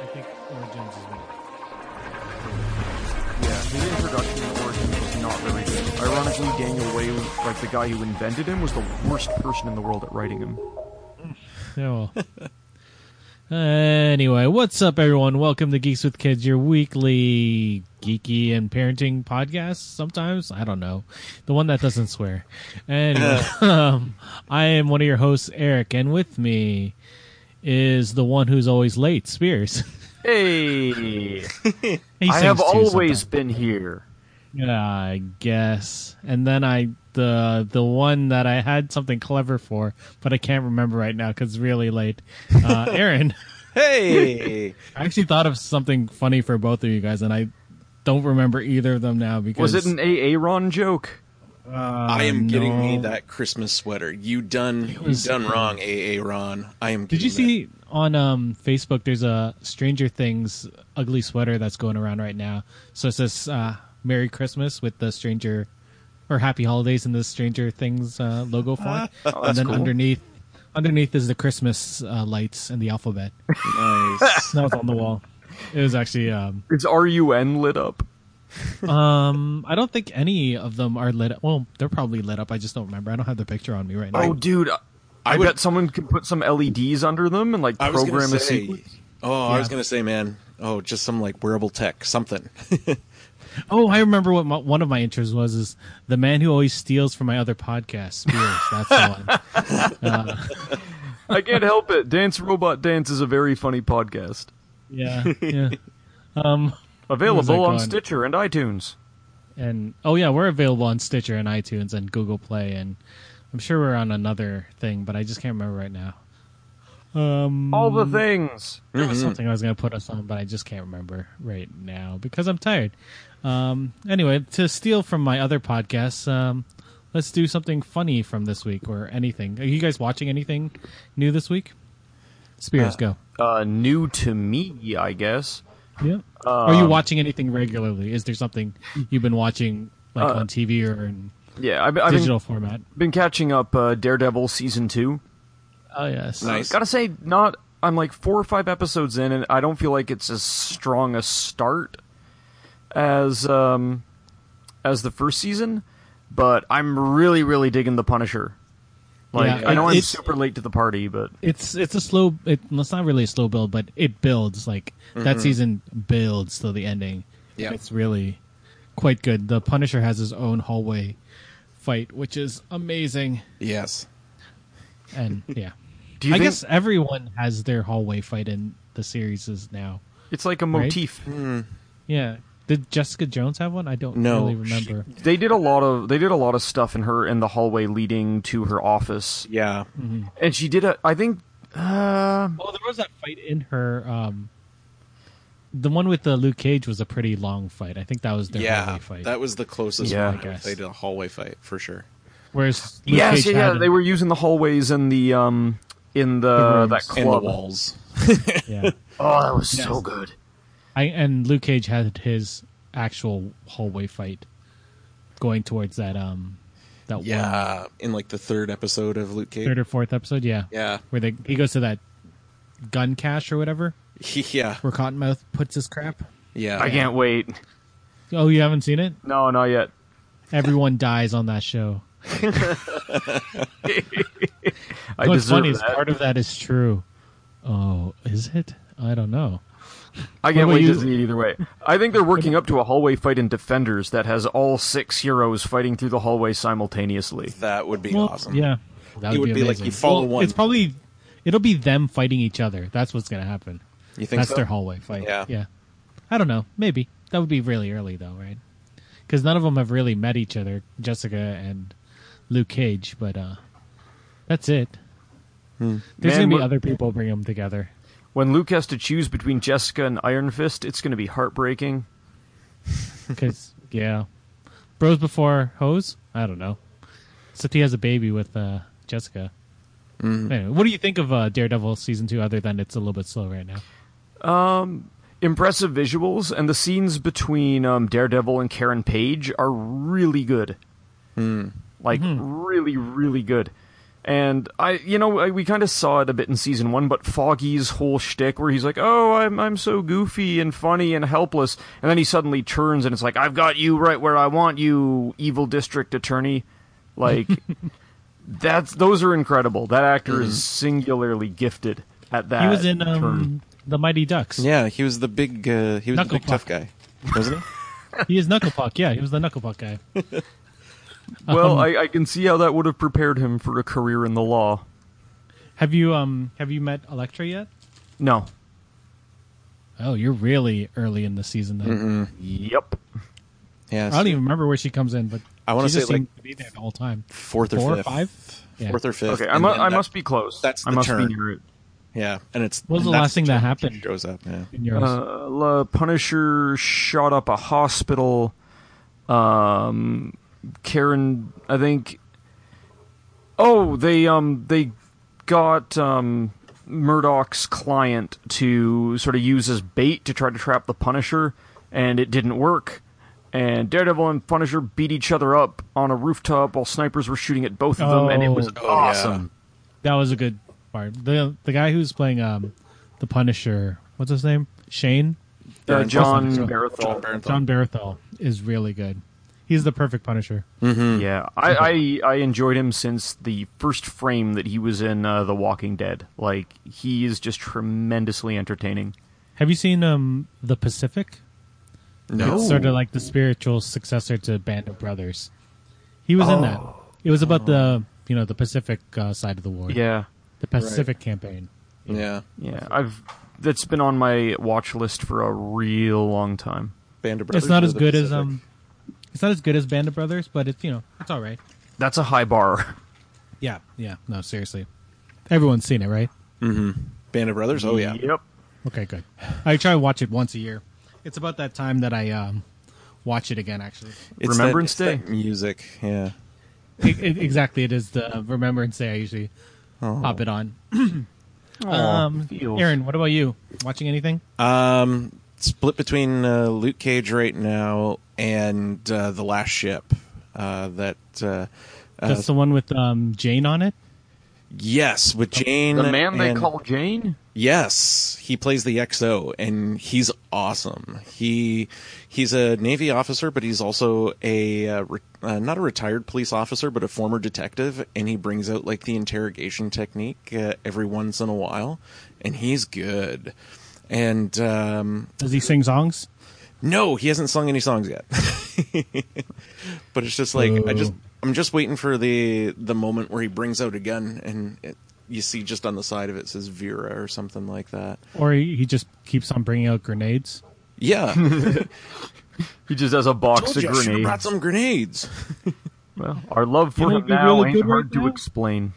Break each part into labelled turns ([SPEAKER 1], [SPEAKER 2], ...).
[SPEAKER 1] Indiana Jones is one.
[SPEAKER 2] Yeah, his introduction and origin was not very good. Ironically, Daniel Way, like the guy who invented him, was the worst person in the world at writing him.
[SPEAKER 1] Oh. well. anyway, what's up, everyone? Welcome to Geeks with Kids, your weekly geeky and parenting podcast. Sometimes I don't know the one that doesn't swear. Anyway, um, I am one of your hosts, Eric, and with me is the one who's always late, Spears.
[SPEAKER 2] Hey,
[SPEAKER 1] He
[SPEAKER 2] I have
[SPEAKER 1] sings too
[SPEAKER 2] always
[SPEAKER 1] sometimes.
[SPEAKER 2] been here.
[SPEAKER 1] Yeah, I guess. And then I the the one that I had something clever for, but I can't remember right now because it's really late. Uh, Aaron,
[SPEAKER 3] Hey,
[SPEAKER 1] I actually thought of something funny for both of you guys, and I don't remember either of them now because
[SPEAKER 2] Was it an Aaron joke?
[SPEAKER 3] I am getting me
[SPEAKER 1] Uh, no.
[SPEAKER 3] that Christmas sweater. You done, you
[SPEAKER 1] was- uh,
[SPEAKER 3] done wrong, AA Ron. I am.
[SPEAKER 1] Did you
[SPEAKER 3] getting
[SPEAKER 1] see on um, Facebook? There's a Stranger Things ugly sweater that's going around right now. So it says uh, "Merry Christmas" with the Stranger or "Happy Holidays" in the Stranger Things uh, logo font, and then
[SPEAKER 2] Oh, cool.
[SPEAKER 1] underneath, underneath is the Christmas uh, lights and the alphabet.
[SPEAKER 3] that. Nice.
[SPEAKER 1] that was on the wall. It was actually. Um,
[SPEAKER 2] Is R U N lit up?
[SPEAKER 1] um, I don't think any of them are lit up. Well, they're probably lit up. I just don't remember. I don't have the picture on me right now.
[SPEAKER 2] Oh, dude, I,
[SPEAKER 3] I
[SPEAKER 2] I
[SPEAKER 3] would-
[SPEAKER 2] bet someone could put some LEDs under them and like
[SPEAKER 3] I was gonna
[SPEAKER 2] program a
[SPEAKER 3] say.
[SPEAKER 2] sequence.
[SPEAKER 3] Oh, I was
[SPEAKER 1] Yeah.
[SPEAKER 3] gonna say, man. Oh, just some like wearable tech, something.
[SPEAKER 1] Oh, I remember what my, one of my interests was is the man who always steals from my other podcast. Spears, that's the one.
[SPEAKER 2] I can't help it. Dance Robot Dance is a very funny podcast.
[SPEAKER 1] Yeah, yeah.
[SPEAKER 2] Available
[SPEAKER 1] Where's that
[SPEAKER 2] on
[SPEAKER 1] gone?
[SPEAKER 2] Stitcher and iTunes.
[SPEAKER 1] And oh yeah, we're available on Stitcher and iTunes and Google Play, and I'm sure we're on another thing, but I just can't remember right now.
[SPEAKER 2] All the things.
[SPEAKER 1] There was something I was going to put us on, but I just can't remember right now because I'm tired. Um, anyway, to steal from my other podcasts, um, let's do something funny from this week or anything. Are you guys watching anything new this week? Spears, go.
[SPEAKER 2] Uh, new to me, I guess.
[SPEAKER 1] Yeah. Are you watching anything regularly? Is there something you've been watching like on TV or in
[SPEAKER 2] Yeah, I've, I've been,
[SPEAKER 1] digital format?
[SPEAKER 2] been catching up uh, Daredevil season two.
[SPEAKER 1] Oh yes.
[SPEAKER 3] Nice.
[SPEAKER 2] Gotta say, not. I'm like four or five episodes in, and I don't feel like it's as strong a start as um as the first season. But I'm really, really digging the Punisher. Like
[SPEAKER 1] Yeah,
[SPEAKER 2] I know I'm
[SPEAKER 1] it's-
[SPEAKER 2] super late to the party, but
[SPEAKER 1] It's it's a slow it, well, it's not really a slow build, but it builds like
[SPEAKER 2] Mm-hmm.
[SPEAKER 1] that season builds till the ending.
[SPEAKER 3] Yeah.
[SPEAKER 1] It's really quite good. The Punisher has his own hallway fight, which is amazing.
[SPEAKER 3] yes.
[SPEAKER 1] And yeah.
[SPEAKER 2] do you
[SPEAKER 1] I
[SPEAKER 2] think
[SPEAKER 1] guess everyone has their hallway fight in the series is now.
[SPEAKER 2] it's like a motif?
[SPEAKER 1] Yeah. Did Jessica Jones have one? I don't
[SPEAKER 3] No,
[SPEAKER 1] really
[SPEAKER 3] she-
[SPEAKER 1] remember.
[SPEAKER 2] They did a lot of they did a lot of stuff in her in the hallway leading to her office,
[SPEAKER 3] Yeah.
[SPEAKER 2] and she did a. I think uh,
[SPEAKER 1] Oh, there was that fight in her. Um, the one with the Luke Cage was a pretty long fight. I think that was their
[SPEAKER 3] Yeah.
[SPEAKER 1] hallway fight.
[SPEAKER 3] That was the closest
[SPEAKER 2] Yeah.
[SPEAKER 3] one.
[SPEAKER 1] I guess.
[SPEAKER 3] They did a hallway fight for sure.
[SPEAKER 1] Whereas Luke
[SPEAKER 2] yes,
[SPEAKER 1] Cage
[SPEAKER 2] yeah,
[SPEAKER 1] had
[SPEAKER 2] they were using the hallways in the um in the,
[SPEAKER 1] The rooms.
[SPEAKER 2] that
[SPEAKER 3] And the
[SPEAKER 2] club.
[SPEAKER 3] walls.
[SPEAKER 1] Yeah,
[SPEAKER 2] Oh, that was so good.
[SPEAKER 1] I, and Luke Cage had his actual hallway fight going towards that um that one,
[SPEAKER 3] Yeah. In like the third episode of Luke Cage.
[SPEAKER 1] third or fourth episode. Yeah,
[SPEAKER 3] Yeah.
[SPEAKER 1] where they he goes to that gun cache or whatever
[SPEAKER 3] yeah.
[SPEAKER 1] where Cottonmouth puts his crap.
[SPEAKER 3] Yeah.
[SPEAKER 2] I can't wait.
[SPEAKER 1] Oh, you haven't seen it?
[SPEAKER 2] No, not yet.
[SPEAKER 1] Everyone dies on that show.
[SPEAKER 2] I
[SPEAKER 1] What's
[SPEAKER 2] deserve
[SPEAKER 1] funny is
[SPEAKER 2] that.
[SPEAKER 1] part of that is true. Oh, is it? I don't know.
[SPEAKER 2] I can't
[SPEAKER 1] about
[SPEAKER 2] wait
[SPEAKER 1] you?
[SPEAKER 2] to see it either way. I think they're working up to a hallway fight in Defenders that has all six heroes fighting through the hallway simultaneously.
[SPEAKER 3] That would be awesome.
[SPEAKER 1] Yeah, that
[SPEAKER 3] It would be like
[SPEAKER 1] amazing.
[SPEAKER 3] you follow
[SPEAKER 1] Well,
[SPEAKER 3] one.
[SPEAKER 1] It's probably it'll be them fighting each other. That's what's gonna happen.
[SPEAKER 3] You think
[SPEAKER 1] That's
[SPEAKER 3] so?
[SPEAKER 1] their hallway fight.
[SPEAKER 3] Yeah.
[SPEAKER 1] yeah. I don't know. Maybe that would be really early though, right? Because none of them have really met each other, Jessica and Luke Cage. But uh that's it. There's
[SPEAKER 3] Hmm.
[SPEAKER 2] Man,
[SPEAKER 1] gonna be
[SPEAKER 2] we're-
[SPEAKER 1] other people bring them together.
[SPEAKER 2] When Luke has to choose between Jessica and Iron Fist, it's going to be heartbreaking.
[SPEAKER 1] Because yeah, bros before hoes. I don't know. Except he has a baby with uh, Jessica.
[SPEAKER 3] Mm-hmm.
[SPEAKER 1] Anyway, what do you think of uh, Daredevil season two? Other than it's a little bit slow right now.
[SPEAKER 2] Impressive visuals, and the scenes between um, Daredevil and Karen
[SPEAKER 1] Hmm.
[SPEAKER 2] Page are really good. Like, really, really good. And I, you know, I, we kind of saw it a bit in season one, but Foggy's whole shtick, where he's like, "Oh, I'm I'm so goofy and funny and helpless," and then he suddenly turns and it's like, "I've got you right where I want you, evil district attorney." Like, that's those are incredible. That actor is singularly gifted at that.
[SPEAKER 1] Hmm. He was in
[SPEAKER 2] turn.
[SPEAKER 1] um, the Mighty Ducks.
[SPEAKER 3] Uh, Yeah, he was the big. Uh, he was the
[SPEAKER 1] Knuckle
[SPEAKER 3] big tough guy, wasn't he?
[SPEAKER 1] He is Knucklepuck. Yeah, he was the Knucklepuck guy.
[SPEAKER 2] Well,
[SPEAKER 3] Um,
[SPEAKER 2] I, I can see how that would have prepared him for a career in the law.
[SPEAKER 1] Have you um have you met Electra yet?
[SPEAKER 2] No.
[SPEAKER 1] Oh, you're really early in the season then.
[SPEAKER 2] Yep.
[SPEAKER 3] yeah,
[SPEAKER 1] I don't even remember where she comes in, but
[SPEAKER 3] I wanna
[SPEAKER 1] she just
[SPEAKER 3] say, like,
[SPEAKER 1] seemed to be there the whole time.
[SPEAKER 3] fourth or
[SPEAKER 1] Four or
[SPEAKER 3] fifth.
[SPEAKER 1] five? Yeah.
[SPEAKER 3] Fourth or fifth.
[SPEAKER 2] Okay, I,
[SPEAKER 3] and
[SPEAKER 2] mu-
[SPEAKER 3] then
[SPEAKER 2] I
[SPEAKER 3] that-
[SPEAKER 2] must be close.
[SPEAKER 3] that's
[SPEAKER 2] I
[SPEAKER 3] the
[SPEAKER 2] must
[SPEAKER 3] turn.
[SPEAKER 2] be near it.
[SPEAKER 3] Yeah, and it's.
[SPEAKER 1] What was the
[SPEAKER 3] and that's
[SPEAKER 1] last thing that
[SPEAKER 3] Joe-
[SPEAKER 1] happened?
[SPEAKER 3] Shows up. Yeah.
[SPEAKER 1] In yours.
[SPEAKER 2] Uh, La Punisher shot up a hospital. Um, Karen, I think. Oh, they um they got um Murdoch's client to sort of use as bait to try to trap the Punisher, and it didn't work. And Daredevil and Punisher beat each other up on a rooftop while snipers were shooting at both of them, and it was
[SPEAKER 1] Oh.
[SPEAKER 3] Oh, yeah.
[SPEAKER 2] awesome.
[SPEAKER 1] that was a good part. The the guy who's playing um the Punisher, what's his name? Shane?
[SPEAKER 2] Uh,
[SPEAKER 3] Baron
[SPEAKER 2] John
[SPEAKER 1] John
[SPEAKER 2] Barathol.
[SPEAKER 3] Barenthal.
[SPEAKER 1] John Barathol is really good. He's the perfect Punisher.
[SPEAKER 2] Yeah, I, I I enjoyed him since the first frame that he was in uh, The Walking Dead. Like he is just tremendously entertaining.
[SPEAKER 1] Have you seen um The Pacific?
[SPEAKER 3] No.
[SPEAKER 1] It's sort of like the spiritual successor to Band of Brothers. He was in that. It was about the you know the Pacific uh, side of the war.
[SPEAKER 2] Yeah,
[SPEAKER 1] the Pacific campaign.
[SPEAKER 3] Yeah.
[SPEAKER 2] yeah. I've that's been on my watch list for a real long time.
[SPEAKER 3] Band of Brothers.
[SPEAKER 1] It's not
[SPEAKER 3] or
[SPEAKER 1] as
[SPEAKER 3] the
[SPEAKER 1] good as
[SPEAKER 3] Pacific?
[SPEAKER 1] um, it's not as good as Band of Brothers, but it's you know it's all right.
[SPEAKER 2] That's a high bar.
[SPEAKER 1] Yeah, yeah. No, seriously, everyone's seen it, right?
[SPEAKER 3] Band of Brothers. Oh yeah.
[SPEAKER 2] Yep.
[SPEAKER 1] Okay, good. I try to watch it once a year. It's about that time that I um, watch it again. Actually,
[SPEAKER 3] It's
[SPEAKER 2] Remembrance
[SPEAKER 3] that, it's
[SPEAKER 2] Day.
[SPEAKER 3] that music. Yeah.
[SPEAKER 1] I I- exactly. It is the Remembrance Day. I usually
[SPEAKER 3] Oh.
[SPEAKER 1] pop it on. um,
[SPEAKER 2] feels.
[SPEAKER 1] Aaron, what about you? Watching anything?
[SPEAKER 3] Um, split between uh, Luke Cage right now and uh, the Last Ship. Uh, that. Uh, uh,
[SPEAKER 1] That's the one with um, Jane on it.
[SPEAKER 3] yes, with Jane.
[SPEAKER 2] The man they
[SPEAKER 3] and-
[SPEAKER 2] call Jane.
[SPEAKER 3] Yes, he plays the XO, and he's awesome. He he's a Navy officer, but he's also a uh, re- uh, not a retired police officer, but a former detective, and he brings out like the interrogation technique uh, every once in a while, and he's good. And um,
[SPEAKER 1] Does he sing songs?
[SPEAKER 3] no, he hasn't sung any songs yet. but it's just like I just
[SPEAKER 1] Oh.
[SPEAKER 3] I'm just waiting for the the moment where he brings out a gun and. It, you see just on the side of it says Vera or something like that.
[SPEAKER 1] Or he he just keeps on bringing out grenades.
[SPEAKER 3] Yeah.
[SPEAKER 2] He just has a box
[SPEAKER 3] Told you I
[SPEAKER 2] of
[SPEAKER 3] should've
[SPEAKER 2] grenades.
[SPEAKER 3] brought some grenades.
[SPEAKER 2] Well, our love
[SPEAKER 1] You
[SPEAKER 2] for
[SPEAKER 1] know
[SPEAKER 2] him
[SPEAKER 1] who'd be
[SPEAKER 2] now
[SPEAKER 1] really
[SPEAKER 2] ain't
[SPEAKER 1] good
[SPEAKER 2] hard
[SPEAKER 1] right
[SPEAKER 2] to
[SPEAKER 1] now?
[SPEAKER 2] explain.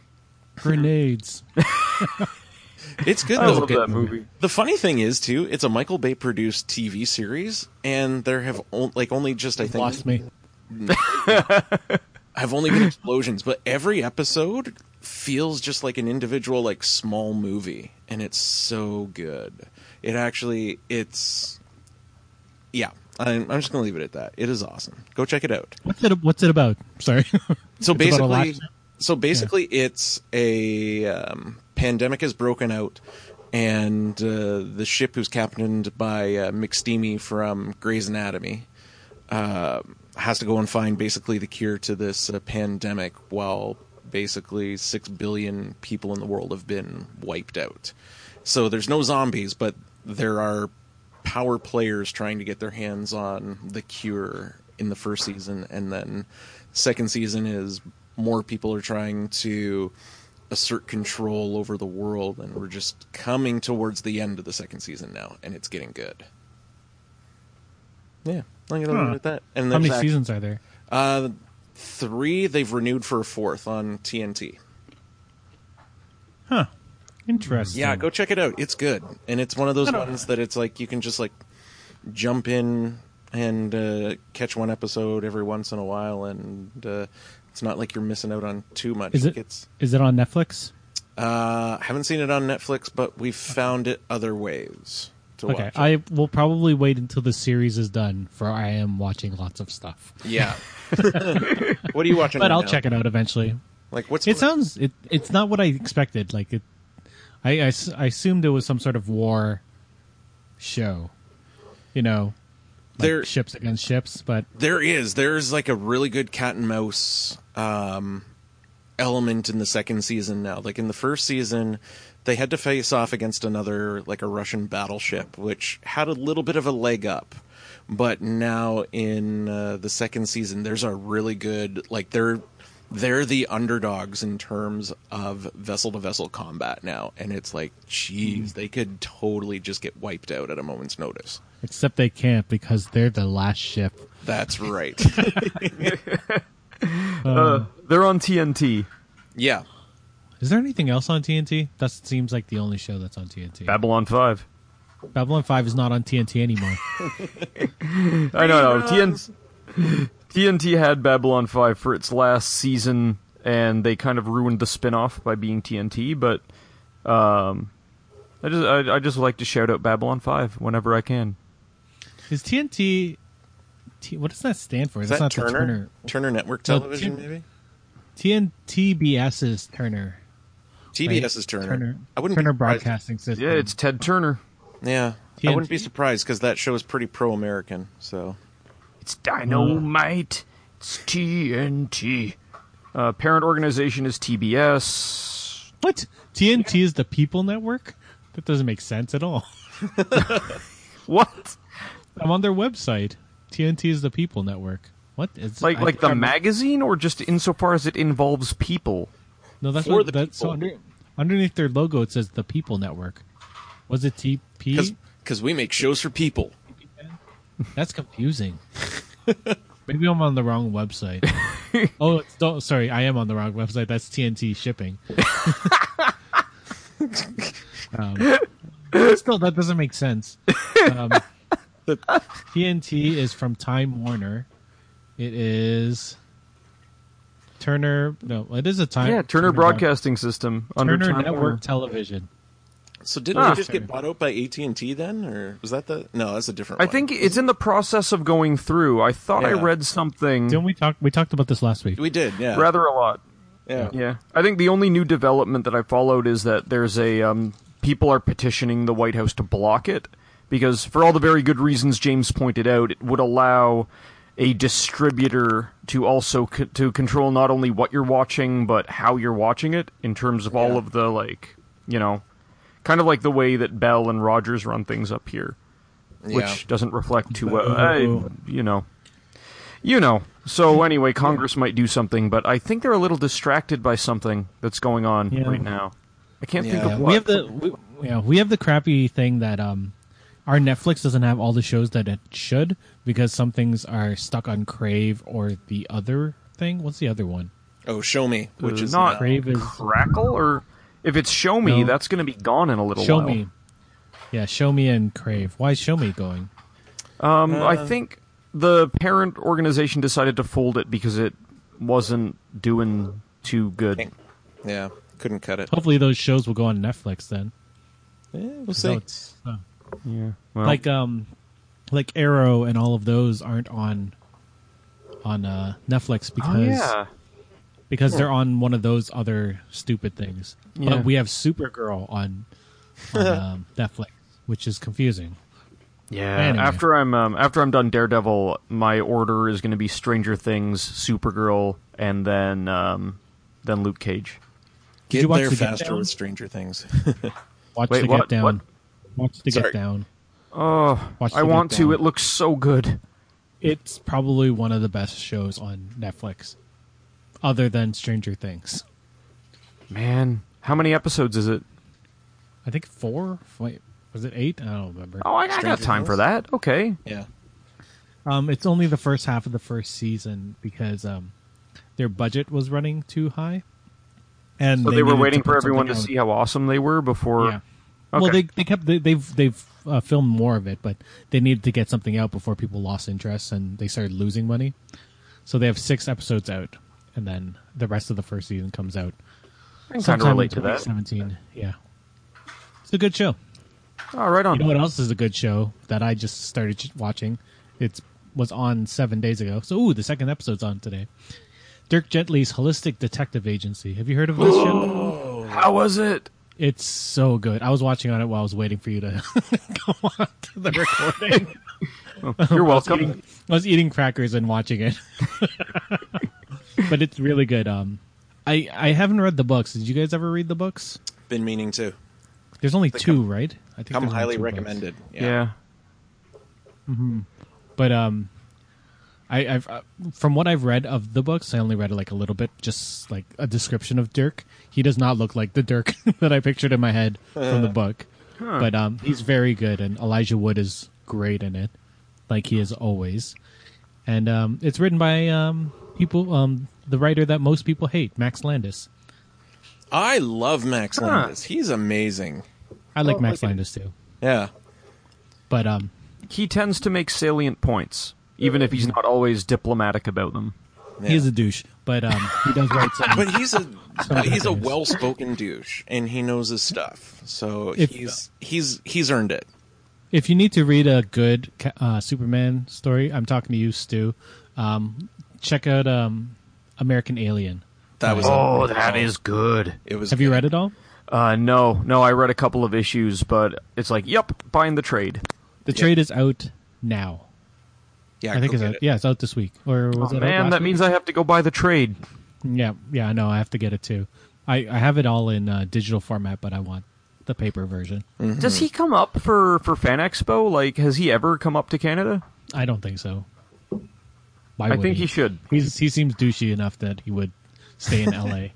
[SPEAKER 1] Grenades.
[SPEAKER 3] It's good
[SPEAKER 2] I
[SPEAKER 3] though.
[SPEAKER 2] love that movie.
[SPEAKER 3] The funny thing is too, it's a Michael Bay produced TV series, and there have on, like only just I think
[SPEAKER 1] Lost me.
[SPEAKER 3] have only been explosions, but every episode feels just like an individual like small movie, and it's so good. It actually, it's yeah. I'm, I'm just gonna leave it at that. It is awesome. Go check it out.
[SPEAKER 1] What's it? What's it about? Sorry.
[SPEAKER 3] so
[SPEAKER 1] It's about a
[SPEAKER 3] basically,
[SPEAKER 1] life-
[SPEAKER 3] so basically, it's a um, pandemic has broken out, and uh, the ship who's captained by uh, McSteamy from Grey's Anatomy uh, has to go and find basically the cure to this uh, pandemic, while basically six billion people in the world have been wiped out. So there's no zombies, but there are power players trying to get their hands on the cure in the first season and then second season is more people are trying to assert control over the world and we're just coming towards the end of the second season now and it's getting good yeah i'm gonna leave it at that and
[SPEAKER 1] How
[SPEAKER 3] there's
[SPEAKER 1] many
[SPEAKER 3] act-
[SPEAKER 1] seasons are there?
[SPEAKER 3] uh three they've renewed for a fourth on tnt
[SPEAKER 1] Interesting.
[SPEAKER 3] Yeah, go check it out. It's good, and it's one of those ones that it's like you can just like jump in and uh, catch one episode every once in a while, and uh, it's not like you're missing out on too much.
[SPEAKER 1] Is it-
[SPEAKER 3] It's
[SPEAKER 1] Is it on Netflix?
[SPEAKER 3] uh, I haven't seen it on Netflix, but we've found it other ways to watch.
[SPEAKER 1] Okay,
[SPEAKER 3] it.
[SPEAKER 1] I will probably wait until the series is done, for I am watching lots of stuff.
[SPEAKER 3] yeah. what are you watching?
[SPEAKER 1] But
[SPEAKER 3] right
[SPEAKER 1] I'll
[SPEAKER 3] now?
[SPEAKER 1] check it out eventually.
[SPEAKER 3] Like what's
[SPEAKER 1] It sounds it. It's not what I expected. Like it, I, I s- I assumed it was some sort of war show. You know, like
[SPEAKER 3] There-
[SPEAKER 1] ships against ships, but
[SPEAKER 3] there is there's like a really good cat and mouse um element in the second season now like in the first season they had to face off against another like a russian battleship which had a little bit of a leg up but now in uh, the second season there's a really good like they're they're the underdogs in terms of vessel to vessel combat now and it's like jeez they could totally just get wiped out at a moment's notice
[SPEAKER 1] except they can't because they're the last ship.
[SPEAKER 3] that's right
[SPEAKER 2] They're on TNT.
[SPEAKER 3] yeah
[SPEAKER 1] Is there anything else on TNT? That seems like the only show that's on TNT.
[SPEAKER 2] Babylon 5.
[SPEAKER 1] Babylon Five is not on TNT anymore.
[SPEAKER 2] I don't know. TN- TNT had Babylon 5 for its last season, and they kind of ruined the spin off by being TNT, but um, I just I, I just like to shout out Babylon 5 whenever I can.
[SPEAKER 1] Is TNT? T, what does that stand for?
[SPEAKER 3] Is
[SPEAKER 1] That's
[SPEAKER 3] that
[SPEAKER 1] not the
[SPEAKER 3] Turner? Turner Network
[SPEAKER 1] No,
[SPEAKER 3] Television,
[SPEAKER 1] Tim-
[SPEAKER 3] maybe?
[SPEAKER 1] TNTBS is Turner.
[SPEAKER 3] TBS is Turner. I wouldn't
[SPEAKER 1] Turner
[SPEAKER 3] be surprised-
[SPEAKER 1] Broadcasting System.
[SPEAKER 2] Yeah, it's Ted Turner.
[SPEAKER 3] Yeah, I
[SPEAKER 1] TNT?
[SPEAKER 3] wouldn't be surprised because that show is pretty pro-American. So
[SPEAKER 2] It's Dynamite. It's TNT. Uh, parent organization is TBS.
[SPEAKER 1] what TNT is the People Network. That doesn't make sense at all.
[SPEAKER 2] What?
[SPEAKER 1] I'm on their website. TNT is the People Network. What? It's,
[SPEAKER 2] Like
[SPEAKER 1] I-
[SPEAKER 2] like the
[SPEAKER 1] I'm-
[SPEAKER 2] magazine, or just insofar as it involves people?
[SPEAKER 1] No, that's
[SPEAKER 3] for
[SPEAKER 1] what,
[SPEAKER 3] the
[SPEAKER 1] that's so
[SPEAKER 3] people.
[SPEAKER 1] under, underneath their logo. It says the People Network. Was it TP?
[SPEAKER 3] because we make shows for people.
[SPEAKER 1] That's confusing. Maybe I'm on the wrong website. oh, it's, don't, sorry, I am on the wrong website. That's TNT shipping. um, still, that doesn't make sense. Um, TNT is from Time Warner. It is Turner. No, it is a time.
[SPEAKER 2] Yeah, Turner
[SPEAKER 1] Broad-
[SPEAKER 2] Broadcasting System under
[SPEAKER 1] Turner
[SPEAKER 2] Time
[SPEAKER 1] Network
[SPEAKER 2] Warner.
[SPEAKER 1] Television.
[SPEAKER 3] So didn't
[SPEAKER 2] Ah.
[SPEAKER 3] they just get bought out by AT and T then, or was that the? No, that's a different.
[SPEAKER 2] I
[SPEAKER 3] one.
[SPEAKER 2] think it's in the process of going through. I thought I
[SPEAKER 3] Yeah.
[SPEAKER 2] read something
[SPEAKER 1] Didn't we talk? We talked about this last week.
[SPEAKER 3] we did. Yeah,
[SPEAKER 2] rather a lot.
[SPEAKER 3] yeah.
[SPEAKER 2] Yeah, I think the only new development that I followed is that there's a um, people are petitioning the White House to block it because for all the very good reasons James pointed out, it would allow a distributor to also co- to control not only what you're watching but how you're watching it in terms of all
[SPEAKER 3] Yeah.
[SPEAKER 2] of the like you know kind of like the way that Bell and Rogers run things up here which doesn't reflect too well. I,
[SPEAKER 1] Oh.
[SPEAKER 2] you know, you know. So anyway, Congress might do something, but I think they're a little distracted by something that's going on
[SPEAKER 1] Yeah.
[SPEAKER 2] right now. I can't think
[SPEAKER 3] Yeah.
[SPEAKER 2] of
[SPEAKER 1] Yeah,
[SPEAKER 2] what.
[SPEAKER 1] we have the we, yeah we have the crappy thing that um our Netflix doesn't have all the shows that it should because some things are stuck on Crave or the other thing. What's the other one?
[SPEAKER 3] Oh, show me, which
[SPEAKER 2] Uh,
[SPEAKER 3] is
[SPEAKER 2] not
[SPEAKER 3] uh,
[SPEAKER 1] Crave is
[SPEAKER 2] crackle or if it's show me,
[SPEAKER 1] No.
[SPEAKER 2] that's going to be gone in a little
[SPEAKER 1] Show
[SPEAKER 2] while.
[SPEAKER 1] Me. Yeah, Show Me and Crave. Why is Show Me going?
[SPEAKER 2] Um, I think the parent organization decided to fold it because it wasn't doing too good.
[SPEAKER 3] Yeah, couldn't cut it.
[SPEAKER 1] Hopefully those shows will go on Netflix then.
[SPEAKER 3] Yeah, we'll
[SPEAKER 1] So
[SPEAKER 3] see.
[SPEAKER 1] it's, uh,
[SPEAKER 2] Yeah, well,
[SPEAKER 1] like um like Arrow and all of those aren't on on uh, Netflix because
[SPEAKER 2] oh, yeah.
[SPEAKER 1] because they're on one of those other stupid things.
[SPEAKER 2] Yeah.
[SPEAKER 1] But we have Supergirl on, on um, Netflix, which is confusing.
[SPEAKER 2] Yeah.
[SPEAKER 1] Anyway.
[SPEAKER 2] After I'm um, after I'm done Daredevil, my order is going to be Stranger Things, Supergirl, and then um, then Luke Cage.
[SPEAKER 1] you
[SPEAKER 3] Get
[SPEAKER 1] watch
[SPEAKER 3] there
[SPEAKER 1] The Get
[SPEAKER 3] faster
[SPEAKER 1] Down?
[SPEAKER 3] with Stranger Things.
[SPEAKER 1] Watch
[SPEAKER 2] Wait,
[SPEAKER 1] the
[SPEAKER 2] what?
[SPEAKER 1] Get Down.
[SPEAKER 2] What?
[SPEAKER 1] Watch the
[SPEAKER 3] Sorry.
[SPEAKER 1] Get Down.
[SPEAKER 2] Oh,
[SPEAKER 1] Watch
[SPEAKER 2] I
[SPEAKER 1] the
[SPEAKER 2] want
[SPEAKER 1] Get
[SPEAKER 2] to.
[SPEAKER 1] Down.
[SPEAKER 2] It looks so good.
[SPEAKER 1] It's probably one of the best shows on Netflix, other than Stranger Things.
[SPEAKER 2] Man, how many episodes is it?
[SPEAKER 1] I think four. Wait, was it eight? I don't remember.
[SPEAKER 2] Oh, I, I got
[SPEAKER 3] Stranger
[SPEAKER 2] time
[SPEAKER 3] Things?
[SPEAKER 2] for that. Okay.
[SPEAKER 3] yeah,
[SPEAKER 1] Um, it's only the first half of the first season because um, their budget was running too high, and
[SPEAKER 2] So they, were
[SPEAKER 1] needed to
[SPEAKER 2] waiting for
[SPEAKER 1] put
[SPEAKER 2] everyone to
[SPEAKER 1] something out.
[SPEAKER 2] see how awesome they were before.
[SPEAKER 1] Yeah. Well,
[SPEAKER 2] Okay.
[SPEAKER 1] they they kept they, they've they've uh, filmed more of it, but they needed to get something out before people lost interest and they started losing money. So they have six episodes out, and then the rest of the first season comes out.
[SPEAKER 2] I can kind of
[SPEAKER 1] Sometime
[SPEAKER 2] relate
[SPEAKER 1] in
[SPEAKER 2] to that.
[SPEAKER 1] 2017. Yeah, it's a good show.
[SPEAKER 2] Oh, right on.
[SPEAKER 1] You know what else is a good show that I just started ch- watching? It's was on seven days ago. So ooh, the second episode's on today. Dirk Gently's Holistic Detective Agency. Have you heard of this show?
[SPEAKER 2] How was it?
[SPEAKER 1] It's so good. I was watching on it while I was waiting for you to come on to the recording.
[SPEAKER 2] You're welcome.
[SPEAKER 1] I was eating crackers and watching it. but it's really good. Um, I I haven't read the books. Did you guys ever read the books?
[SPEAKER 3] Been meaning to.
[SPEAKER 1] There's only two, right? I think
[SPEAKER 3] Come
[SPEAKER 1] there's only
[SPEAKER 3] highly
[SPEAKER 1] two books.
[SPEAKER 3] recommended.
[SPEAKER 2] Yeah.
[SPEAKER 1] But um, I, I've uh, from what I've read of the books, I only read like a little bit, just like a description of Dirk. He does not look like the Dirk that I pictured in my head
[SPEAKER 2] Uh-huh.
[SPEAKER 1] from the book. But um, he's very good, and Elijah Wood is great in it, like he is always. And um, it's written by um, people, um, the writer that most people hate, Max Landis.
[SPEAKER 3] I love Max Landis. He's amazing.
[SPEAKER 1] I like
[SPEAKER 2] Oh,
[SPEAKER 1] Max
[SPEAKER 2] okay.
[SPEAKER 1] Landis too,
[SPEAKER 3] Yeah.
[SPEAKER 1] but um,
[SPEAKER 2] He tends to make salient points, even if he's
[SPEAKER 1] Mm-hmm.
[SPEAKER 2] not always diplomatic about them.
[SPEAKER 1] he is
[SPEAKER 3] Yeah.
[SPEAKER 1] a douche. But um, he does write some.
[SPEAKER 3] but he's a but he's a
[SPEAKER 1] Sometimes.
[SPEAKER 3] well-spoken douche and he knows his stuff. So
[SPEAKER 1] If-
[SPEAKER 3] he's he's he's earned it.
[SPEAKER 1] if you need to read a good ca- uh, Superman story, I'm talking to you, Stu. Um, check out um, American Alien.
[SPEAKER 3] That was
[SPEAKER 2] Oh, that is good.
[SPEAKER 3] it was
[SPEAKER 1] Have you read it all?
[SPEAKER 2] Uh, no, no, I read a couple of issues, but it's like, yep, buying the trade.
[SPEAKER 1] The trade is out now.
[SPEAKER 3] Yeah,
[SPEAKER 1] I, think
[SPEAKER 3] go
[SPEAKER 1] it's
[SPEAKER 3] get
[SPEAKER 1] out. Yeah, it's out this week. Or was it out
[SPEAKER 2] Oh, Man,
[SPEAKER 1] last
[SPEAKER 2] that
[SPEAKER 1] week?
[SPEAKER 2] means I have to go buy the trade.
[SPEAKER 1] Yeah, yeah. I know. I have to get it too. I, I have it all in uh, digital format, but I want the paper version.
[SPEAKER 2] Does he come up for for Fan Expo? Like, has he ever come up to Canada?
[SPEAKER 1] I don't think so. Why
[SPEAKER 2] I
[SPEAKER 1] would
[SPEAKER 2] think he should.
[SPEAKER 1] He's, he seems douchey enough that he would stay in L.A.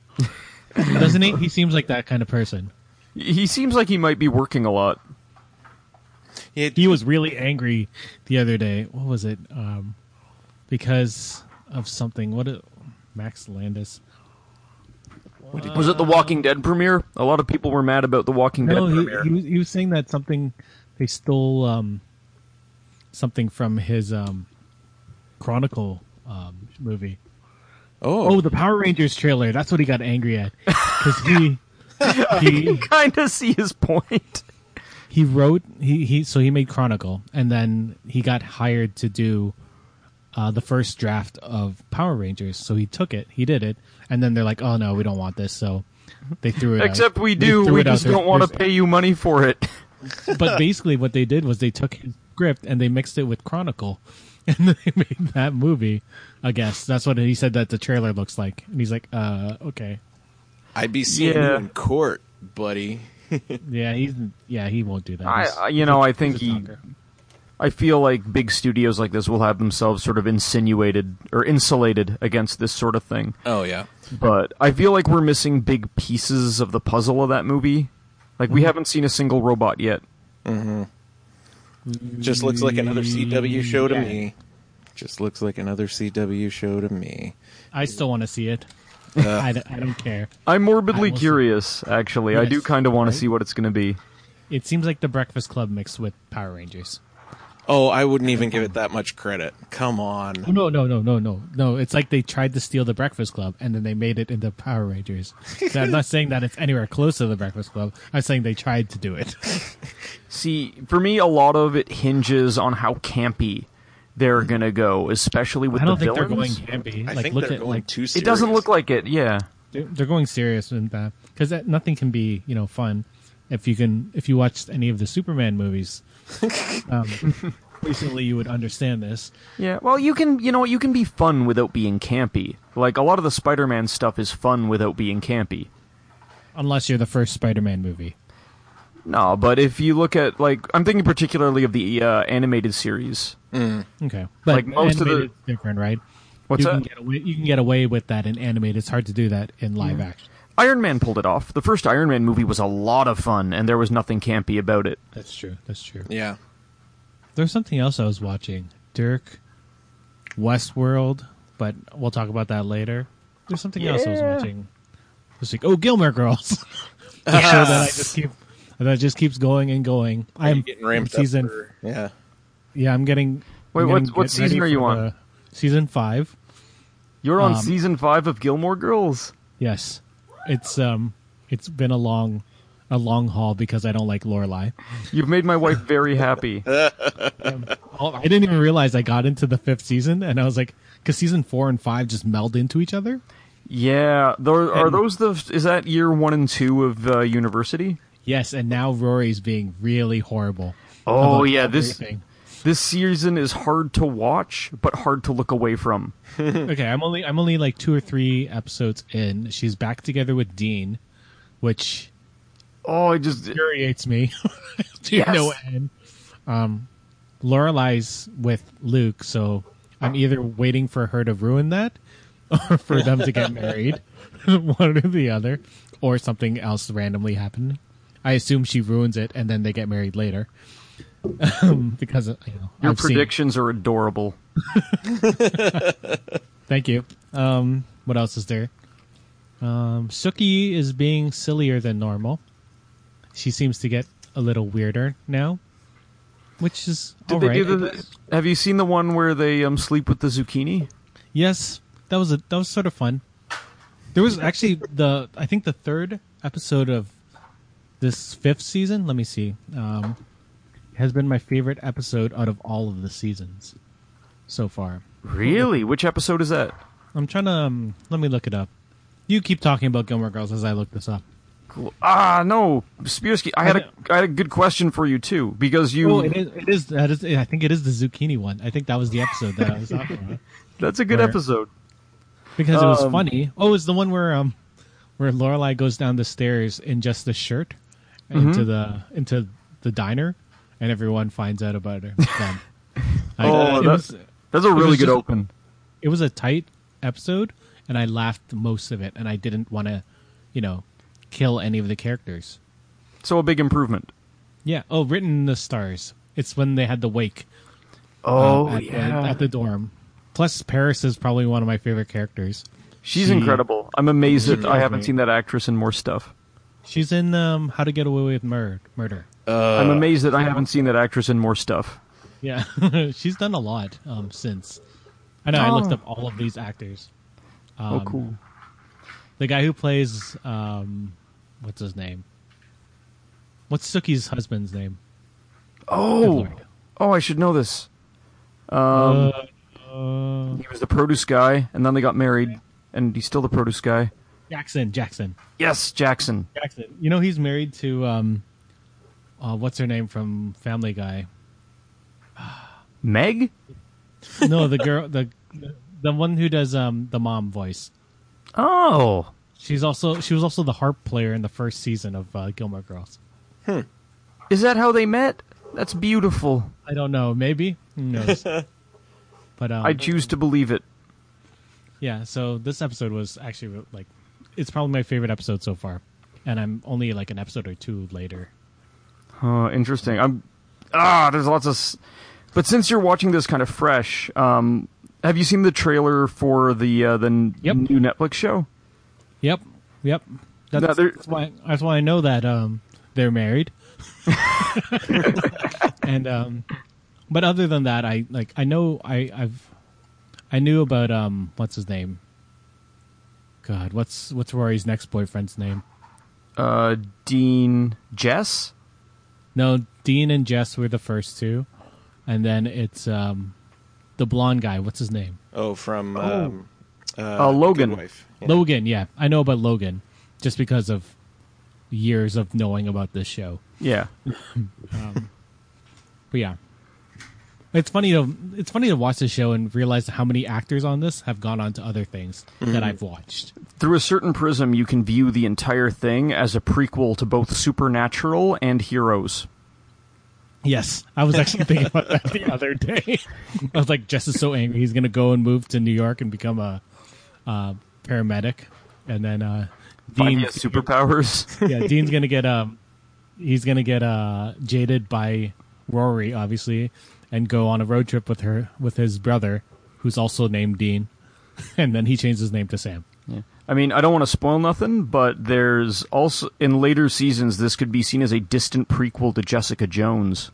[SPEAKER 1] Doesn't he? He seems like that kind of person.
[SPEAKER 2] He seems like he might be working a lot.
[SPEAKER 3] It,
[SPEAKER 1] he was really angry the other day. What was it? Um, because of something. What? A, Max Landis.
[SPEAKER 2] Was it the Walking Dead premiere? A lot of people were mad about the Walking
[SPEAKER 1] No,
[SPEAKER 2] Dead
[SPEAKER 1] he,
[SPEAKER 2] premiere.
[SPEAKER 1] he was he was saying that something they stole um, something from his um, Chronicle um, movie.
[SPEAKER 3] oh,
[SPEAKER 1] Oh, the Power Rangers trailer. That's what he got angry at because he. he
[SPEAKER 2] kind of see his point.
[SPEAKER 1] he wrote he, he so he made chronicle and then he got hired to do uh, the first draft of power rangers so he took it he did it and then they're like oh no we don't want this so they threw it out.
[SPEAKER 2] Except we
[SPEAKER 1] They
[SPEAKER 2] do.
[SPEAKER 1] threw
[SPEAKER 2] We
[SPEAKER 1] it out.
[SPEAKER 2] just
[SPEAKER 1] There's-
[SPEAKER 2] don't want to
[SPEAKER 1] there's-
[SPEAKER 2] pay you money for it.
[SPEAKER 1] but basically what they did was they took his script and they mixed it with chronicle and they made that movie i guess that's what he said that the trailer looks like and he's like uh okay
[SPEAKER 3] I'd be seeing you
[SPEAKER 2] Yeah.
[SPEAKER 3] in court, buddy.
[SPEAKER 1] yeah he's yeah he won't do that
[SPEAKER 2] I,
[SPEAKER 1] He's-
[SPEAKER 2] I, you know, I think
[SPEAKER 1] he's a
[SPEAKER 2] he.
[SPEAKER 1] talker.
[SPEAKER 2] I feel like big studios like this will have themselves sort of insinuated or insulated against this sort of thing.
[SPEAKER 3] Oh yeah.
[SPEAKER 2] But I feel like we're missing big pieces of the puzzle of that movie. Like
[SPEAKER 1] Mm-hmm.
[SPEAKER 2] we haven't seen a single robot yet.
[SPEAKER 3] Just looks like another CW show to me. Just looks like another CW show to me.
[SPEAKER 1] I still want to see it I, don't- I don't care
[SPEAKER 2] I'm
[SPEAKER 1] I
[SPEAKER 2] morbidly
[SPEAKER 1] will see.
[SPEAKER 2] curious, actually. I do
[SPEAKER 1] Yes,
[SPEAKER 2] kind of want to see what it's going to be.
[SPEAKER 1] It seems like the Breakfast Club mixed with Power Rangers.
[SPEAKER 3] Oh, I wouldn't even give it that much credit. Come on.
[SPEAKER 1] Oh, no, no, no, no, no, no! It's like they tried to steal the Breakfast Club and then they made it into Power Rangers. So I'm not saying that it's anywhere close to the Breakfast Club. I'm saying they tried to do it.
[SPEAKER 2] See, for me, a lot of it hinges on how campy they're going to go, especially with
[SPEAKER 1] Mm-hmm. I don't
[SPEAKER 2] the
[SPEAKER 1] think they're going
[SPEAKER 2] villains.
[SPEAKER 1] campy.
[SPEAKER 3] I
[SPEAKER 1] like,
[SPEAKER 3] think
[SPEAKER 1] look
[SPEAKER 3] they're
[SPEAKER 1] at
[SPEAKER 3] going
[SPEAKER 1] like
[SPEAKER 3] too serious.
[SPEAKER 2] It doesn't look like it. Yeah.
[SPEAKER 1] they're, they're going serious and that because nothing can be you know fun if you can if you watched any of the Superman movies. um, recently, you would understand this.
[SPEAKER 2] Yeah. Well, you can, you know, what, you can be fun without being campy. Like a lot of the Spider-Man stuff is fun without being campy.
[SPEAKER 1] Unless you're the first Spider-Man movie,
[SPEAKER 2] No, but if you look at like I'm thinking particularly of the uh, animated series.
[SPEAKER 1] okay. But
[SPEAKER 2] Like, most of the-
[SPEAKER 1] animated's different, right?
[SPEAKER 2] What's
[SPEAKER 1] you
[SPEAKER 2] that?
[SPEAKER 1] Can get away, you can get away with that in animated. It's hard to do that in live
[SPEAKER 2] Mm.
[SPEAKER 1] action.
[SPEAKER 2] Iron Man pulled it off. The first Iron Man movie was a lot of fun, and there was nothing campy about it.
[SPEAKER 1] That's true. That's true.
[SPEAKER 3] Yeah.
[SPEAKER 1] There's something else I was watching. Dirk, Westworld, but we'll talk about that later. There's something else I was
[SPEAKER 2] Yeah.
[SPEAKER 1] watching this week. Oh, Gilmore Girls. The show that I just keep that just keeps going and going.
[SPEAKER 3] Are you
[SPEAKER 1] I'm
[SPEAKER 3] getting ramped
[SPEAKER 1] season.
[SPEAKER 3] up. for- yeah.
[SPEAKER 1] yeah, I'm getting.
[SPEAKER 2] Wait,
[SPEAKER 1] I'm
[SPEAKER 2] what-
[SPEAKER 1] getting-
[SPEAKER 2] what
[SPEAKER 1] get
[SPEAKER 2] season
[SPEAKER 1] ready
[SPEAKER 2] are you
[SPEAKER 1] for
[SPEAKER 2] on?
[SPEAKER 1] the- Season five.
[SPEAKER 2] You're on
[SPEAKER 1] Um,
[SPEAKER 2] season five of Gilmore Girls.
[SPEAKER 1] Yes, it's um, it's been a long, a long haul because I don't like Lorelai.
[SPEAKER 2] You've made my wife very happy.
[SPEAKER 1] Oh, I didn't even realize I got into the fifth season, and I was like, because season four and five just meld into each other.
[SPEAKER 2] Yeah, there, are
[SPEAKER 1] And-
[SPEAKER 2] those the? Is that year one and two of uh, university?
[SPEAKER 1] Yes, and now Rory's being really horrible.
[SPEAKER 2] Oh,
[SPEAKER 1] about
[SPEAKER 2] yeah, this-
[SPEAKER 1] everything.
[SPEAKER 2] This season is hard to watch, but hard to look away from.
[SPEAKER 1] okay, I'm only I'm only like two or three episodes in. She's back together with Dean, which
[SPEAKER 2] Oh, I just
[SPEAKER 1] infuriates me to
[SPEAKER 2] Yes.
[SPEAKER 1] no end. Um, Lorelai's with Luke, so I'm either waiting for her to ruin that, or for them to get married, one or the other, or something else randomly happened. I assume she ruins it, and then they get married later. Um, because you know,
[SPEAKER 2] your
[SPEAKER 1] I've seen-
[SPEAKER 2] predictions are adorable.
[SPEAKER 1] Thank you. Um, what else is there? Um, Suki is being sillier than normal. She seems to get a little weirder now, which is
[SPEAKER 2] Did
[SPEAKER 1] all
[SPEAKER 2] they
[SPEAKER 1] right.
[SPEAKER 2] do the? Have you seen the one where they um, sleep with the zucchini?
[SPEAKER 1] yes, that was a that was sort of fun. There was actually the I think the third episode of this fifth season. Let me see. Um, has been my favorite episode out of all of the seasons so far.
[SPEAKER 2] Really? Which episode is that?
[SPEAKER 1] I'm trying to um, let me look it up. You keep talking about Gilmore Girls as I look this up.
[SPEAKER 2] Cool. Ah, no, Spearsky. I had a I had a good question for you too because you.
[SPEAKER 1] Oh, it is. It is. That is. I think it is the zucchini one. I think that was the episode that I was out for
[SPEAKER 2] that's a good
[SPEAKER 1] Where-
[SPEAKER 2] episode.
[SPEAKER 1] because it was
[SPEAKER 2] Um,
[SPEAKER 1] funny. Oh, it's the one where um, where Lorelai goes down the stairs in just the shirt
[SPEAKER 2] Mm-hmm.
[SPEAKER 1] into the into the diner, and everyone finds out about her. Um, I- uh,
[SPEAKER 2] Oh,
[SPEAKER 1] it,
[SPEAKER 2] that-
[SPEAKER 1] was,
[SPEAKER 2] That's a really
[SPEAKER 1] was
[SPEAKER 2] good
[SPEAKER 1] just-
[SPEAKER 2] open.
[SPEAKER 1] it was a tight episode, and I laughed most of it, and I didn't want to, you know, kill any of the characters.
[SPEAKER 2] So a big improvement.
[SPEAKER 1] Yeah. Oh, written in the stars. It's when they had the wake.
[SPEAKER 2] Oh
[SPEAKER 1] at, the, at the dorm. Plus, Paris is probably one of my favorite characters.
[SPEAKER 2] She's
[SPEAKER 1] She-
[SPEAKER 2] incredible. I'm amazed that I haven't
[SPEAKER 1] great.
[SPEAKER 2] seen that actress in more stuff.
[SPEAKER 1] She's in um, How to Get Away with Murder. Murder.
[SPEAKER 2] I'm amazed that I haven't seen that actress in more stuff.
[SPEAKER 1] Yeah, she's done a lot um, since. I know. I
[SPEAKER 2] Oh.
[SPEAKER 1] looked up all of these actors. um,
[SPEAKER 2] oh, cool.
[SPEAKER 1] The guy who plays um, what's his name? What's Suki's husband's name?
[SPEAKER 2] Oh,
[SPEAKER 1] lord.
[SPEAKER 2] oh, I should know this. Um,
[SPEAKER 1] Uh,
[SPEAKER 2] He was the produce guy, and then they got married, and he's still the produce guy.
[SPEAKER 1] Jackson. Jackson.
[SPEAKER 2] Yes, Jackson.
[SPEAKER 1] Jackson. You know he's married to um, uh, what's her name from Family Guy?
[SPEAKER 2] Meg.
[SPEAKER 1] No, the girl, the the one who does um, the mom voice.
[SPEAKER 2] Oh,
[SPEAKER 1] She's also she was also the harp player in the first season of uh, Gilmore Girls. Oh.
[SPEAKER 2] is that how they met? That's beautiful.
[SPEAKER 1] I don't know, maybe who knows. but um,
[SPEAKER 2] I choose to believe it.
[SPEAKER 1] yeah, so this episode was actually like it's probably my favorite episode so far, and I'm only like an episode or two later.
[SPEAKER 2] Oh, interesting. I'm ah, there's lots of. s- But since you're watching this kind of fresh, um, have you seen the trailer for the uh, the n-
[SPEAKER 1] Yep.
[SPEAKER 2] new Netflix show?
[SPEAKER 1] Yep, yep. That's,
[SPEAKER 2] No, there-
[SPEAKER 1] that's why that's why I know that um, they're married. and um, but other than that, I like I know I I've I knew about um what's his name. God, what's what's Rory's next boyfriend's name?
[SPEAKER 2] Uh, Dean Jess.
[SPEAKER 1] No, Dean and Jess were the first two, and then it's um, the blonde guy. What's his name?
[SPEAKER 3] Oh, from um,
[SPEAKER 2] Uh, Logan.
[SPEAKER 3] Good Wife. Yeah.
[SPEAKER 1] Logan. Yeah, I know about Logan just because of years of knowing about this show.
[SPEAKER 2] Yeah.
[SPEAKER 1] But yeah, it's funny to it's funny to watch the show and realize how many actors on this have gone on to other things that I've watched.
[SPEAKER 2] Through a certain prism, you can view the entire thing as a prequel to both Supernatural and Heroes.
[SPEAKER 1] Yes, I was actually thinking about that the other day. I was like, Jess is so angry. He's going to go and move to New York and become a uh, paramedic, and then uh,
[SPEAKER 2] Find
[SPEAKER 1] Dean,
[SPEAKER 2] me superpowers.
[SPEAKER 1] yeah, Dean's going to get um, he's going to get uh, jaded by Rory, obviously, and go on a road trip with her with his brother, who's also named Dean, and then he changed his name to Sam.
[SPEAKER 2] I mean, I don't want to spoil nothing, but there's also in later seasons this could be seen as a distant prequel to Jessica Jones.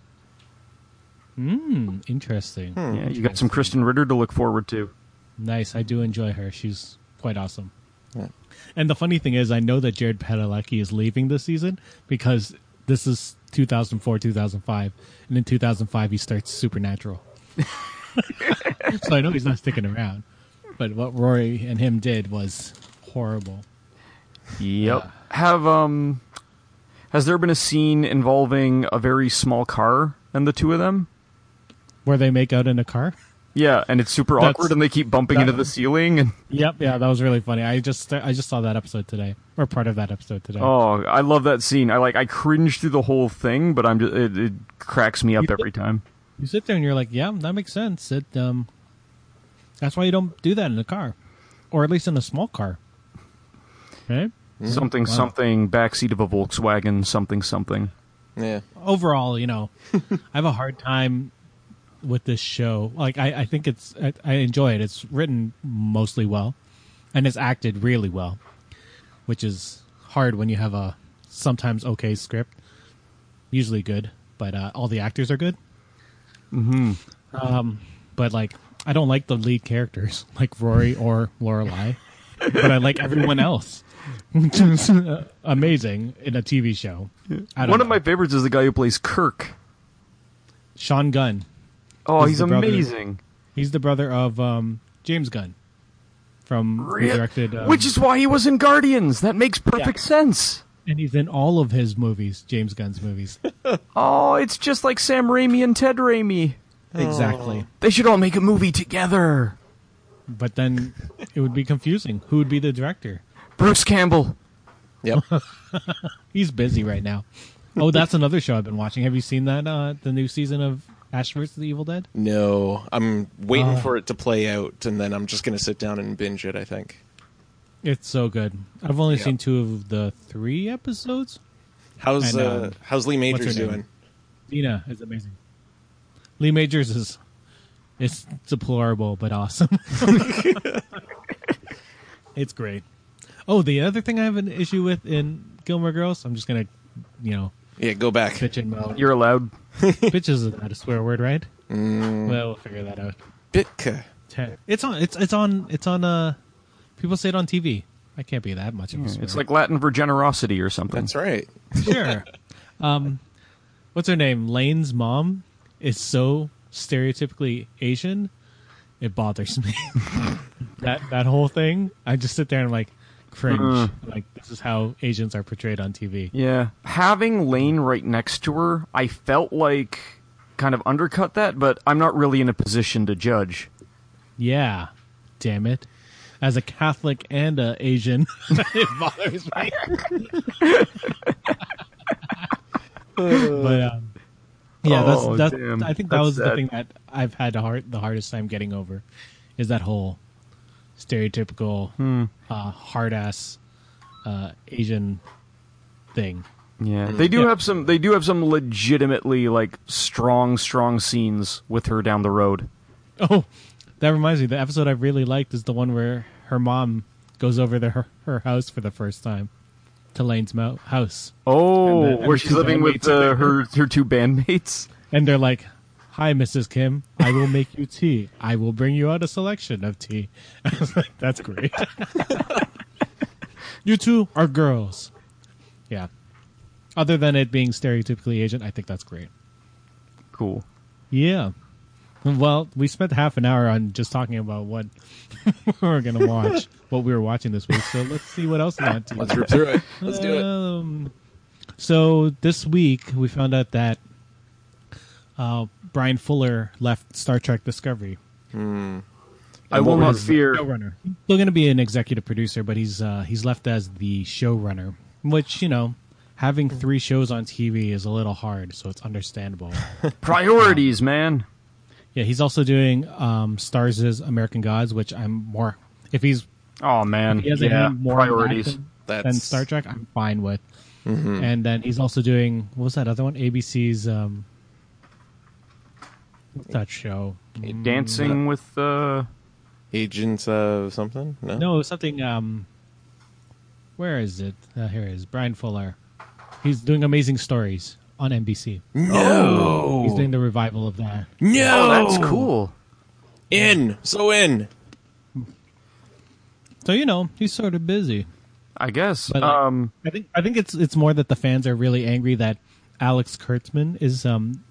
[SPEAKER 1] Interesting,
[SPEAKER 2] Yeah, you got some Kristen Ritter to look forward to.
[SPEAKER 1] nice. I do enjoy her. She's quite awesome. And the funny thing is, I know that Jared Padalecki is leaving this season because this is 2004, 2005, and in 2005 he starts Supernatural. so I know he's not sticking around. But what Rory and him did was horrible.
[SPEAKER 2] Yep. Have um has there been a scene involving a very small car and the two of them?
[SPEAKER 1] Where they make out in a car?
[SPEAKER 2] Yeah, and it's super
[SPEAKER 1] That's-
[SPEAKER 2] awkward and they keep bumping
[SPEAKER 1] that-
[SPEAKER 2] into the ceiling and
[SPEAKER 1] Yep, yeah, that was really funny. I just I just saw that episode today, or part of that episode today.
[SPEAKER 2] oh, I love that scene. I like I cringe through the whole thing, but I'm just it, it cracks me up
[SPEAKER 1] You-
[SPEAKER 2] every time.
[SPEAKER 1] You sit there and you're like, yeah, that makes sense. It um, that's why you don't do that in a car, or at least in a small car. Okay.
[SPEAKER 2] Something
[SPEAKER 1] Wow.
[SPEAKER 2] something backseat of a Volkswagen something something.
[SPEAKER 3] Yeah.
[SPEAKER 1] Overall, you know, I have a hard time with this show. Like, I, I think it's I, I enjoy it. It's written mostly well, and it's acted really well, which is hard when you have a sometimes okay script, usually good, but uh, all the actors are good.
[SPEAKER 2] Mm-hmm.
[SPEAKER 1] Um, but like I don't like the lead characters like Rory or Lorelai, but I like everyone else, which is uh, amazing in a TV show. I don't
[SPEAKER 2] One of
[SPEAKER 1] know.
[SPEAKER 2] my favorites is the guy who plays Kirk.
[SPEAKER 1] Sean Gunn.
[SPEAKER 2] Oh,
[SPEAKER 1] He's
[SPEAKER 2] he's
[SPEAKER 1] the brother-
[SPEAKER 2] amazing.
[SPEAKER 1] He's the brother of um, James Gunn from who
[SPEAKER 2] Re-
[SPEAKER 1] directed, um,
[SPEAKER 2] Which is why he was in Guardians. That makes perfect sense.
[SPEAKER 1] and he's in all of his movies, James Gunn's movies.
[SPEAKER 2] Oh, it's just like Sam Raimi and Ted Raimi.
[SPEAKER 1] exactly.
[SPEAKER 2] They should all make a movie together.
[SPEAKER 1] But then it would be confusing. Who would be the director?
[SPEAKER 2] Bruce Campbell.
[SPEAKER 3] Yep.
[SPEAKER 1] He's busy right now. Oh, that's another show I've been watching. Have you seen that? Uh, the new season of Ash vs. the Evil Dead.
[SPEAKER 3] No, I'm waiting
[SPEAKER 1] Ah.
[SPEAKER 3] for it to play out, and then I'm just gonna sit down and binge it. I think.
[SPEAKER 1] It's so good. I've only
[SPEAKER 3] Yeah.
[SPEAKER 1] seen two of the three episodes.
[SPEAKER 3] How's
[SPEAKER 1] I know.
[SPEAKER 3] uh, how's Lee Majors
[SPEAKER 1] her name?
[SPEAKER 3] doing?
[SPEAKER 1] Dina is amazing. Lee Majors is it's deplorable but awesome. it's great. Oh, the other thing I have an issue with in Gilmore Girls, I'm just gonna, you know,
[SPEAKER 3] Yeah, go back.
[SPEAKER 1] bitch and moan.
[SPEAKER 2] You're allowed.
[SPEAKER 1] Bitch is not a swear word, right? Well, we'll figure that out.
[SPEAKER 3] Bitka.
[SPEAKER 1] Ten. It's on. It's it's on. It's on. Uh, people say it on TV. I can't be that much of a swear.
[SPEAKER 2] It's like Latin for generosity or something.
[SPEAKER 3] That's right.
[SPEAKER 1] sure. Um, what's her name? Lane's mom is so stereotypically Asian. It bothers me. that that whole thing. I just sit there and I'm like cringe. I'm like this is how Asians are portrayed on TV.
[SPEAKER 2] Yeah. Having Lane right next to her, I felt like kind of undercut that, but I'm not really in a position to judge.
[SPEAKER 1] Yeah. Damn it. As a Catholic and a Asian, it bothers me. but um, yeah,
[SPEAKER 2] Oh,
[SPEAKER 1] that's,
[SPEAKER 2] damn.
[SPEAKER 1] that's I think that
[SPEAKER 2] That's
[SPEAKER 1] was the
[SPEAKER 2] sad.
[SPEAKER 1] thing that I've had the hard, the hardest time getting over is that whole stereotypical
[SPEAKER 2] Hmm.
[SPEAKER 1] uh, hard ass uh, Asian thing.
[SPEAKER 2] Yeah. They do
[SPEAKER 1] Yeah.
[SPEAKER 2] have some they do have some legitimately like strong strong scenes with her down the road.
[SPEAKER 1] Oh, that reminds me. The episode I really liked is the one where her mom goes over to her, her house for the first time, to Lane's mo- house,
[SPEAKER 2] Oh,
[SPEAKER 1] And the-
[SPEAKER 2] where
[SPEAKER 1] and
[SPEAKER 2] she's
[SPEAKER 1] two
[SPEAKER 2] living with
[SPEAKER 1] bandmates, I
[SPEAKER 2] uh,
[SPEAKER 1] think.
[SPEAKER 2] her her two bandmates.
[SPEAKER 1] and they're like, "Hi, Mrs. Kim. I will make you tea. I will bring you out a selection of tea." I was like, "That's great." you two are girls. Yeah. Other than it being stereotypically Asian, I think that's great.
[SPEAKER 2] Cool.
[SPEAKER 1] Yeah. Well, we spent half an hour on just talking about what we were going to watch, what we were watching this week. So let's see what else is on TV.
[SPEAKER 3] Let's rip through it. Let's do it.
[SPEAKER 1] Um, so this week we found out that uh, Brian Fuller left Star Trek Discovery.
[SPEAKER 2] I will not fear.
[SPEAKER 1] Showrunner. Still going to be an executive producer, but he's uh, he's left as the showrunner, which you know, having three shows on TV is a little hard, so it's understandable.
[SPEAKER 2] Priorities, man.
[SPEAKER 1] Yeah, he's also doing um, Stars' American Gods, which I'm more. If he's
[SPEAKER 2] Oh man,
[SPEAKER 1] he has a
[SPEAKER 2] yeah,
[SPEAKER 1] hand more on that
[SPEAKER 2] priorities. Mm-hmm.
[SPEAKER 1] than- than
[SPEAKER 3] That's-
[SPEAKER 1] Star Trek, I'm fine with. And then he's also doing what was that other one? ABC's um, what's that show?
[SPEAKER 2] Dancing with uh,
[SPEAKER 3] Agents of something? No.
[SPEAKER 1] No, something. Um, where is it? Uh, here it is Brian Fuller. He's doing Amazing Stories on NBC.
[SPEAKER 3] No.
[SPEAKER 1] He's doing the revival of that.
[SPEAKER 3] No.
[SPEAKER 2] oh, that's cool.
[SPEAKER 3] In. So in.
[SPEAKER 1] So you know he's sort of busy.
[SPEAKER 2] I guess.
[SPEAKER 1] But, uh,
[SPEAKER 2] um,
[SPEAKER 1] I think I think it's it's more that the fans are really angry that Alex Kurtzman is um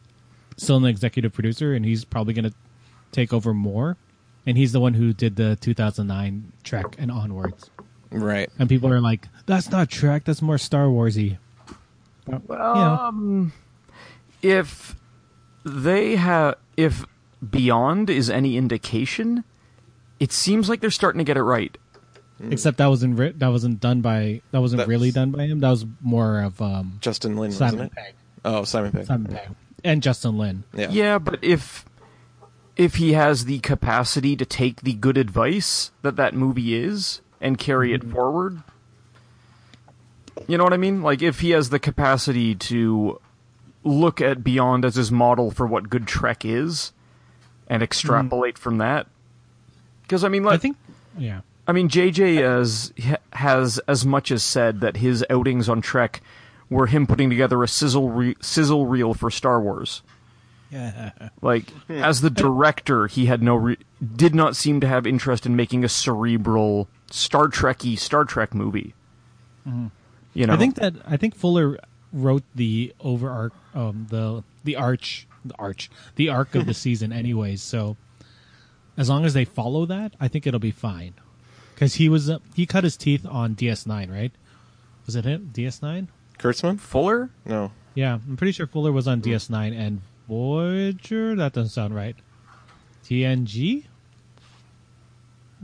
[SPEAKER 1] still an executive producer and he's probably going to take over more, and he's the one who did the 2009 Trek and onwards.
[SPEAKER 3] Right.
[SPEAKER 1] And people are like, "That's not Trek. That's more Star Warsy." But, you know,
[SPEAKER 2] If they have, if Beyond is any indication, it seems like they're starting to get it right.
[SPEAKER 1] except that wasn't ri- that wasn't done by that wasn't
[SPEAKER 3] hmm. That's-
[SPEAKER 1] really done by him. That was more of um,
[SPEAKER 3] Justin Lin, wasn't
[SPEAKER 1] Simon
[SPEAKER 3] it?
[SPEAKER 1] Pegg.
[SPEAKER 3] Oh, Simon Pegg.
[SPEAKER 1] Simon Pegg and Justin Lin.
[SPEAKER 3] Yeah.
[SPEAKER 2] Yeah, but if if he has the capacity to take the good advice that that movie is and carry it forward, you know what I mean? Like if he has the capacity to look at Beyond as his model for what good Trek is and extrapolate from that. Because I mean, like,
[SPEAKER 1] I think, yeah.
[SPEAKER 2] I mean, JJ has has as much as said that his outings on Trek were him putting together a sizzle re- sizzle reel for Star Wars. Like as the director, he had no re- did not seem to have interest in making a cerebral Star Trekky Star Trek movie. You know,
[SPEAKER 1] I think that I think Fuller wrote the over arc, um, the the arch, the arch, the arc of the season, anyways. So as long as they follow that, I think it'll be fine. Because he was uh, he cut his teeth on DS9, right? Was it him? DS9?
[SPEAKER 3] Kurtzman?
[SPEAKER 2] Fuller.
[SPEAKER 3] No.
[SPEAKER 1] Yeah, I'm pretty sure Fuller was on DS9 and Voyager. That doesn't sound right. TNG.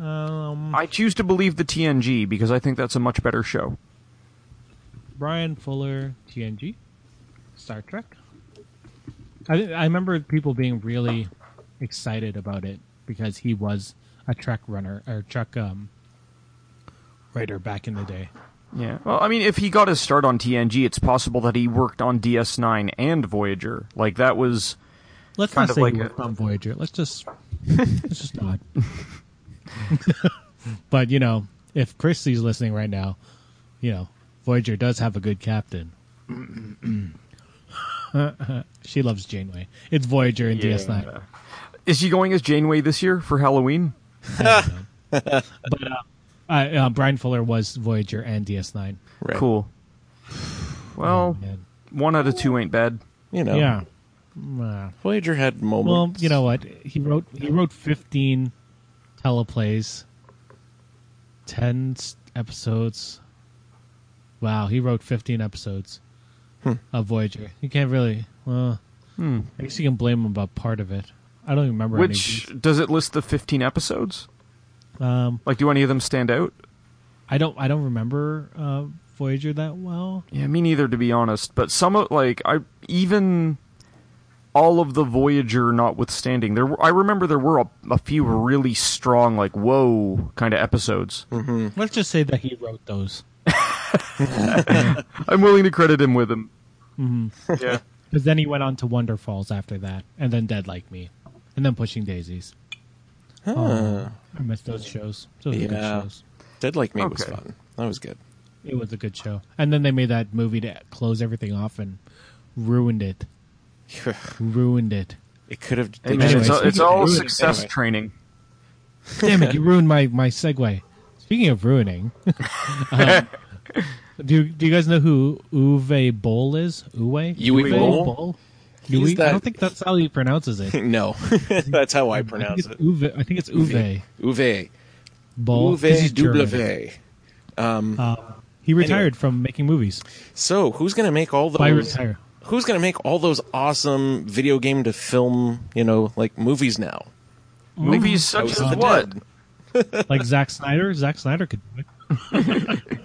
[SPEAKER 1] Um,
[SPEAKER 2] I choose to believe the TNG because I think that's a much better show.
[SPEAKER 1] Brian Fuller, TNG, Star Trek. I, I remember people being really excited about it because he was a Trek runner or Trek um, writer back in the day.
[SPEAKER 2] Yeah. Well, I mean, if he got his start on TNG, it's possible that he worked on DS9 and Voyager. Like that was
[SPEAKER 1] Let's
[SPEAKER 2] Kind
[SPEAKER 1] not
[SPEAKER 2] of
[SPEAKER 1] say
[SPEAKER 2] like
[SPEAKER 1] he
[SPEAKER 2] a-
[SPEAKER 1] worked on Voyager. Let's just let's just not. but you know, if Christie's listening right now, you know, Voyager does have a good captain. she loves Janeway. It's Voyager and DS9.
[SPEAKER 2] Is she going as Janeway this year for Halloween?
[SPEAKER 1] But uh, I, uh, Brian Fuller was Voyager and DS9.
[SPEAKER 3] Right.
[SPEAKER 2] Cool. Well,
[SPEAKER 1] Oh, Man.
[SPEAKER 2] one out of two ain't bad.
[SPEAKER 3] You know.
[SPEAKER 1] Yeah. Uh,
[SPEAKER 3] Voyager had moments.
[SPEAKER 1] well, you know what? He wrote he wrote 15 teleplays, 10 s- episodes. Wow, he wrote 15 episodes of Voyager. You can't really. Well, I guess you can blame him about part of it. I don't even remember any of
[SPEAKER 2] Which does it list the 15 episodes?
[SPEAKER 1] these. Um,
[SPEAKER 2] Like, do any of them stand out?
[SPEAKER 1] I don't. I don't remember uh, Voyager that well.
[SPEAKER 2] Yeah, me neither, to be honest. But some of like I even all of the Voyager, notwithstanding, there were, I remember there were a, a few really strong, like whoa kind of episodes.
[SPEAKER 1] Let's just say that he wrote those.
[SPEAKER 2] I'm willing to credit him with them.
[SPEAKER 1] Mm-hmm.
[SPEAKER 2] Yeah.
[SPEAKER 1] Because then he went on to Wonder Falls after that, and then Dead Like Me, and then Pushing Daisies. Oh, I missed those shows. Those were good
[SPEAKER 3] Yeah.
[SPEAKER 1] shows.
[SPEAKER 3] Dead Like Me was
[SPEAKER 2] Okay.
[SPEAKER 3] fun. That was good.
[SPEAKER 1] It was a good show. And then they made that movie to close everything off and ruined it. ruined it.
[SPEAKER 3] It could have.
[SPEAKER 2] Hey, man,
[SPEAKER 1] Anyway,
[SPEAKER 2] it's all, it's all
[SPEAKER 3] Anyway.
[SPEAKER 2] success training.
[SPEAKER 1] Damn it, you ruined my, my segue. Speaking of ruining, um, do, do you guys know who Uwe Boll is? Uwe?
[SPEAKER 3] Uwe Boll?
[SPEAKER 1] Uwe? I
[SPEAKER 3] that-
[SPEAKER 1] don't think that's how he pronounces it.
[SPEAKER 3] No, that's how I
[SPEAKER 1] I
[SPEAKER 3] pronounce
[SPEAKER 1] think it's
[SPEAKER 3] it.
[SPEAKER 1] Uwe. I think it's Uwe.
[SPEAKER 3] Uwe.
[SPEAKER 1] Boll. 'cause
[SPEAKER 3] Uwe
[SPEAKER 1] he's German.
[SPEAKER 3] W.
[SPEAKER 1] He retired from making movies.
[SPEAKER 3] So who's gonna make all
[SPEAKER 1] By
[SPEAKER 3] those?
[SPEAKER 1] retire.
[SPEAKER 3] Who's gonna make all those awesome video game to film? You know, like movies now.
[SPEAKER 2] Movies such as
[SPEAKER 3] House of the
[SPEAKER 2] what?
[SPEAKER 3] Dead.
[SPEAKER 1] Like Zack Snyder. Zack Snyder could do it.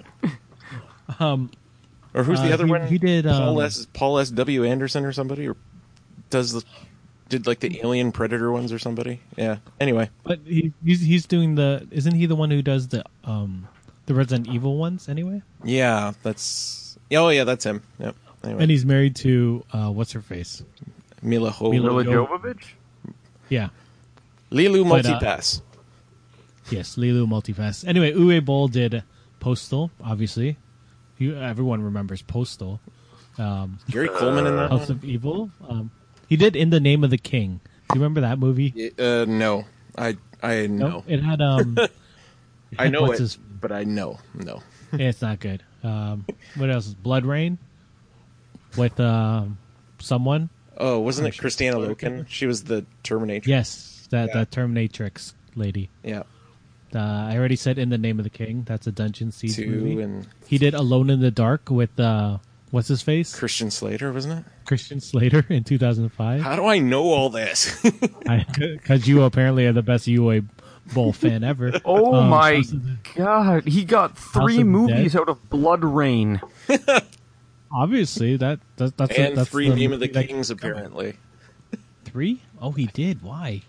[SPEAKER 3] Or who's
[SPEAKER 1] Uh,
[SPEAKER 3] the other
[SPEAKER 1] he-
[SPEAKER 3] one?
[SPEAKER 1] he did,
[SPEAKER 3] Paul
[SPEAKER 1] um,
[SPEAKER 3] S. Paul S. W. Anderson or somebody, or does the did like the Alien Predator ones or somebody? Yeah. Anyway,
[SPEAKER 1] But he, he's he's doing the isn't he the one who does the um the Resident Evil ones anyway?
[SPEAKER 3] yeah, that's yeah, oh yeah, that's him. Yep. Anyway,
[SPEAKER 1] And he's married to uh what's her face?
[SPEAKER 3] Mila Ho
[SPEAKER 1] Mila-
[SPEAKER 2] Mila
[SPEAKER 1] Yo-
[SPEAKER 2] Jovovich?
[SPEAKER 1] Yeah.
[SPEAKER 3] Lilu
[SPEAKER 1] But, uh,
[SPEAKER 3] Multipass.
[SPEAKER 1] Yes, Lilu Multifest. Anyway, Uwe Boll did Postal, obviously. You, everyone remembers Postal.
[SPEAKER 3] Gary Coleman in that
[SPEAKER 1] House
[SPEAKER 3] one.
[SPEAKER 1] of Evil. Um, he did In the Name of the King. Do you remember that movie?
[SPEAKER 3] Uh, no, I I know
[SPEAKER 1] It had um
[SPEAKER 3] I know it,
[SPEAKER 1] What's his-
[SPEAKER 3] but I know no.
[SPEAKER 1] Yeah, it's not good. Um, what else? Blood Rain with um, someone.
[SPEAKER 3] Oh, wasn't it Christiana Loken? She was the Terminator.
[SPEAKER 1] Yes, that
[SPEAKER 3] Yeah.
[SPEAKER 1] that Terminatrix lady.
[SPEAKER 3] Yeah,
[SPEAKER 1] Uh, I already said in the name of the king. That's a Dungeon Siege
[SPEAKER 3] two
[SPEAKER 1] movie.
[SPEAKER 3] and
[SPEAKER 1] He did Alone in the Dark with uh, what's his face
[SPEAKER 3] Christian Slater, wasn't it?
[SPEAKER 1] Christian Slater in 2005.
[SPEAKER 3] How do I know all this?
[SPEAKER 1] Because you apparently are the best UA Bowl fan ever.
[SPEAKER 2] Oh
[SPEAKER 1] Um,
[SPEAKER 2] my
[SPEAKER 1] House of the-
[SPEAKER 2] god, he got
[SPEAKER 1] House of
[SPEAKER 2] three
[SPEAKER 1] the
[SPEAKER 2] movies
[SPEAKER 1] Dead?
[SPEAKER 2] out of Blood Rain.
[SPEAKER 1] Obviously, that, that that's a-
[SPEAKER 3] and
[SPEAKER 1] that's
[SPEAKER 3] three
[SPEAKER 1] the
[SPEAKER 3] Name of the
[SPEAKER 1] movie that-
[SPEAKER 3] Kings, apparently.
[SPEAKER 1] Three? Oh, he did. Why?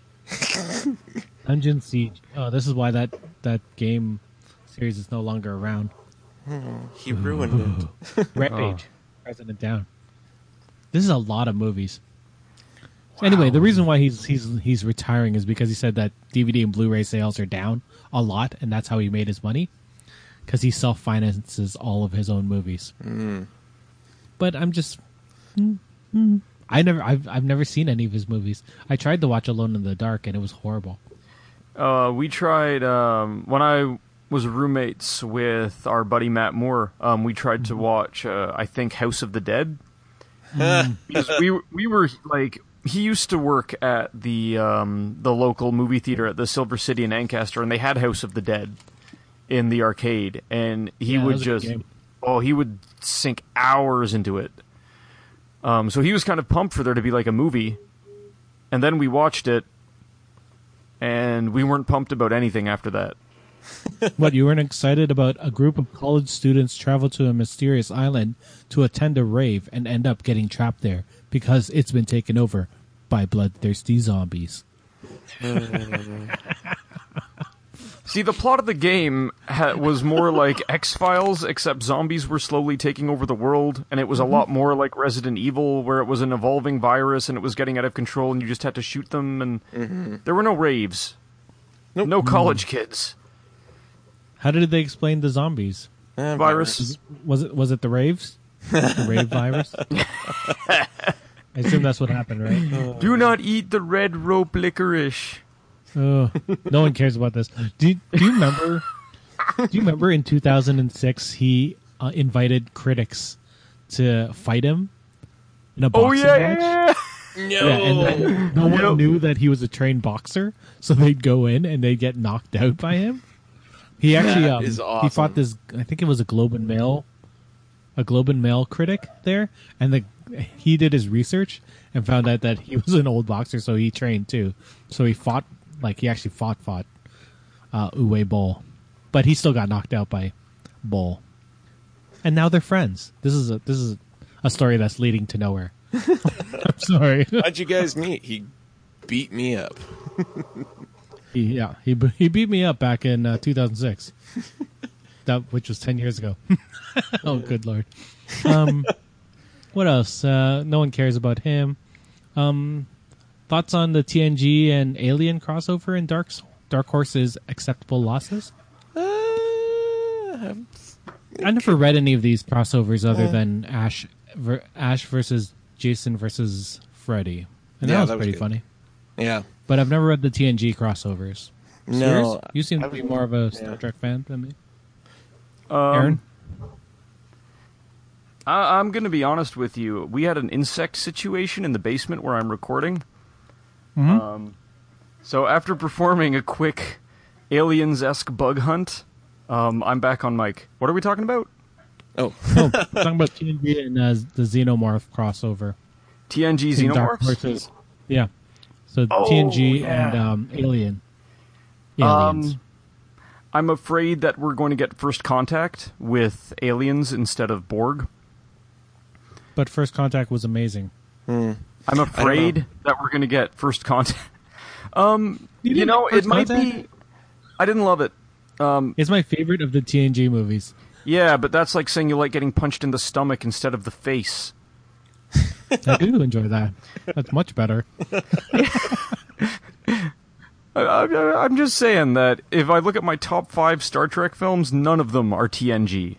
[SPEAKER 1] Dungeon Siege. Oh, this is why that that game series is no longer around.
[SPEAKER 3] He ruined it.
[SPEAKER 1] Rampage. President Down. This is a lot of movies. Anyway, the reason why he's he's he's retiring is because he said that DVD and Blu-ray sales are down a lot, and that's how he made his money. Because he self finances all of his own movies. But I'm just, mm, mm. I never, I've I've never seen any of his movies. I tried to watch Alone in the Dark, and it was horrible.
[SPEAKER 2] Uh, we tried um, when I was roommates with our buddy Matt Moore. Um, we tried
[SPEAKER 1] Mm-hmm.
[SPEAKER 2] to watch, uh, I think, House of the Dead.
[SPEAKER 1] Hmm.
[SPEAKER 2] because we we were like he used to work at the um, the local movie theater at the Silver City in Ancaster, and they had House of the Dead in the arcade, and he
[SPEAKER 1] Yeah, that
[SPEAKER 2] would
[SPEAKER 1] was a good
[SPEAKER 2] just
[SPEAKER 1] game.
[SPEAKER 2] oh he would sink hours into it. Um, so he was kind of pumped for there to be like a movie, and then we watched it, and we weren't pumped about anything after that.
[SPEAKER 1] What you weren't excited about? A group of college students travel to a mysterious island to attend a rave and end up getting trapped there because it's been taken over by bloodthirsty zombies.
[SPEAKER 2] See, the plot of the game ha- was more like X Files, except zombies were slowly taking over the world, and it was a lot more like Resident Evil, where it was an evolving virus and it was getting out of control, and you just had to shoot them. And there were no raves,
[SPEAKER 3] Nope.
[SPEAKER 2] no college kids.
[SPEAKER 1] How did they explain the zombies?
[SPEAKER 3] Uh,
[SPEAKER 2] Virus.
[SPEAKER 1] Was it was it the raves? The rave virus. I assume that's what happened, right?
[SPEAKER 2] Do not eat the red rope licorice.
[SPEAKER 1] Oh, no one cares about this. Do do you remember? Do you remember in 2006 he uh, invited critics to fight him in a
[SPEAKER 2] Oh
[SPEAKER 1] boxing
[SPEAKER 2] yeah,
[SPEAKER 1] match?
[SPEAKER 2] yeah,
[SPEAKER 3] No.
[SPEAKER 1] Yeah, and then no one
[SPEAKER 2] Yep.
[SPEAKER 1] knew that he was a trained boxer, so they'd go in and they'd get knocked out by him. He actually
[SPEAKER 3] That
[SPEAKER 1] um,
[SPEAKER 3] is
[SPEAKER 1] he
[SPEAKER 3] awesome.
[SPEAKER 1] fought this. I think it was a Globe and Mail, a Globe and Mail critic there, and the he did his research and found out that he was an old boxer, so he trained too. So he fought like he actually fought fought uh, Uwe Boll, but he still got knocked out by Boll. And now they're friends. This is a this is a story that's leading to nowhere. I'm sorry.
[SPEAKER 3] How'd you guys meet? He beat me up.
[SPEAKER 1] He, yeah, he b- he beat me up back in uh, 2006. that which was 10 years ago. oh, good lord. Um, what else? Uh, no one cares about him. Um, thoughts on the TNG and Alien crossover and Dark S- Dark Horse's acceptable losses?
[SPEAKER 3] Uh,
[SPEAKER 1] I never read any of these crossovers other than Ash ver- Ash versus Jason versus Freddy, and
[SPEAKER 3] Yeah,
[SPEAKER 1] that was
[SPEAKER 3] that was
[SPEAKER 1] pretty
[SPEAKER 3] good.
[SPEAKER 1] funny.
[SPEAKER 3] yeah.
[SPEAKER 1] But I've never read the TNG crossovers. Serious?
[SPEAKER 3] No. uh,
[SPEAKER 1] you seem to
[SPEAKER 3] I
[SPEAKER 1] be
[SPEAKER 3] was-
[SPEAKER 1] more of a Star
[SPEAKER 3] yeah.
[SPEAKER 1] Trek fan than me,
[SPEAKER 2] Um,
[SPEAKER 1] Aaron.
[SPEAKER 2] I- Uh, I'm going to be honest with you. We had an insect situation in the basement where I'm recording.
[SPEAKER 1] Mm-hmm.
[SPEAKER 2] Um, so after performing a quick aliens esque bug hunt, um, I'm back on mic. What are we talking about?
[SPEAKER 3] Oh,
[SPEAKER 1] oh, talking about TNG and uh, the Xenomorph crossover.
[SPEAKER 2] TNG
[SPEAKER 1] Between Dark
[SPEAKER 2] Xenomorphs?
[SPEAKER 1] Horses. Yeah. So
[SPEAKER 2] Oh,
[SPEAKER 1] TNG
[SPEAKER 2] yeah.
[SPEAKER 1] and um, Alien. Aliens.
[SPEAKER 2] Um, I'm afraid that we're going to get first contact with aliens instead of Borg.
[SPEAKER 1] but First Contact was amazing.
[SPEAKER 2] I'm afraid that we're going to get first contact.
[SPEAKER 1] You
[SPEAKER 2] You,
[SPEAKER 1] didn't
[SPEAKER 2] know,
[SPEAKER 1] like First
[SPEAKER 2] it might
[SPEAKER 1] Contact?
[SPEAKER 2] be. I didn't love it.
[SPEAKER 1] It's my favorite of the TNG movies.
[SPEAKER 2] Yeah, but that's like saying you like getting punched in the stomach instead of the face.
[SPEAKER 1] I do enjoy that. That's much better.
[SPEAKER 2] I, I, I'm just saying that if I look at my top five Star Trek films, none of them are TNG.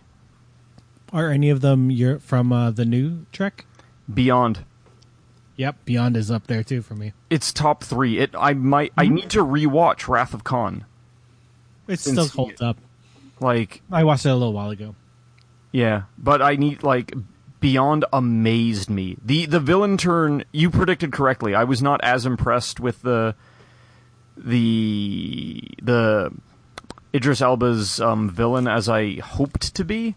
[SPEAKER 1] Are any of them you're from uh, the new Trek?
[SPEAKER 2] Beyond,
[SPEAKER 1] Yep, Beyond is up there too for me.
[SPEAKER 2] it's top three. It I might I need to rewatch Wrath of Khan.
[SPEAKER 1] It
[SPEAKER 2] Since
[SPEAKER 1] still
[SPEAKER 2] he-
[SPEAKER 1] holds up.
[SPEAKER 2] Like
[SPEAKER 1] I watched it a little while ago.
[SPEAKER 2] yeah, but I need like Beyond amazed me. the The villain turn you predicted correctly. I was not as impressed with the the the Idris Elba's um, villain as I hoped to be.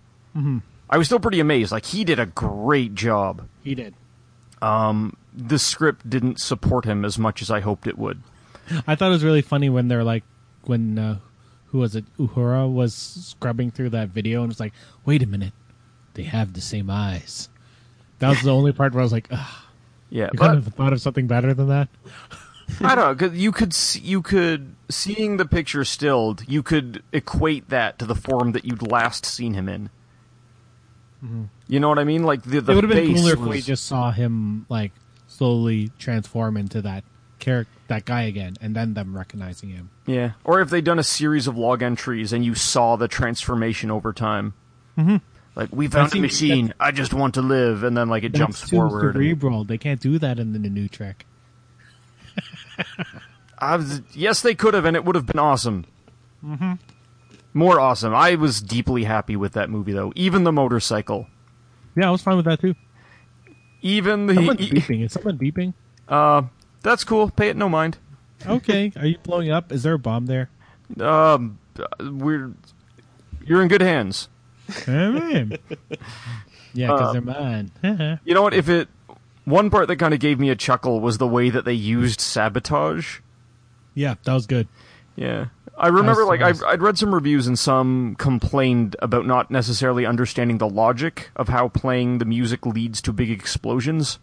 [SPEAKER 2] I was still pretty amazed. Like he did a great job.
[SPEAKER 1] He did.
[SPEAKER 2] The script didn't support him as much as I hoped it would.
[SPEAKER 1] I thought it was really funny when they're like, when uh, who was it? Uhura was scrubbing through that video and was like, "Wait a minute, they have the same eyes." That was the only part where I was like, Ugh,
[SPEAKER 2] Yeah,
[SPEAKER 1] "You
[SPEAKER 2] but
[SPEAKER 1] couldn't have thought of something better than that."
[SPEAKER 2] I don't know. 'cause you could see, you could seeing the picture stilled. You could equate that to the form that you'd last seen him in. You know what I mean? Like the
[SPEAKER 1] Mm-hmm.
[SPEAKER 2] the
[SPEAKER 1] it would have been
[SPEAKER 2] face
[SPEAKER 1] cooler if
[SPEAKER 2] was-
[SPEAKER 1] we just saw him like slowly transform into that character, that guy again, and then them recognizing him.
[SPEAKER 2] yeah. Or if they'd done a series of log entries and you saw the transformation over time.
[SPEAKER 1] Mm-hmm.
[SPEAKER 2] Like we found a
[SPEAKER 1] think
[SPEAKER 2] machine. I just want to live, and then like it jumps
[SPEAKER 1] That's
[SPEAKER 2] forward.
[SPEAKER 1] Too cerebral. They can't do that in the new Trek.
[SPEAKER 2] I was, yes, they could have, and it would have been awesome. Mm-hmm. More awesome. I was deeply happy with that movie, though. Even the motorcycle.
[SPEAKER 1] Yeah, I was fine with that too.
[SPEAKER 2] Even the
[SPEAKER 1] Someone's
[SPEAKER 2] e-
[SPEAKER 1] beeping. Is someone beeping?
[SPEAKER 2] That's cool. Pay it no mind.
[SPEAKER 1] Okay. Are you blowing up? Is there a bomb there?
[SPEAKER 2] Um, we're you're in good hands.
[SPEAKER 1] Alright. yeah, because they're mine.
[SPEAKER 2] You know what? If it one part that kind of gave me a chuckle was the way that they used sabotage.
[SPEAKER 1] yeah, that was good.
[SPEAKER 2] Yeah, I remember
[SPEAKER 1] Nice,
[SPEAKER 2] like
[SPEAKER 1] nice.
[SPEAKER 2] I, I'd read some reviews and some complained about not necessarily understanding the logic of how playing the music leads to big explosions.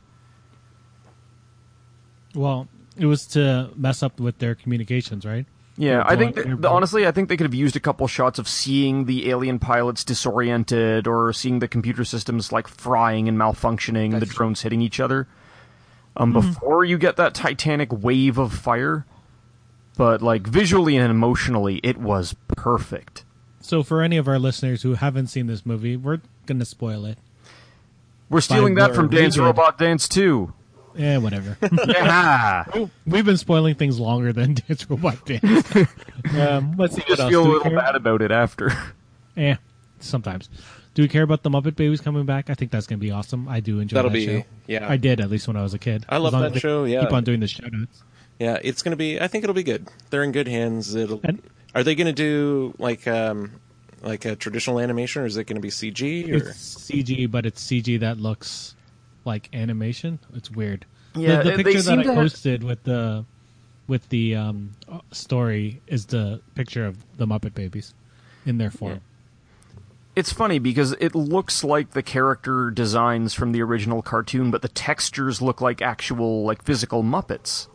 [SPEAKER 1] Well, it was to mess up with their communications, right?
[SPEAKER 2] Yeah, I
[SPEAKER 1] blowing
[SPEAKER 2] think that,
[SPEAKER 1] airplanes.
[SPEAKER 2] honestly, I think they could have used a couple shots of seeing the alien pilots disoriented or seeing the computer systems like frying and malfunctioning, the drones hitting each other, um,
[SPEAKER 1] Mm-hmm.
[SPEAKER 2] before you get that titanic wave of fire. But like visually and emotionally, it was perfect.
[SPEAKER 1] So, for any of our listeners who haven't seen this movie, we're going to spoil it.
[SPEAKER 2] We're stealing that
[SPEAKER 1] word,
[SPEAKER 2] from
[SPEAKER 1] we
[SPEAKER 2] Dance
[SPEAKER 1] did.
[SPEAKER 2] Robot Dance Two.
[SPEAKER 1] Eh, whatever.
[SPEAKER 2] Yeah,
[SPEAKER 1] We've been spoiling things longer than Dance Robot Dance. um, let's see what
[SPEAKER 2] just
[SPEAKER 1] else. Do
[SPEAKER 2] feel a
[SPEAKER 1] we
[SPEAKER 2] little
[SPEAKER 1] care-
[SPEAKER 2] bad about it after.
[SPEAKER 1] Eh, sometimes. Do we care about the Muppet Babies coming back? I think that's going to be awesome. I do enjoy
[SPEAKER 3] That'll
[SPEAKER 1] that
[SPEAKER 3] be-
[SPEAKER 1] show.
[SPEAKER 3] yeah.
[SPEAKER 1] I did at least when I was a kid.
[SPEAKER 3] I
[SPEAKER 1] As
[SPEAKER 3] love
[SPEAKER 1] long
[SPEAKER 3] that
[SPEAKER 1] as they
[SPEAKER 3] show, yeah.
[SPEAKER 1] keep on doing the shout outs.
[SPEAKER 3] Yeah, it's gonna be. I think it'll be good. They're in good hands. It'll.
[SPEAKER 1] And-
[SPEAKER 3] are they gonna do like um like a traditional animation, or is it gonna be CG? Or
[SPEAKER 1] It's CG, but it's CG that looks like animation. It's weird. The-
[SPEAKER 2] Yeah,
[SPEAKER 1] the,
[SPEAKER 2] they- they
[SPEAKER 1] picture
[SPEAKER 2] seem
[SPEAKER 1] that I
[SPEAKER 2] to have-
[SPEAKER 1] posted with the with the um, uh, story is the picture of the Muppet Babies in their form.
[SPEAKER 2] It's funny because it looks like the character designs from the original cartoon, but the textures look like actual, like physical Muppets.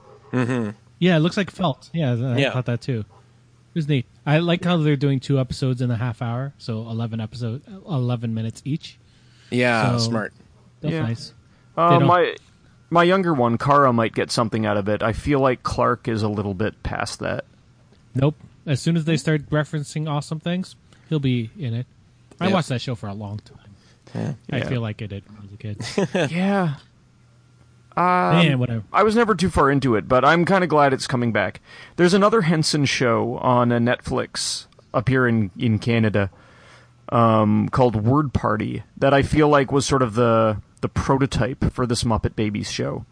[SPEAKER 1] Yeah, it looks like felt. Yeah, I
[SPEAKER 3] Yeah.
[SPEAKER 1] thought that too. It was neat. I like how they're doing two episodes in a half hour, so eleven episode, eleven minutes each.
[SPEAKER 3] yeah,
[SPEAKER 1] So-
[SPEAKER 3] smart.
[SPEAKER 1] That's
[SPEAKER 2] Yeah.
[SPEAKER 1] nice.
[SPEAKER 2] Uh,
[SPEAKER 1] don't-
[SPEAKER 2] my my younger one, Kara, might get something out of it. I feel like Clark is a little bit past that.
[SPEAKER 1] Nope. As soon as they start referencing awesome things, he'll be in it. I
[SPEAKER 3] Yeah.
[SPEAKER 1] watched that show for a long time. I
[SPEAKER 2] Yeah.
[SPEAKER 1] feel like I did when I was a kid.
[SPEAKER 2] yeah,
[SPEAKER 1] Man, whatever.
[SPEAKER 2] I was never too far into it, but I'm kind of glad it's coming back. There's another Henson show on uh, Netflix up here in in Canada um, called Word Party that I feel like was sort of the the prototype for this Muppet Babies show.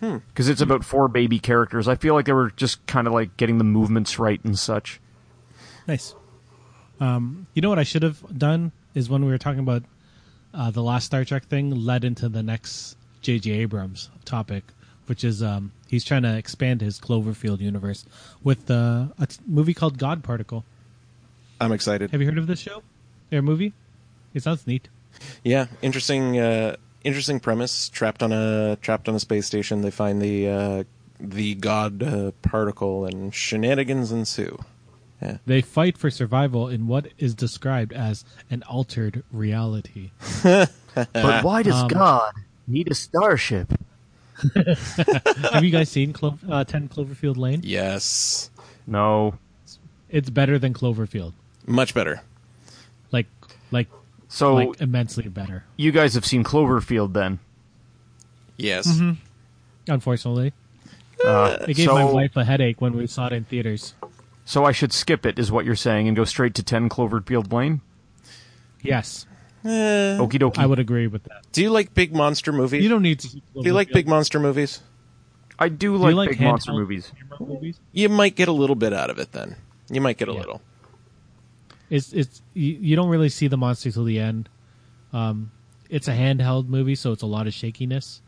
[SPEAKER 2] Because it's about four baby characters. I feel like they were just kind of like getting the movements right and such.
[SPEAKER 1] Nice. Um, you know what I should have done is when we were talking about uh, the last Star Trek thing, led into the next J.J. Abrams topic, which is um, he's trying to expand his Cloverfield universe with uh, a t- movie called God Particle.
[SPEAKER 3] I'm excited.
[SPEAKER 1] Have you heard of this show or movie? It sounds neat.
[SPEAKER 3] Yeah, interesting. Uh, interesting premise. Trapped on a trapped on a space station, they find the uh, the god uh, particle, and shenanigans ensue. Yeah.
[SPEAKER 1] They fight for survival in what is described as an altered reality.
[SPEAKER 2] But why does God need a starship?
[SPEAKER 1] Have you guys seen Clo- uh, 10 Cloverfield Lane?
[SPEAKER 3] Yes,
[SPEAKER 2] No.
[SPEAKER 1] It's better than Cloverfield.
[SPEAKER 3] much better.
[SPEAKER 1] Like, like,
[SPEAKER 2] So
[SPEAKER 1] like immensely better.
[SPEAKER 2] you guys have seen Cloverfield then?
[SPEAKER 3] Yes.
[SPEAKER 1] Mm-hmm. Unfortunately,
[SPEAKER 2] Uh,
[SPEAKER 1] it gave
[SPEAKER 2] so,
[SPEAKER 1] my wife a headache when we saw it in theaters.
[SPEAKER 2] so I should skip it, is what you're saying, and go straight to 10 Cloverfield Lane?
[SPEAKER 1] Yes,
[SPEAKER 3] Eh,
[SPEAKER 1] Oh.
[SPEAKER 2] Okie dokie.
[SPEAKER 1] I would agree with that.
[SPEAKER 3] do you like big monster movies?
[SPEAKER 1] You don't need to.
[SPEAKER 3] do you like big monster movies?
[SPEAKER 2] I do like,
[SPEAKER 1] you like
[SPEAKER 2] big monster
[SPEAKER 1] handheld
[SPEAKER 2] movies.
[SPEAKER 1] camera movies?
[SPEAKER 3] You might get a little bit out of it then. You might get a
[SPEAKER 1] Yeah.
[SPEAKER 3] little.
[SPEAKER 1] It's it's you, you don't really see the monster till the end. Um, it's a handheld movie, so it's a lot of shakiness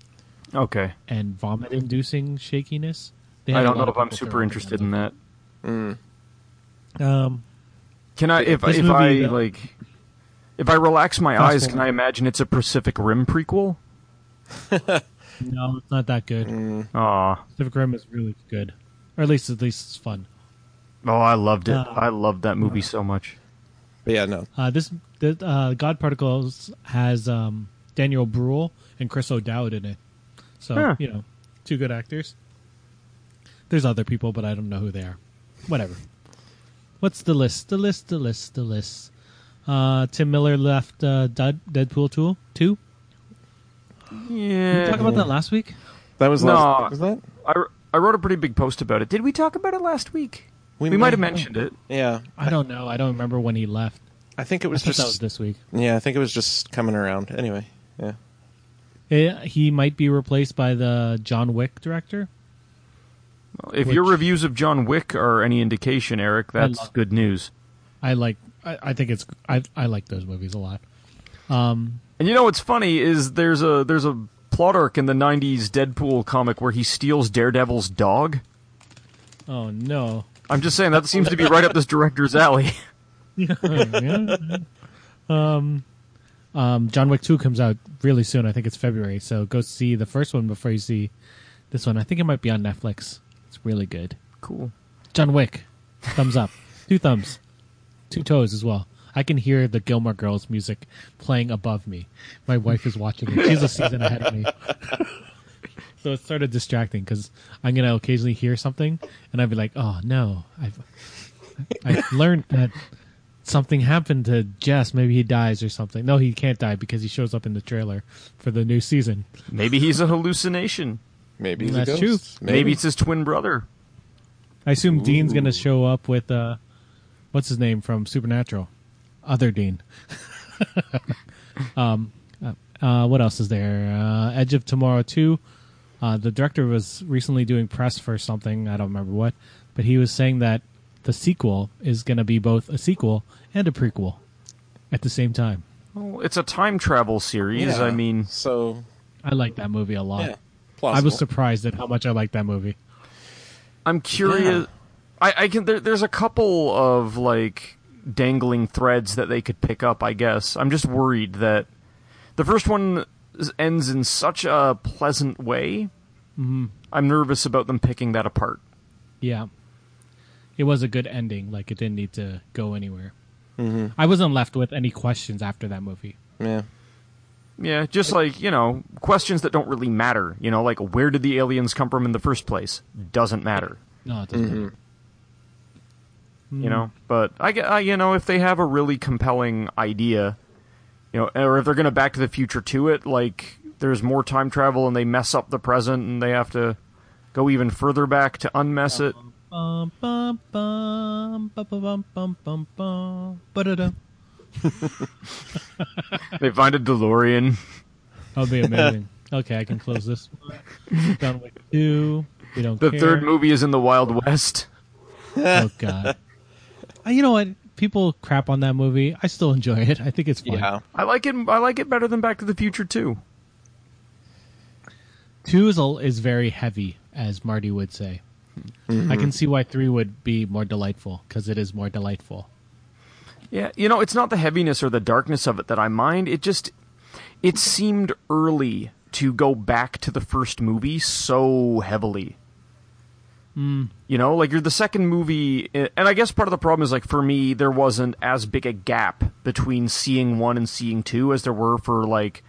[SPEAKER 2] Okay.
[SPEAKER 1] and vomit-inducing shakiness. They
[SPEAKER 2] I
[SPEAKER 1] had a
[SPEAKER 2] don't know
[SPEAKER 1] lot
[SPEAKER 2] if
[SPEAKER 1] of
[SPEAKER 2] I'm
[SPEAKER 1] people
[SPEAKER 2] super
[SPEAKER 1] throwing
[SPEAKER 2] interested in
[SPEAKER 1] hands
[SPEAKER 2] that.
[SPEAKER 1] up. Um,
[SPEAKER 2] Can I if
[SPEAKER 1] This
[SPEAKER 2] if
[SPEAKER 1] movie, uh,
[SPEAKER 2] I
[SPEAKER 1] though-
[SPEAKER 2] like if I relax my
[SPEAKER 1] Fast
[SPEAKER 2] eyes, can
[SPEAKER 1] forward.
[SPEAKER 2] I imagine it's a Pacific Rim prequel?
[SPEAKER 1] no, it's not that good.
[SPEAKER 2] Aw.
[SPEAKER 1] Pacific Rim is really good, or at least at least it's fun.
[SPEAKER 2] Oh, I loved it.
[SPEAKER 1] Uh,
[SPEAKER 2] I loved that movie so much.
[SPEAKER 3] But yeah, no.
[SPEAKER 1] Uh, this the uh, God Particles has um, Daniel Bruhl and Chris O'Dowd in it, so
[SPEAKER 2] Huh.
[SPEAKER 1] you know, two good actors. There's other people, but I don't know who they are. Whatever. What's the list? The list. The list. The list. Uh, Tim Miller left uh, Dud- Deadpool two. Two. Did we
[SPEAKER 2] Yeah.
[SPEAKER 1] talk about that last week?
[SPEAKER 3] That was
[SPEAKER 2] No.
[SPEAKER 3] last was that?
[SPEAKER 2] I, I wrote a pretty big post about it. Did we talk about it last week? We, might have mentioned it.
[SPEAKER 3] Yeah.
[SPEAKER 1] I don't know. I don't remember when he left.
[SPEAKER 3] I think it
[SPEAKER 1] I
[SPEAKER 3] was
[SPEAKER 1] thought
[SPEAKER 3] just
[SPEAKER 1] that was this week.
[SPEAKER 3] Yeah, I think it was just coming around. Anyway. Yeah.
[SPEAKER 1] Eh, he might be replaced by the John Wick director.
[SPEAKER 2] If
[SPEAKER 1] Which-
[SPEAKER 2] your reviews of John Wick are any indication, Eric, that's
[SPEAKER 1] love-
[SPEAKER 2] good news.
[SPEAKER 1] I like. I, I think it's. I I like those movies a lot.
[SPEAKER 2] And you know what's funny is there's a there's a plot arc in the '90s Deadpool comic where he steals Daredevil's dog.
[SPEAKER 1] Oh no.
[SPEAKER 2] I'm just saying that seems to be right up this director's alley.
[SPEAKER 1] um, um, John Wick 2 comes out really soon. I think it's February. So go see the first one before you see this one. I think it might be on Netflix. It's really good.
[SPEAKER 2] Cool.
[SPEAKER 1] John Wick, thumbs up. two thumbs. Two toes as well. I can hear the Gilmore Girls music playing above me. My wife is watching it. She's a season ahead of me. so it's sort of distracting because I'm going to occasionally hear something and I'd be like, oh no, I've, I've learned that something happened to Jess. Maybe he dies or something. No, he can't die because he shows up in the trailer for the new season.
[SPEAKER 2] Maybe he's a hallucination.
[SPEAKER 3] Maybe he's
[SPEAKER 1] That's
[SPEAKER 3] a
[SPEAKER 1] true.
[SPEAKER 3] ghost.
[SPEAKER 2] Maybe it's his twin brother.
[SPEAKER 1] I assume Dean's going to show up with uh, what's his name from Supernatural, other Dean. um, uh, uh, what else is there? Uh, Edge of Tomorrow two. Uh, the director was recently doing press for something I don't remember what, but he was saying that the sequel is going to be both a sequel and a prequel at the same time.
[SPEAKER 2] Well, it's a time travel series.
[SPEAKER 3] Yeah.
[SPEAKER 2] I mean,
[SPEAKER 3] So
[SPEAKER 1] I like that movie a lot.
[SPEAKER 3] yeah.
[SPEAKER 1] uh, I was
[SPEAKER 3] Plausible.
[SPEAKER 1] surprised at how much I liked that movie.
[SPEAKER 2] I'm curious.
[SPEAKER 3] Yeah.
[SPEAKER 2] I, I can. There, there's a couple of like dangling threads that they could pick up. I guess I'm just worried that the first one s- ends in such a pleasant way. I'm nervous about them picking that apart.
[SPEAKER 1] Yeah. It was a good ending. Like, it didn't need to go anywhere.
[SPEAKER 2] Mm-hmm.
[SPEAKER 1] I wasn't left with any questions after that movie.
[SPEAKER 3] yeah.
[SPEAKER 2] Yeah, just like you know, questions that don't really matter. You know, like where did the aliens come from in the first place? Doesn't matter.
[SPEAKER 1] No, it doesn't.
[SPEAKER 2] Mm-hmm.
[SPEAKER 1] matter.
[SPEAKER 2] you know. But I, ge- I, you know, if they have a really compelling idea, you know, or if they're going to Back to the Future to it, like there's more time travel and they mess up the present and they have to go even further back to unmess it.
[SPEAKER 1] Bum, bum, bum, bum, bum, bum, bum, bum, bum, ba-da-da.
[SPEAKER 2] They find a DeLorean.
[SPEAKER 1] That would be amazing. okay, I can close this one. Done with two. We don't
[SPEAKER 2] The
[SPEAKER 1] care.
[SPEAKER 2] third movie is in the Wild West.
[SPEAKER 1] Oh, God. Uh, you know what? People crap on that movie. I still enjoy it. I think it's fun.
[SPEAKER 3] Yeah.
[SPEAKER 2] I like it. I like it better than Back to the Future too.
[SPEAKER 1] Two is, a, is very heavy, as Marty would say.
[SPEAKER 2] Mm-hmm.
[SPEAKER 1] I can see why three would be more delightful because it is more delightful.
[SPEAKER 2] Yeah, you know, it's not the heaviness or the darkness of it that I mind. It just it seemed early to go back to the first movie so heavily. You know, like you're the second movie, and I guess part of the problem is like for me, there wasn't as big a gap between seeing one and seeing two as there were for like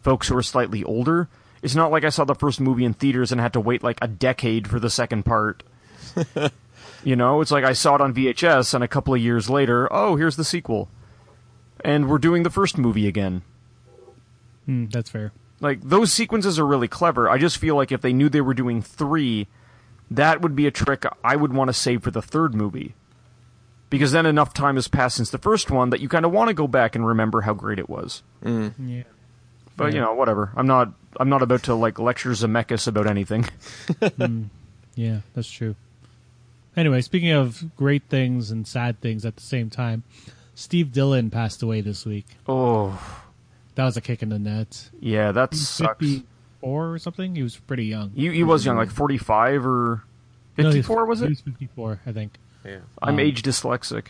[SPEAKER 2] folks who are slightly older. It's not like I saw the first movie in theaters and had to wait like a decade for the second part. You know, it's like I saw it on VHS, and a couple of years later, oh, here's the sequel, and we're doing the first movie again.
[SPEAKER 1] Mm, that's fair.
[SPEAKER 2] Like those sequences are really clever. I just feel like if they knew they were doing three, that would be a trick I would want to save for the third movie, because then enough time has passed since the first one that you kind of want to go back and remember how great it was.
[SPEAKER 1] Yeah.
[SPEAKER 2] But you know, whatever. I'm not. I'm not about to like lecture Zemeckis about anything.
[SPEAKER 1] Yeah, that's true. Anyway, speaking of great things and sad things at the same time, Steve Dillon passed away this week.
[SPEAKER 2] Oh,
[SPEAKER 1] That was a kick in the nuts.
[SPEAKER 2] yeah, that sucks.
[SPEAKER 1] Fifty-four or something. He was pretty young.
[SPEAKER 2] You he was young, like 45 or
[SPEAKER 1] No, he
[SPEAKER 2] 54 was
[SPEAKER 1] He
[SPEAKER 2] it?
[SPEAKER 1] was fifty-four, I think.
[SPEAKER 3] Yeah.
[SPEAKER 2] I'm age dyslexic.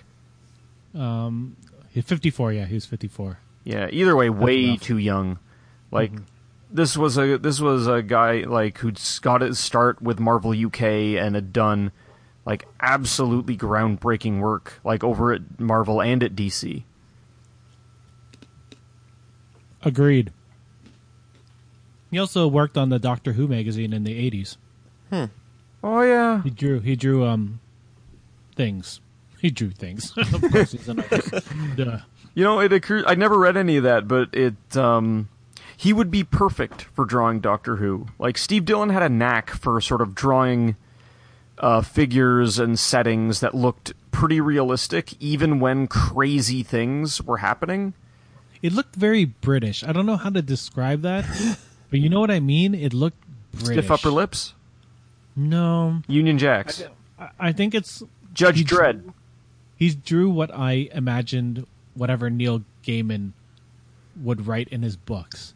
[SPEAKER 1] He- Fifty-four, yeah, he was fifty-four.
[SPEAKER 2] Yeah, either way, way
[SPEAKER 1] enough.
[SPEAKER 2] too young. Like this was a this was a guy like who'd s- got his start with Marvel UK and had done like absolutely groundbreaking work like over at Marvel and at DC.
[SPEAKER 1] Agreed. He also worked on the Doctor Who magazine in the eighties.
[SPEAKER 2] Oh yeah,
[SPEAKER 1] He drew. He drew um, things. He drew things. of course, he's an artist. Duh.
[SPEAKER 2] you know it occurred. I never read any of that, but it um, he would be perfect for drawing Doctor Who. Like Steve Dillon had a knack for sort of drawing uh, figures and settings that looked pretty realistic, even when crazy things were happening.
[SPEAKER 1] It looked very British. I don't know how to describe that, but you know what I mean. It looked British.
[SPEAKER 2] Stiff upper lips.
[SPEAKER 1] No,
[SPEAKER 2] Union Jacks.
[SPEAKER 1] I- I think it's
[SPEAKER 2] Judge
[SPEAKER 1] he-
[SPEAKER 2] Dredd.
[SPEAKER 1] He drew what I imagined, whatever Neil Gaiman would write in his books.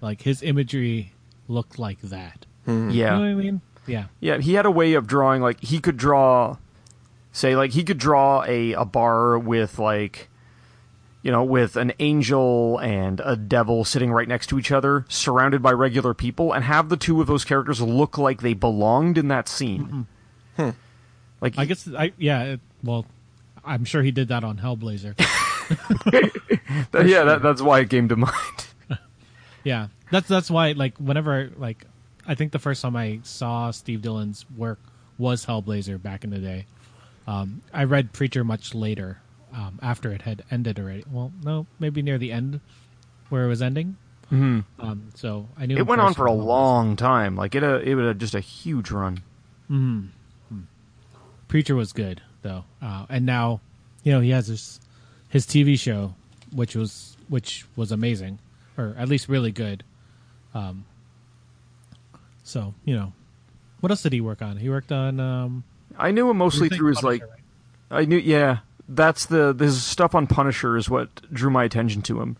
[SPEAKER 1] Like his imagery looked like that. You know what
[SPEAKER 2] Yeah.
[SPEAKER 1] I mean? Yeah.
[SPEAKER 2] Yeah, he had a way of drawing like he could draw say like he could draw a a bar with like you know, with an angel and a devil sitting right next to each other, surrounded by regular people, and have the two of those characters look like they belonged in that scene. Like
[SPEAKER 1] I guess I yeah. It, well, I'm sure he did that on Hellblazer.
[SPEAKER 2] that- yeah, that, that's why it came to mind.
[SPEAKER 1] Yeah, that's that's why like whenever like I think the first time I saw Steve Dillon's work was Hellblazer back in the day. Um, I read Preacher much later, um, after it had ended already. Well, no, maybe near the end where it was ending. Mm-hmm. Um, so I knew
[SPEAKER 2] It
[SPEAKER 1] him
[SPEAKER 2] went on
[SPEAKER 1] first
[SPEAKER 2] for a
[SPEAKER 1] from Hellblazer.
[SPEAKER 2] long time. Like it, uh, it was just a huge run.
[SPEAKER 1] Preacher was good though, uh, and now you know he has his his TV show, which was which was amazing, or at least really good. Um, so you know, what else did he work on? He worked on um,
[SPEAKER 2] I knew him mostly through his like
[SPEAKER 1] Punisher, right?
[SPEAKER 2] I knew, yeah. That's the his stuff on Punisher is what drew my attention to him.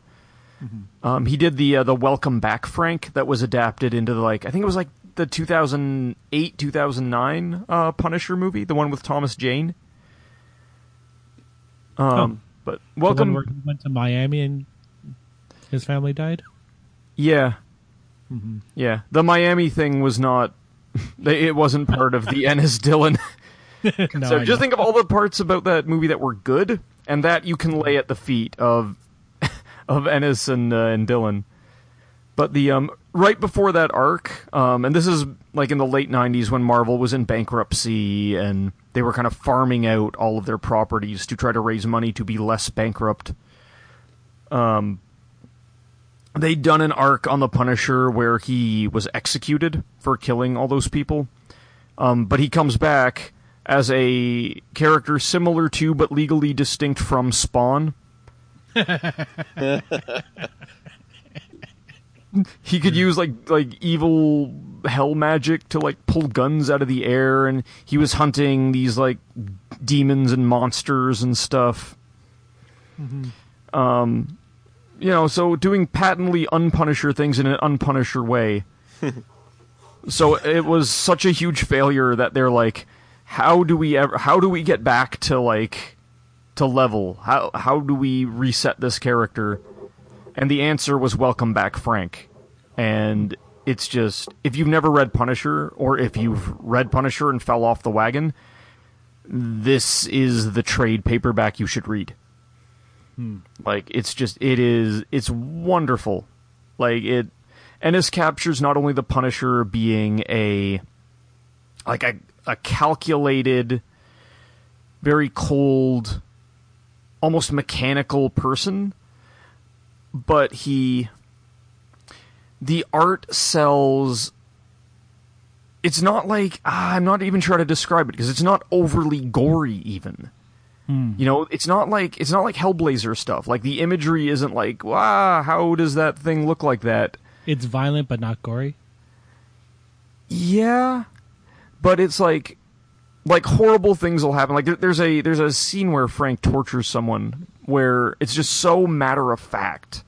[SPEAKER 2] Um, he did the uh, the Welcome Back Frank that was adapted into the, like I think it was like the 2008 2009 uh, Punisher movie, the one with Thomas Jane. Um, but
[SPEAKER 1] The one
[SPEAKER 2] Welcome,
[SPEAKER 1] where he went to Miami and his family died.
[SPEAKER 2] yeah, yeah. The Miami thing was not. they- It wasn't part of the Ennis Dillon.
[SPEAKER 1] No,
[SPEAKER 2] so
[SPEAKER 1] I
[SPEAKER 2] just
[SPEAKER 1] know.
[SPEAKER 2] think of all the parts about that movie that were good, and that you can lay at the feet of of Ennis and uh, and Dylan. But the um, right before that arc, um, and this is like in the late '90s when Marvel was in bankruptcy and they were kind of farming out all of their properties to try to raise money to be less bankrupt. Um, they'd done an arc on the Punisher where he was executed for killing all those people um, but he comes back as a character similar to but legally distinct from Spawn. he could use like like evil hell magic to like pull guns out of the air, and he was hunting these like demons and monsters and stuff. Um, you know, so doing patently unpunisher things in an unpunisher way. So it was such a huge failure that they're like, how do we ever? How do we get back to like to level? How how do we reset this character? And the answer was welcome back, Frank. And it's just if you've never read Punisher or if you've read Punisher and fell off the wagon, this is the trade paperback you should read. Like it's just it is it's wonderful. Like it Ennis captures not only the Punisher being a like a a calculated very cold almost mechanical person but he the art sells it's not like ah, I'm not even sure how to describe it because it's not overly gory even You know, it's not like it's not like Hellblazer stuff. Like the imagery isn't like, wow, how does that thing look like that?
[SPEAKER 1] It's violent but not gory.
[SPEAKER 2] Yeah, but it's like like horrible things will happen. Like there, there's a there's a scene where Frank tortures someone where it's just so matter of fact.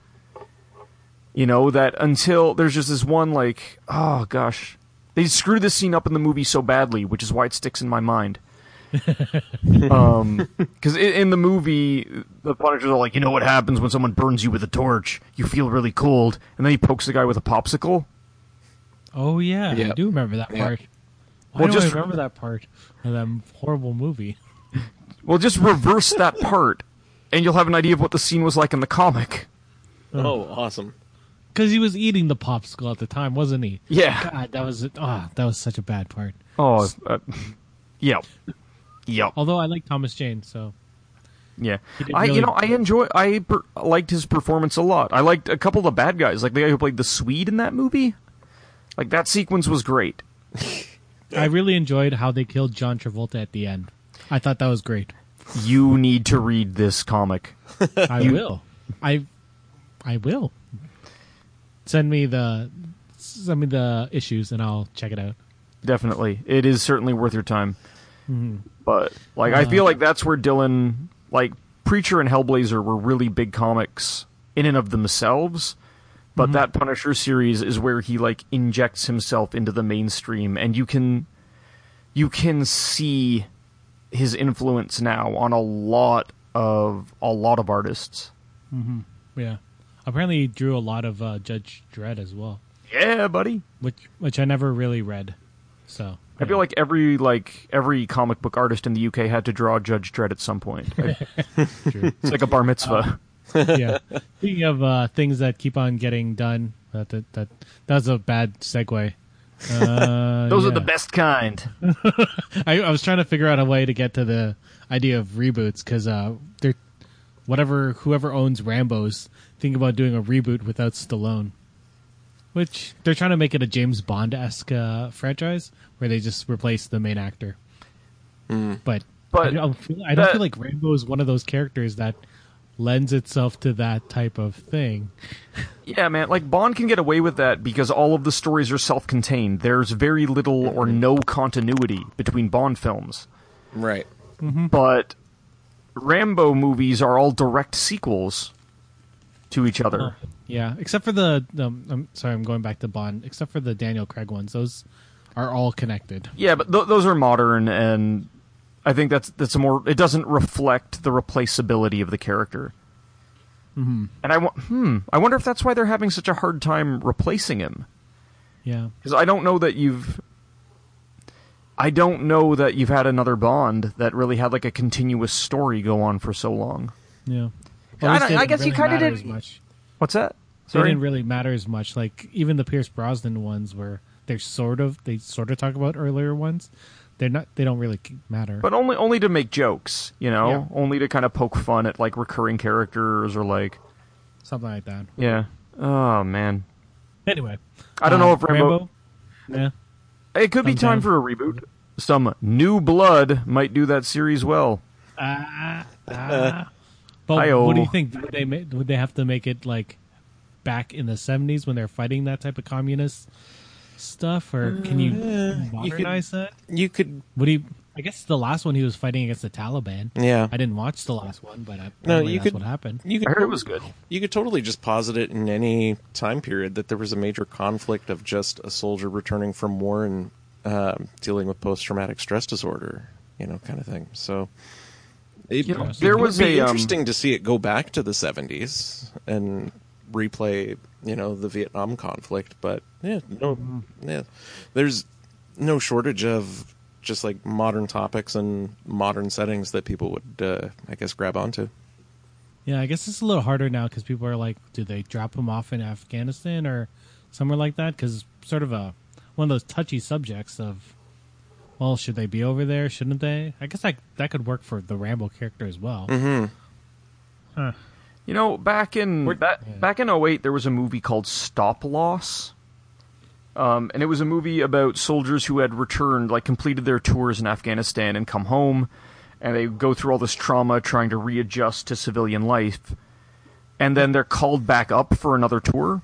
[SPEAKER 2] You know that until there's just this one like oh gosh, they screwed this scene up in the movie so badly, which is why it sticks in my mind. um, because in, in the movie, the Punishers are like, you know what happens when someone burns you with a torch? You feel really cold, and then he pokes the guy with a popsicle.
[SPEAKER 1] Oh yeah, I
[SPEAKER 3] Yeah.
[SPEAKER 1] do remember that
[SPEAKER 3] Yeah.
[SPEAKER 1] part. Why
[SPEAKER 2] Well,
[SPEAKER 1] do
[SPEAKER 2] just-
[SPEAKER 1] I remember that part of that horrible movie?
[SPEAKER 2] Well, just reverse that part, and you'll have an idea of what the scene was like in the comic.
[SPEAKER 3] Oh, awesome.
[SPEAKER 1] Because he was eating the popsicle at the time, wasn't he?
[SPEAKER 2] Yeah.
[SPEAKER 1] God, that was ah, that was such a bad part.
[SPEAKER 2] Oh, uh, yeah. Yeah.
[SPEAKER 1] Although I like Thomas Jane, so
[SPEAKER 2] Yeah.
[SPEAKER 1] did
[SPEAKER 2] I,
[SPEAKER 1] really-
[SPEAKER 2] you know, I enjoy, I per- liked his performance a lot. I liked a couple of the bad guys, like the guy who played the Swede in that movie. Like, that sequence was great.
[SPEAKER 1] I really enjoyed how they killed John Travolta at the end. I thought that was great.
[SPEAKER 2] You need to read this comic.
[SPEAKER 1] I will. I I will. Send me the send me the issues and I'll check it out.
[SPEAKER 2] definitely. It is certainly worth your time. Mm-hmm. But like, I feel like that's where Dylan, like Preacher and Hellblazer, were really big comics in and of themselves. But that Punisher series is where he like injects himself into the mainstream, and you can, you can see his influence now on a lot of a lot of artists.
[SPEAKER 1] Yeah. Apparently he drew a lot of uh, Judge Dredd as well,
[SPEAKER 2] Yeah, buddy.
[SPEAKER 1] which which I never really read. So
[SPEAKER 2] I feel like every like every comic book artist in the UK had to draw Judge Dredd at some point. I-
[SPEAKER 1] True.
[SPEAKER 2] it's like a bar mitzvah.
[SPEAKER 1] Um, yeah. Speaking of uh, things that keep on getting done, that that, that that's a bad segue. Uh,
[SPEAKER 2] Those are
[SPEAKER 1] yeah.
[SPEAKER 2] the best kind.
[SPEAKER 1] I, I was trying to figure out a way to get to the idea of reboots because uh, they're whatever whoever owns Rambo's think about doing a reboot without Stallone, which they're trying to make it a James Bond esque uh, franchise where they just replace the main actor. But
[SPEAKER 2] But
[SPEAKER 1] I don't, feel, I don't
[SPEAKER 2] that-
[SPEAKER 1] feel like Rambo is one of those characters that lends itself to that type of thing.
[SPEAKER 2] Yeah, man. Like Bond can get away with that because all of the stories are self-contained. There's very little or no continuity between Bond films.
[SPEAKER 3] Right.
[SPEAKER 2] But Rambo movies are all direct sequels to each other.
[SPEAKER 1] Yeah, except for the, the I'm sorry, I'm going back to Bond. Except for the Daniel Craig ones, those are all connected.
[SPEAKER 2] Yeah, but th- those are modern and I think that's that's a more it doesn't reflect the replaceability of the character. Mm-hmm. And I wa- hmm, I wonder if that's why they're having such a hard time replacing him.
[SPEAKER 1] Yeah.
[SPEAKER 2] because I don't know that you've. I don't know that you've had another Bond that really had like a continuous story go on for so long.
[SPEAKER 1] Yeah.
[SPEAKER 2] Yeah,
[SPEAKER 1] At
[SPEAKER 2] I
[SPEAKER 1] least
[SPEAKER 2] don't-
[SPEAKER 1] they
[SPEAKER 2] I
[SPEAKER 1] didn't
[SPEAKER 2] guess you
[SPEAKER 1] really
[SPEAKER 2] kinda
[SPEAKER 1] matter
[SPEAKER 2] did-
[SPEAKER 1] as much.
[SPEAKER 2] What's that?
[SPEAKER 1] They
[SPEAKER 2] Sorry.
[SPEAKER 1] didn't really matter as much. Like even the Pierce Brosnan ones, where they're sort of they sort of talk about earlier ones. They're not. They don't really matter.
[SPEAKER 2] but only only to make jokes, you know,
[SPEAKER 1] Yeah.
[SPEAKER 2] only to kind of poke fun at like recurring characters or like
[SPEAKER 1] something like that.
[SPEAKER 2] yeah. Oh man,
[SPEAKER 1] Anyway,
[SPEAKER 2] I don't
[SPEAKER 1] Uh,
[SPEAKER 2] know if Uh, Rambo.
[SPEAKER 1] Yeah.
[SPEAKER 2] It could be time
[SPEAKER 1] Sometime.
[SPEAKER 2] for a reboot. Some new blood might do that series well.
[SPEAKER 1] Ah, ah. But
[SPEAKER 2] Uh, Hi-oh.
[SPEAKER 1] what do you think? Would they ma- would they have to make it like back in the seventies when they're fighting that type of communist stuff, or can you
[SPEAKER 2] Uh,
[SPEAKER 1] modernize that?
[SPEAKER 3] You could
[SPEAKER 1] Would he? I guess the last one he was fighting against the Taliban.
[SPEAKER 3] Yeah.
[SPEAKER 1] I didn't watch the last one, but apparently
[SPEAKER 3] you
[SPEAKER 1] that's
[SPEAKER 3] could-
[SPEAKER 1] what happened.
[SPEAKER 3] you could
[SPEAKER 2] I heard it was good.
[SPEAKER 3] You could totally just posit it in any time period that there was a major conflict of just a soldier returning from war and um, dealing with post-traumatic stress disorder, you know, kind of thing. So it,
[SPEAKER 2] You know,
[SPEAKER 3] it
[SPEAKER 2] there
[SPEAKER 3] would
[SPEAKER 2] was
[SPEAKER 3] be
[SPEAKER 2] a, um,
[SPEAKER 3] interesting to see it go back to the '70s and replay, you know, the Vietnam conflict. But yeah, no, yeah, there's no shortage of just like modern topics and modern settings that people would, uh, I guess, grab onto.
[SPEAKER 1] Yeah, I guess it's a little harder now because people are like, do they drop him off in Afghanistan or somewhere like that? Because sort of a one of those touchy subjects of, well, should they be over there? Shouldn't they? I guess that that could work for the Rambo character as well.
[SPEAKER 3] Mm-hmm.
[SPEAKER 2] You know, back in that, back in 08, there was a movie called Stop Loss. Um, and it was a movie about soldiers who had returned, like completed their tours in Afghanistan and come home, and they go through all this trauma trying to readjust to civilian life, and then they're called back up for another tour.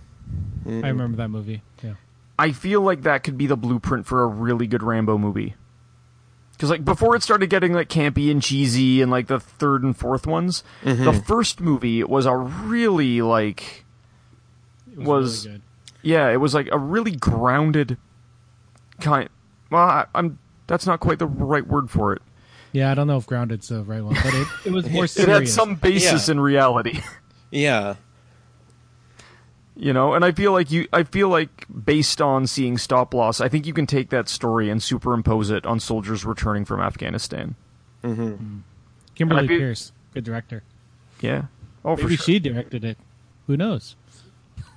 [SPEAKER 1] I remember that movie. Yeah.
[SPEAKER 2] I feel like that could be the blueprint for a really good Rambo movie. Because like before it started getting like campy and cheesy and like the third and fourth ones, the first movie was a really like
[SPEAKER 1] It
[SPEAKER 2] Was-
[SPEAKER 1] really good.
[SPEAKER 2] yeah, it was like a really grounded kind. Well, I, I'm that's not quite the right word for it.
[SPEAKER 1] Yeah, I don't know if Grounded's the right one, but it, it was more
[SPEAKER 2] It
[SPEAKER 1] serious.
[SPEAKER 2] had some basis
[SPEAKER 3] Yeah.
[SPEAKER 2] in reality.
[SPEAKER 3] Yeah.
[SPEAKER 2] you know and i feel like you i feel like based on seeing stop loss i think you can take that story and superimpose it on soldiers returning from afghanistan
[SPEAKER 1] Kimberly
[SPEAKER 2] Like it-
[SPEAKER 1] Pierce, good director.
[SPEAKER 2] yeah oh for
[SPEAKER 1] Maybe
[SPEAKER 2] sure
[SPEAKER 1] she directed it. Who knows?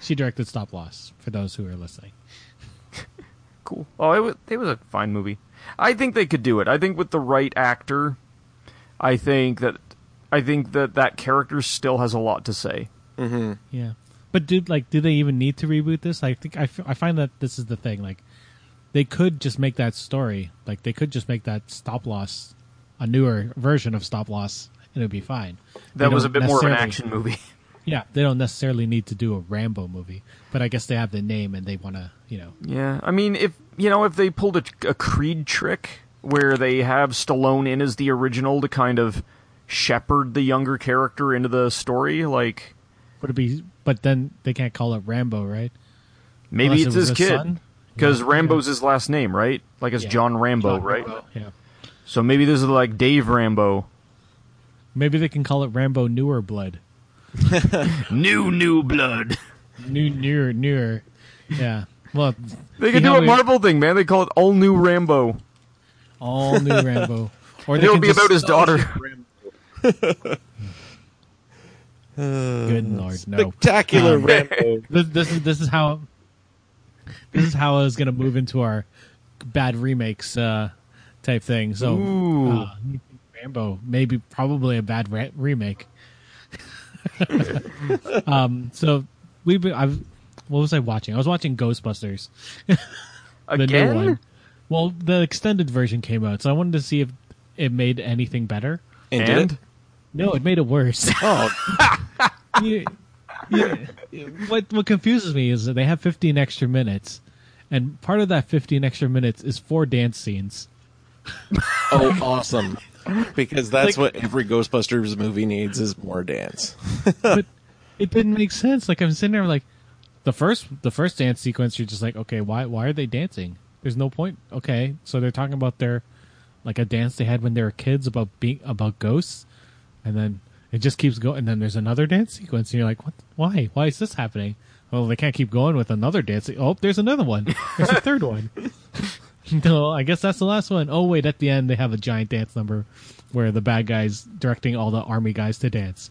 [SPEAKER 1] she directed Stop Loss. For those who are listening,
[SPEAKER 2] cool oh it was, it was a fine movie i think they could do it i think with the right actor i think that i think that that character still has a lot to say
[SPEAKER 1] yeah. But do like do they even need to reboot this? I think I, f- I find that this is the thing. Like they could just make that story. Like they could just make that Stop Loss a newer version of Stop Loss, and it'd be fine. They
[SPEAKER 2] that was a
[SPEAKER 1] don't
[SPEAKER 2] bit more of an
[SPEAKER 1] necessarily-
[SPEAKER 2] action movie
[SPEAKER 1] Yeah, they don't necessarily need to do a Rambo movie, but I guess they have the name and they want to, you know.
[SPEAKER 2] yeah i mean if you know if they pulled a, a creed trick where they have stallone in as the original to kind of shepherd the younger character into the story like
[SPEAKER 1] Would it be? But then they can't call it Rambo, right?
[SPEAKER 2] Maybe
[SPEAKER 1] Unless
[SPEAKER 2] it's
[SPEAKER 1] it was
[SPEAKER 2] his
[SPEAKER 1] his
[SPEAKER 2] kid.
[SPEAKER 1] son?
[SPEAKER 2] Because
[SPEAKER 1] Yeah.
[SPEAKER 2] Rambo's his last name, right? Like it's
[SPEAKER 1] Yeah.
[SPEAKER 2] John Rambo, Oh, right?
[SPEAKER 1] Yeah.
[SPEAKER 2] So maybe this is like Dave Rambo.
[SPEAKER 1] Maybe they can call it Rambo Newer Blood.
[SPEAKER 2] New, new blood.
[SPEAKER 1] New, newer, newer. Yeah. Well,
[SPEAKER 2] They could
[SPEAKER 1] see
[SPEAKER 2] do
[SPEAKER 1] how
[SPEAKER 2] a
[SPEAKER 1] we-
[SPEAKER 2] Marvel thing, man. They call it All New Rambo.
[SPEAKER 1] all new Rambo. Or they
[SPEAKER 2] It'll
[SPEAKER 1] can
[SPEAKER 2] be
[SPEAKER 1] just-
[SPEAKER 2] about his daughter.
[SPEAKER 1] Good lord, no!
[SPEAKER 3] Spectacular Rambo.
[SPEAKER 1] This, this is this is how. This is how I was going to move into our bad remakes uh, type thing. So,
[SPEAKER 2] Ooh.
[SPEAKER 1] uh, Rambo, maybe probably a bad ra- remake. um, so we've been, I've what was I watching? I was watching Ghostbusters. the
[SPEAKER 2] Again?
[SPEAKER 1] new one. Well, the extended version came out, so I wanted to see if it made anything better.
[SPEAKER 3] And, did
[SPEAKER 2] And?
[SPEAKER 3] it?
[SPEAKER 1] No, it made it worse.
[SPEAKER 3] Oh,
[SPEAKER 1] You- you- what what confuses me is that they have 15 extra minutes, and part of that 15 extra minutes is four dance scenes.
[SPEAKER 3] oh, awesome. Because that's what every Ghostbusters movie needs is more dance.
[SPEAKER 1] But it didn't make sense. Like I'm sitting there like the first the first dance sequence, you're just like, okay, why why are they dancing? There's no point. Okay, so they're talking about their like a dance they had when they were kids about being about ghosts, and then it just keeps going. And then there's another dance sequence, and you're like, what? Why? Why is this happening? Well, they can't keep going with another dance. se- Oh, there's another one. There's a third one. No, I guess that's the last one. Oh wait, at the end they have a giant dance number where the bad guys directing all the army guys to dance.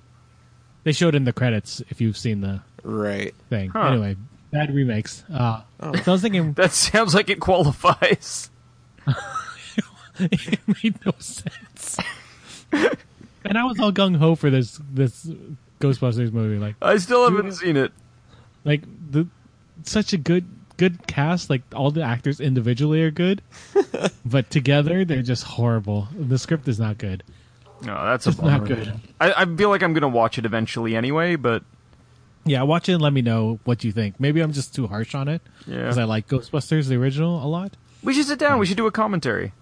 [SPEAKER 1] They showed in the credits if you've seen the
[SPEAKER 3] Right.
[SPEAKER 1] thing.
[SPEAKER 2] Huh. Oh.
[SPEAKER 1] Anyway, bad remakes. Uh, So I was thinking
[SPEAKER 2] That sounds like it qualifies.
[SPEAKER 1] it made no sense. and I was all gung ho for this this Ghostbusters movie. Like
[SPEAKER 2] I still haven't seen it.
[SPEAKER 1] like the such a good good cast. Like all the actors individually are good, but together they're just horrible. The script is not good.
[SPEAKER 2] No, that's a
[SPEAKER 1] It's not
[SPEAKER 2] bummer.
[SPEAKER 1] good.
[SPEAKER 2] I, I feel like I'm going to watch it eventually anyway, but
[SPEAKER 1] Yeah, watch it and let me know what you think. Maybe I'm just too harsh on it
[SPEAKER 2] Yeah.
[SPEAKER 1] because I like Ghostbusters the original a lot.
[SPEAKER 2] we should sit down. We should do a commentary.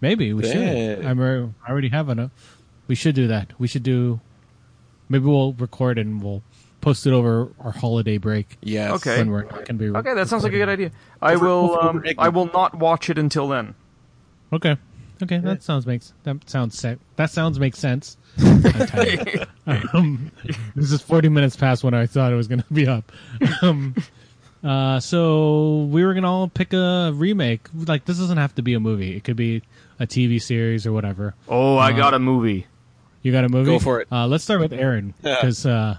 [SPEAKER 1] Maybe we should.
[SPEAKER 3] Yeah.
[SPEAKER 1] I'm al- I already have enough. We should do that. We should do. Maybe we'll record and we'll post it over our holiday break
[SPEAKER 3] Yes.
[SPEAKER 2] Okay.
[SPEAKER 1] when we're not going to be.
[SPEAKER 2] Okay, that sounds like a good
[SPEAKER 1] recording.
[SPEAKER 2] idea. I will.
[SPEAKER 3] over
[SPEAKER 2] Um,
[SPEAKER 3] egg.
[SPEAKER 2] I will not watch it until then.
[SPEAKER 1] Okay, okay, that sounds makes that sounds se- that sounds makes sense. I'm tired. um, this is 40 minutes past when I thought it was going to be up. Um, uh, so we were going to all pick a remake. Like this doesn't have to be a movie. It could be a TV series or whatever.
[SPEAKER 2] Oh,
[SPEAKER 1] Uh-huh.
[SPEAKER 2] I got a movie.
[SPEAKER 1] You got a movie?
[SPEAKER 3] Go for it.
[SPEAKER 1] Uh, let's start with Aaron because, uh,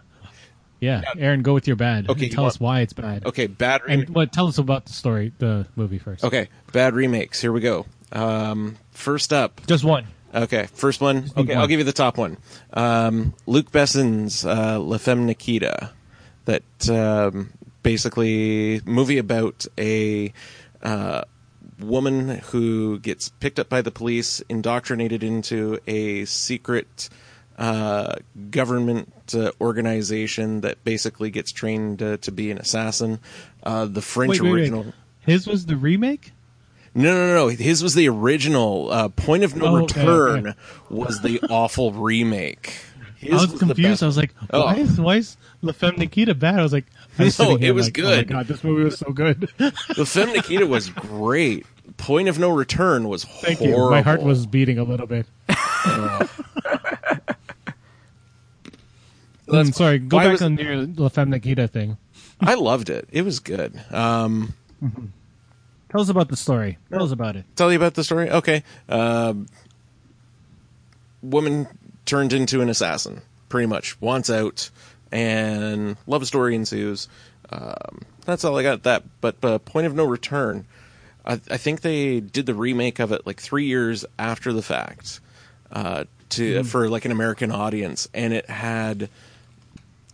[SPEAKER 1] yeah, Aaron, go with your bad.
[SPEAKER 3] Okay,
[SPEAKER 1] tell
[SPEAKER 3] you
[SPEAKER 1] us why it's bad.
[SPEAKER 3] Okay, bad remake.
[SPEAKER 1] And what? Tell us about the story, the movie first.
[SPEAKER 3] Okay, bad remakes. Here we go. Um, first up.
[SPEAKER 1] just one.
[SPEAKER 3] Okay, first one.
[SPEAKER 1] need
[SPEAKER 3] Okay,
[SPEAKER 1] one.
[SPEAKER 3] I'll give you the top one. Um, Luke Besson's uh, La Femme Nikita. That um, basically movie about a uh, woman who gets picked up by the police, indoctrinated into a secret uh, government uh, organization that basically gets trained uh, to be an assassin. Uh, the French
[SPEAKER 1] Wait, wait,
[SPEAKER 3] original.
[SPEAKER 1] wait. His was the remake?
[SPEAKER 3] No, no, no. His was the original. Uh, Point of No
[SPEAKER 1] Oh, okay,
[SPEAKER 3] Return was the awful remake. His
[SPEAKER 1] I was,
[SPEAKER 3] the
[SPEAKER 1] confused.
[SPEAKER 3] best.
[SPEAKER 1] I was like,
[SPEAKER 3] Oh.
[SPEAKER 1] why is why is La Femme Nikita bad? I was like, I was
[SPEAKER 3] No,
[SPEAKER 1] sitting here
[SPEAKER 3] it was
[SPEAKER 1] like,
[SPEAKER 3] good.
[SPEAKER 1] Oh my god, this movie was so good.
[SPEAKER 3] the Femme Nikita was great. Point of No Return was
[SPEAKER 1] Thank
[SPEAKER 3] horrible.
[SPEAKER 1] you. My heart was beating a little bit. Hmm,
[SPEAKER 3] That's-
[SPEAKER 1] Mm, sorry, go
[SPEAKER 3] why
[SPEAKER 1] back
[SPEAKER 3] was-
[SPEAKER 1] on your La Femme Nikita thing.
[SPEAKER 3] I loved it. It was good. Um,
[SPEAKER 1] Tell us about the story. Tell us about it.
[SPEAKER 3] tell you about the story. Okay. Um woman turned into an assassin, pretty much. Wants out, and love story ensues. Um, that's all I got. at That, but uh, point of no return. I, I think they did the remake of it like three years after the fact, uh, to for like an American audience, and it had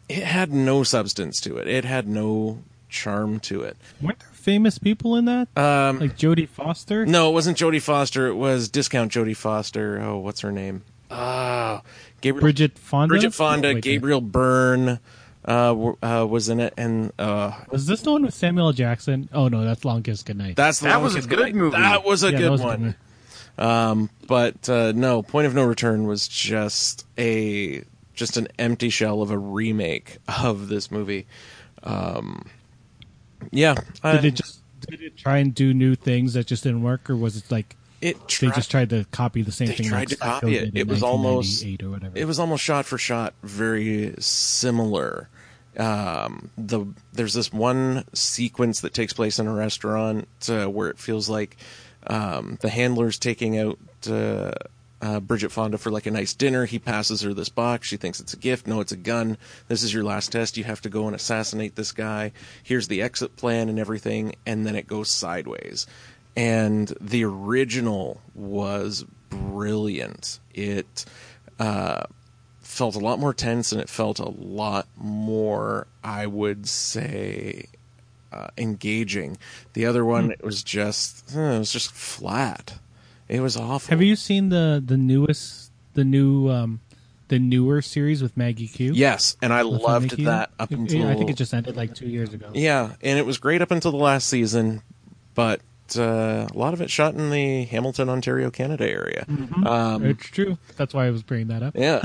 [SPEAKER 3] it had no substance to it. It had no charm to it.
[SPEAKER 1] Weren't there famous people in that? Um, like Jodie Foster?
[SPEAKER 3] No, it wasn't Jodie Foster. It was discount Jodie Foster. Oh, what's her name? Ah, Gabriel
[SPEAKER 1] Bridget Fonda?
[SPEAKER 3] Bridget Fonda.
[SPEAKER 1] Oh, wait,
[SPEAKER 3] Gabriel Byrne uh, w- uh, was in it, and uh,
[SPEAKER 1] Was this the one with Samuel L. Jackson? Oh no, that's Long Kiss Goodnight.
[SPEAKER 3] that's the
[SPEAKER 2] That
[SPEAKER 3] one
[SPEAKER 2] was a
[SPEAKER 3] with-
[SPEAKER 2] good movie.
[SPEAKER 3] That was a
[SPEAKER 1] Yeah, that
[SPEAKER 3] good
[SPEAKER 1] was
[SPEAKER 3] one. But uh, no, Point of No Return was just a just an empty shell of a remake of this movie. Um, yeah, I-
[SPEAKER 1] Did it just did it try and do new things that just didn't work, or was it like
[SPEAKER 3] it
[SPEAKER 1] they
[SPEAKER 3] tried-
[SPEAKER 1] just tried to copy the same
[SPEAKER 3] They
[SPEAKER 1] thing?
[SPEAKER 3] tried
[SPEAKER 1] like
[SPEAKER 3] to
[SPEAKER 1] Psycho
[SPEAKER 3] copy it.
[SPEAKER 1] did in
[SPEAKER 3] It was almost-
[SPEAKER 1] 1998 or whatever.
[SPEAKER 3] it was almost shot for shot very similar um the there's this one sequence that takes place in a restaurant uh, where it feels like um the handler's taking out uh, uh Bridget Fonda for like a nice dinner he passes her this box she thinks it's a gift no it's a gun this is your last test you have to go and assassinate this guy here's the exit plan and everything and then it goes sideways and the original was brilliant it uh, felt a lot more tense and it felt a lot more, I would say, uh, engaging. The other
[SPEAKER 1] Hmm.
[SPEAKER 3] one, it was just, uh, it was just flat. It was awful.
[SPEAKER 1] Have you seen the the newest the new um the newer series with Maggie Q?
[SPEAKER 3] Yes, and I
[SPEAKER 1] With
[SPEAKER 3] loved
[SPEAKER 1] Maggie Q?
[SPEAKER 3] that up
[SPEAKER 1] Yeah,
[SPEAKER 3] until
[SPEAKER 1] I think it just ended like two years ago.
[SPEAKER 3] yeah, and it was great up until the last season, but uh, a lot of it shot in the Hamilton, Ontario, Canada area.
[SPEAKER 1] Mm-hmm.
[SPEAKER 3] Um,
[SPEAKER 1] it's true. That's why I was bringing that up.
[SPEAKER 3] yeah,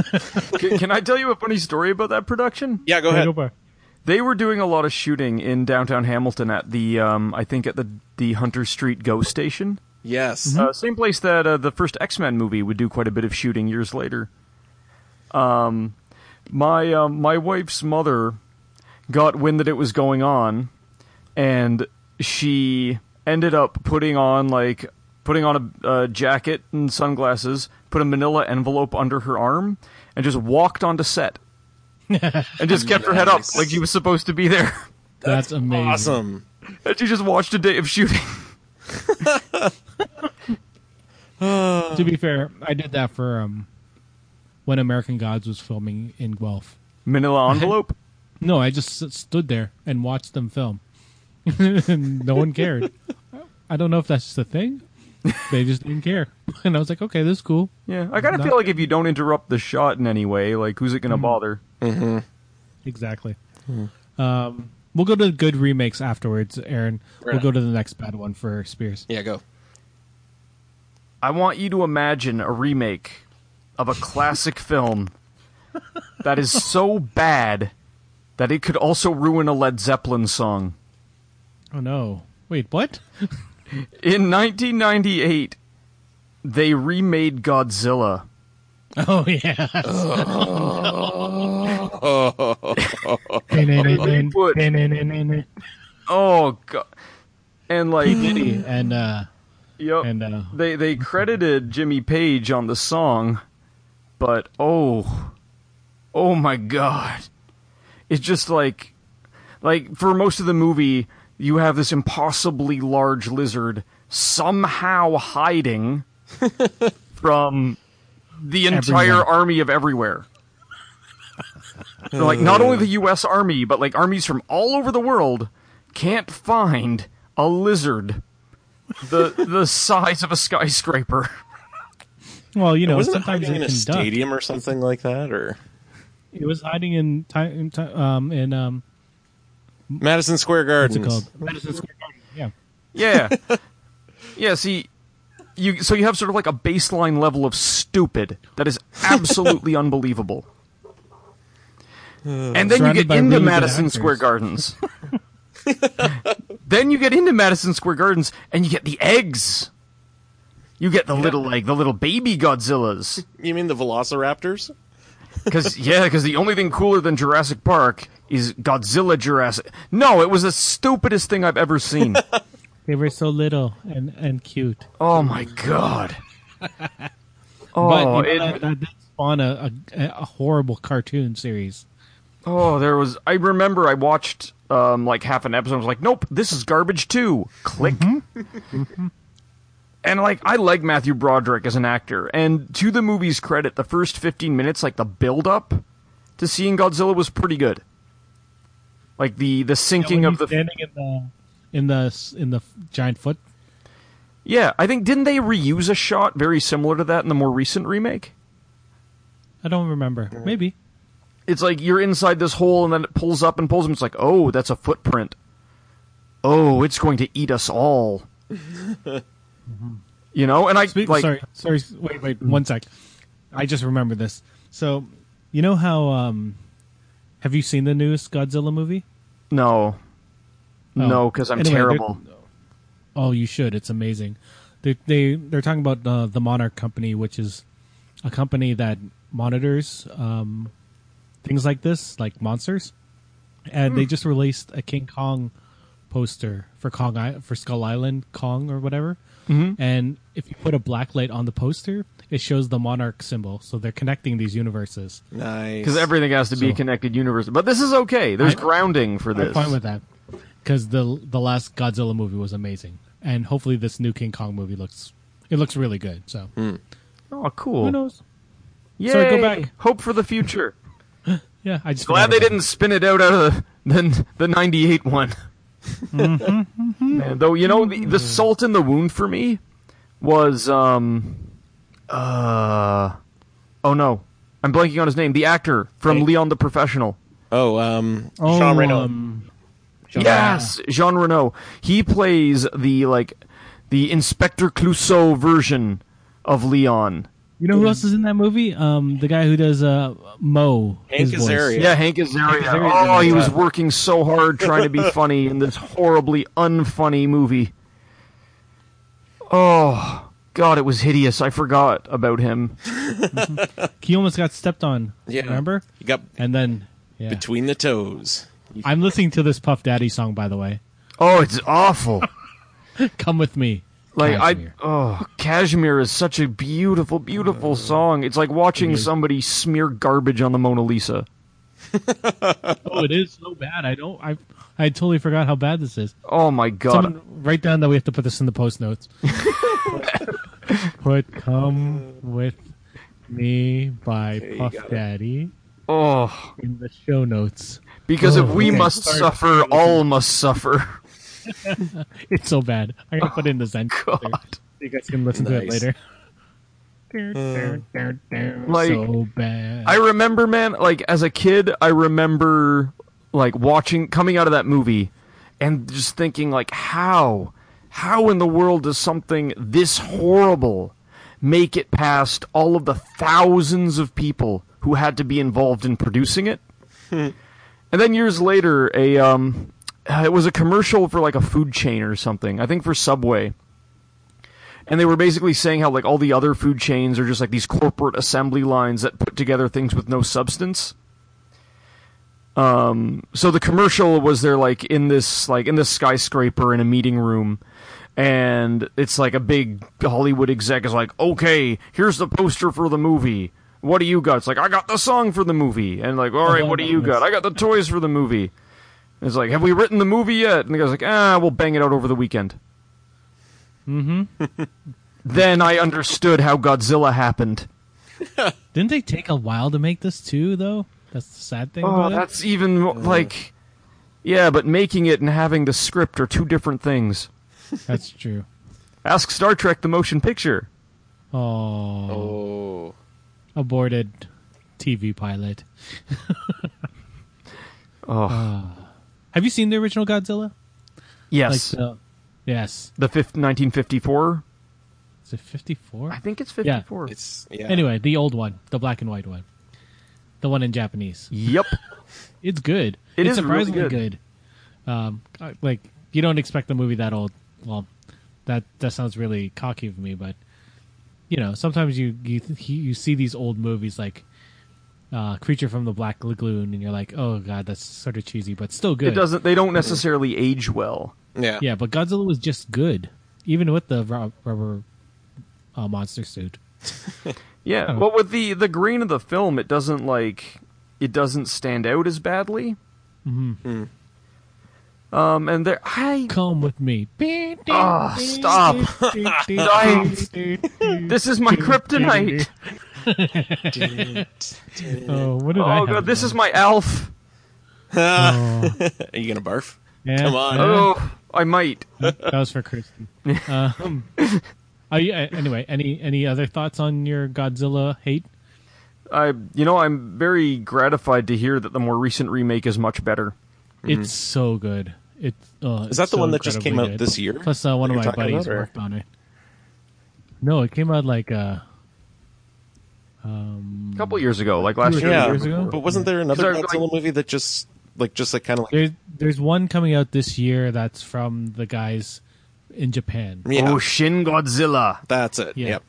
[SPEAKER 2] can, can I tell you a funny story about that production?
[SPEAKER 3] yeah. Go
[SPEAKER 1] Yeah,
[SPEAKER 3] ahead.
[SPEAKER 1] go for-
[SPEAKER 2] They were doing a lot of shooting in downtown Hamilton at the, um, I think at the the Hunter Street Go Station.
[SPEAKER 3] Yes.
[SPEAKER 1] Mm-hmm.
[SPEAKER 2] Uh, same place that uh, the first X Men movie would do quite a bit of shooting years later. Um, my uh, my wife's mother got wind that it was going on, and she ended up putting on like putting on a uh, jacket and sunglasses, put a Manila envelope under her arm, and just walked onto set, and just kept her head up
[SPEAKER 3] Nice.
[SPEAKER 2] like she was supposed to be there.
[SPEAKER 1] That's, amazing.
[SPEAKER 3] Awesome.
[SPEAKER 2] and she just watched a day of shooting.
[SPEAKER 1] To be fair, I did that for um when American Gods was filming in Guelph.
[SPEAKER 2] Manila envelope.
[SPEAKER 1] No, I just s- stood there and watched them film. no one cared. I don't know if that's just a thing. They just didn't care. And I was like, okay, this is cool.
[SPEAKER 2] Yeah, I kind
[SPEAKER 1] Not-
[SPEAKER 2] of
[SPEAKER 1] Hmm.
[SPEAKER 2] feel like if you don't interrupt the shot in any way, like who's it going to bother?
[SPEAKER 1] Exactly.
[SPEAKER 3] Hmm.
[SPEAKER 1] Um, we'll go to the good remakes afterwards, Aaron.
[SPEAKER 3] Right.
[SPEAKER 1] We'll go to the next bad one for Spears.
[SPEAKER 3] Yeah, go.
[SPEAKER 2] I want you to imagine a remake of a classic film that is so bad that it could also ruin a Led Zeppelin song.
[SPEAKER 1] Oh no! Wait, what?
[SPEAKER 2] In 1998, they remade Godzilla.
[SPEAKER 1] Oh yeah. Oh, no.
[SPEAKER 2] Oh god. And like
[SPEAKER 1] and uh,
[SPEAKER 2] yep.
[SPEAKER 1] and uh,
[SPEAKER 2] They they credited Jimmy Page on the song, but oh, oh my god, it's just like, like for most of the movie, you have this impossibly large lizard somehow hiding from the entire
[SPEAKER 1] Everyone.
[SPEAKER 2] army of everywhere. So, like not only the U.S. Army, but like armies from all over the world can't find a lizard the the size of a skyscraper.
[SPEAKER 1] Well, you know,
[SPEAKER 3] Wasn't it
[SPEAKER 1] sometimes
[SPEAKER 3] hiding
[SPEAKER 1] it
[SPEAKER 3] in
[SPEAKER 1] can
[SPEAKER 3] a
[SPEAKER 1] duck.
[SPEAKER 3] stadium or something like that, or
[SPEAKER 1] It was hiding in time, in, ti- um, in um,
[SPEAKER 3] Madison Square
[SPEAKER 1] what's
[SPEAKER 3] Gardens?
[SPEAKER 1] it called? Madison Square Garden. Yeah.
[SPEAKER 2] Yeah. yeah, see you so you have sort of like a baseline level of stupid that is absolutely unbelievable. And then you
[SPEAKER 1] Surrounded
[SPEAKER 2] get
[SPEAKER 1] by
[SPEAKER 2] into
[SPEAKER 1] really good
[SPEAKER 2] Madison
[SPEAKER 1] actors.
[SPEAKER 2] Square Gardens. then you get into Madison Square Gardens and you get the eggs. You get the little like the little baby Godzillas.
[SPEAKER 3] You mean the Velociraptors?
[SPEAKER 2] Cuz yeah, cuz the only thing cooler than Jurassic Park is Godzilla Jurassic. No, it was the stupidest thing I've ever seen.
[SPEAKER 1] They were so little and, and cute.
[SPEAKER 2] Oh my god. Oh,
[SPEAKER 1] but you know,
[SPEAKER 2] it-
[SPEAKER 1] that, that, that spawned a, a, a horrible cartoon series.
[SPEAKER 2] oh, there was. I remember I watched um, like half an episode. I was like, nope, this is garbage too. Click.
[SPEAKER 1] Mm-hmm.
[SPEAKER 2] Mm-hmm. and like, I like Matthew Broderick as an actor. And to the movie's credit, the first 15 minutes, like the build up to seeing Godzilla was pretty good. Like the the sinking
[SPEAKER 1] When
[SPEAKER 2] of
[SPEAKER 1] he's
[SPEAKER 2] the
[SPEAKER 1] standing in the in the s- in the giant foot.
[SPEAKER 2] yeah, I think didn't they reuse a shot very similar to that in the more recent remake?
[SPEAKER 1] I don't remember. Maybe.
[SPEAKER 2] it's like you're inside this hole and then it pulls up and pulls him. It's like, oh, that's a footprint. Oh, it's going to eat us all. you know, and I
[SPEAKER 1] Speak,
[SPEAKER 2] like Hmm.
[SPEAKER 1] sorry, sorry. Wait, wait, one sec. I just remember this. So, you know how? Um, have you seen the newest Godzilla movie?
[SPEAKER 2] no,
[SPEAKER 1] Oh.
[SPEAKER 2] no, because I'm
[SPEAKER 1] Anyway, they're-
[SPEAKER 2] terrible.
[SPEAKER 1] Oh, you should. It's amazing. They they they're talking about uh, the Monarch Company, which is a company that monitors um, things like this, like monsters. And they just released a King Kong poster for Kong I- for Skull Island Kong or whatever. Mm-hmm. And if you put a black light on the poster, it shows the Monarch symbol. So they're connecting these universes.
[SPEAKER 3] Nice.
[SPEAKER 2] Because everything has to be a
[SPEAKER 1] So-
[SPEAKER 2] connected universe. But this is okay. There's
[SPEAKER 1] I-
[SPEAKER 2] grounding for
[SPEAKER 1] I'm
[SPEAKER 2] this.
[SPEAKER 1] fine with that because the the last Godzilla movie was amazing, and hopefully this new King Kong movie looks it looks really good. So
[SPEAKER 2] oh,
[SPEAKER 1] who
[SPEAKER 2] cool.
[SPEAKER 1] knows?
[SPEAKER 2] Yeah,
[SPEAKER 1] Sorry, go back.
[SPEAKER 2] Hope for the future.
[SPEAKER 1] Yeah, I just
[SPEAKER 2] Glad
[SPEAKER 1] forgot
[SPEAKER 2] they
[SPEAKER 1] about
[SPEAKER 2] didn't spin it out out of the the '98 one. Man, though you know the, the salt in the wound for me was um uh oh no I'm blanking on his name the actor from
[SPEAKER 3] Hey.
[SPEAKER 2] Leon the Professional
[SPEAKER 3] oh, um,
[SPEAKER 1] it. Oh,
[SPEAKER 3] Sean Reno.
[SPEAKER 1] um, Jean
[SPEAKER 2] yes Jean Reno he plays the like the Inspector Clouseau version of Leon
[SPEAKER 1] you know who else is in that movie? Um, the guy who does uh Mo.
[SPEAKER 3] Hank
[SPEAKER 1] his voice.
[SPEAKER 3] Azaria.
[SPEAKER 2] yeah Hank Azaria
[SPEAKER 1] Azaria's
[SPEAKER 2] oh
[SPEAKER 1] in
[SPEAKER 2] he
[SPEAKER 1] it.
[SPEAKER 2] was working so hard trying to be funny in this horribly unfunny movie oh god it was hideous I forgot about him
[SPEAKER 1] He almost got stepped on.
[SPEAKER 3] Yeah.
[SPEAKER 1] remember?
[SPEAKER 3] You got
[SPEAKER 1] And then yeah.
[SPEAKER 3] between the toes.
[SPEAKER 1] I'm listening to this Puff Daddy song by the way.
[SPEAKER 2] oh it's awful.
[SPEAKER 1] Come with me.
[SPEAKER 2] Like
[SPEAKER 1] Cashmere. Uh,
[SPEAKER 2] I oh, Kashmir is such a beautiful, beautiful song. It's like watching somebody smear garbage on the Mona Lisa.
[SPEAKER 1] oh, it is so bad. I don't. I I totally forgot how bad this is.
[SPEAKER 2] Oh my god!
[SPEAKER 1] Someone write down that we have to put this in the post notes. put "Come with Me" by
[SPEAKER 3] you
[SPEAKER 1] Puff
[SPEAKER 3] got it.
[SPEAKER 1] Daddy
[SPEAKER 2] oh,
[SPEAKER 1] in the show notes.
[SPEAKER 2] because if
[SPEAKER 1] Oh,
[SPEAKER 2] we
[SPEAKER 1] okay.
[SPEAKER 2] must
[SPEAKER 1] Sorry.
[SPEAKER 2] suffer, all must suffer.
[SPEAKER 1] It's so bad. I'm gonna put it in the Zen.
[SPEAKER 2] God.
[SPEAKER 1] there, so you guys can listen
[SPEAKER 3] Nice.
[SPEAKER 1] to it later.
[SPEAKER 2] Like,
[SPEAKER 1] so bad.
[SPEAKER 2] I remember, man. Like as a kid, I remember like watching, coming out of that movie, and just thinking, like, how, how in the world does something this horrible make it past all of the thousands of people who had to be involved in producing it? And then years later, a um, it was a commercial for like a food chain or something. I think for Subway. And they were basically saying how like all the other food chains are just like these corporate assembly lines that put together things with no substance. Um, so the commercial was they're like in this like in this skyscraper in a meeting room, and it's like a big Hollywood exec is like, okay, here's the poster for the movie. What do you got? It's like I got the song for the movie, and like, all right,
[SPEAKER 1] I
[SPEAKER 2] what do
[SPEAKER 1] know
[SPEAKER 2] you
[SPEAKER 1] this.
[SPEAKER 2] got? I got the toys for the movie. And it's like, have we written the movie yet? And the guy's like, ah, we'll bang it out over the weekend. Mm-hmm. then I understood how Godzilla happened.
[SPEAKER 1] Didn't they take a while to make this too, though? That's the sad thing.
[SPEAKER 2] Oh,
[SPEAKER 1] about
[SPEAKER 2] that's even mo- like, yeah, but making it and having the script are two different things.
[SPEAKER 1] it? that's true.
[SPEAKER 2] Ask Star Trek the motion picture.
[SPEAKER 1] Oh,
[SPEAKER 3] Oh.
[SPEAKER 1] aborted TV pilot.
[SPEAKER 2] Oh,
[SPEAKER 1] Uh, Have you seen the original Godzilla?
[SPEAKER 2] yes,
[SPEAKER 1] Like the, yes.
[SPEAKER 2] the fifth, 1954.
[SPEAKER 1] Is it 54?
[SPEAKER 2] I think it's
[SPEAKER 1] Yeah.
[SPEAKER 2] 54.
[SPEAKER 3] It's yeah.
[SPEAKER 1] Anyway, the old one, the black and white one, the one in Japanese.
[SPEAKER 2] Yep.
[SPEAKER 1] It's good.
[SPEAKER 2] It
[SPEAKER 1] it's
[SPEAKER 2] is really
[SPEAKER 1] surprisingly good. Um, I- like you don't expect the movie that old. Well, that that sounds really cocky of me, but you know, sometimes you you you see these old movies like uh, Creature from the Black Lagoon, and you're like, oh god, that's sort of cheesy, but still good.
[SPEAKER 2] It doesn't. They don't necessarily age well.
[SPEAKER 3] Yeah.
[SPEAKER 1] Yeah, but Godzilla was just good, even with the ru- rubber uh, monster suit.
[SPEAKER 2] Yeah.
[SPEAKER 1] Oh.
[SPEAKER 2] Well, with the the grain of the film, it doesn't like it doesn't stand out as badly. Mm-hmm. Um, and there, I
[SPEAKER 1] Come with me.
[SPEAKER 2] Ah, stop. this is my kryptonite.
[SPEAKER 1] Oh, what did I
[SPEAKER 2] Oh
[SPEAKER 1] have
[SPEAKER 2] god, this
[SPEAKER 1] on?
[SPEAKER 2] is my Alf.
[SPEAKER 1] Oh,
[SPEAKER 3] Are you gonna barf?
[SPEAKER 1] yeah.
[SPEAKER 3] Come on.
[SPEAKER 1] Yeah.
[SPEAKER 2] Oh, I might.
[SPEAKER 1] that was for Christy. Um, are you, uh, anyway, any any other thoughts on your Godzilla hate?
[SPEAKER 2] I, you know, I'm very gratified to hear that the more recent remake is much better.
[SPEAKER 1] It's so good. It's uh,
[SPEAKER 3] Mm-hmm. Is that
[SPEAKER 1] it's
[SPEAKER 3] the
[SPEAKER 1] so
[SPEAKER 3] one that just came
[SPEAKER 1] incredibly
[SPEAKER 3] out
[SPEAKER 1] good.
[SPEAKER 3] this year
[SPEAKER 1] Plus, uh, one
[SPEAKER 3] that
[SPEAKER 1] of
[SPEAKER 3] you're
[SPEAKER 1] my
[SPEAKER 3] talking
[SPEAKER 1] buddies
[SPEAKER 3] about, or-
[SPEAKER 1] worked on it. No, it came out like uh,
[SPEAKER 2] A couple years ago, like
[SPEAKER 1] Yeah.
[SPEAKER 2] last year.
[SPEAKER 1] Yeah.
[SPEAKER 2] the year
[SPEAKER 1] Years ago?
[SPEAKER 2] before.
[SPEAKER 3] But wasn't there
[SPEAKER 2] there,
[SPEAKER 3] another
[SPEAKER 2] like-
[SPEAKER 3] Godzilla movie that just like just like kind of like
[SPEAKER 1] there's there's one coming out this year that's from the guys in Japan.
[SPEAKER 3] yeah,
[SPEAKER 2] Oh, Shin Godzilla.
[SPEAKER 3] that's it.
[SPEAKER 1] Yeah.
[SPEAKER 3] Yep.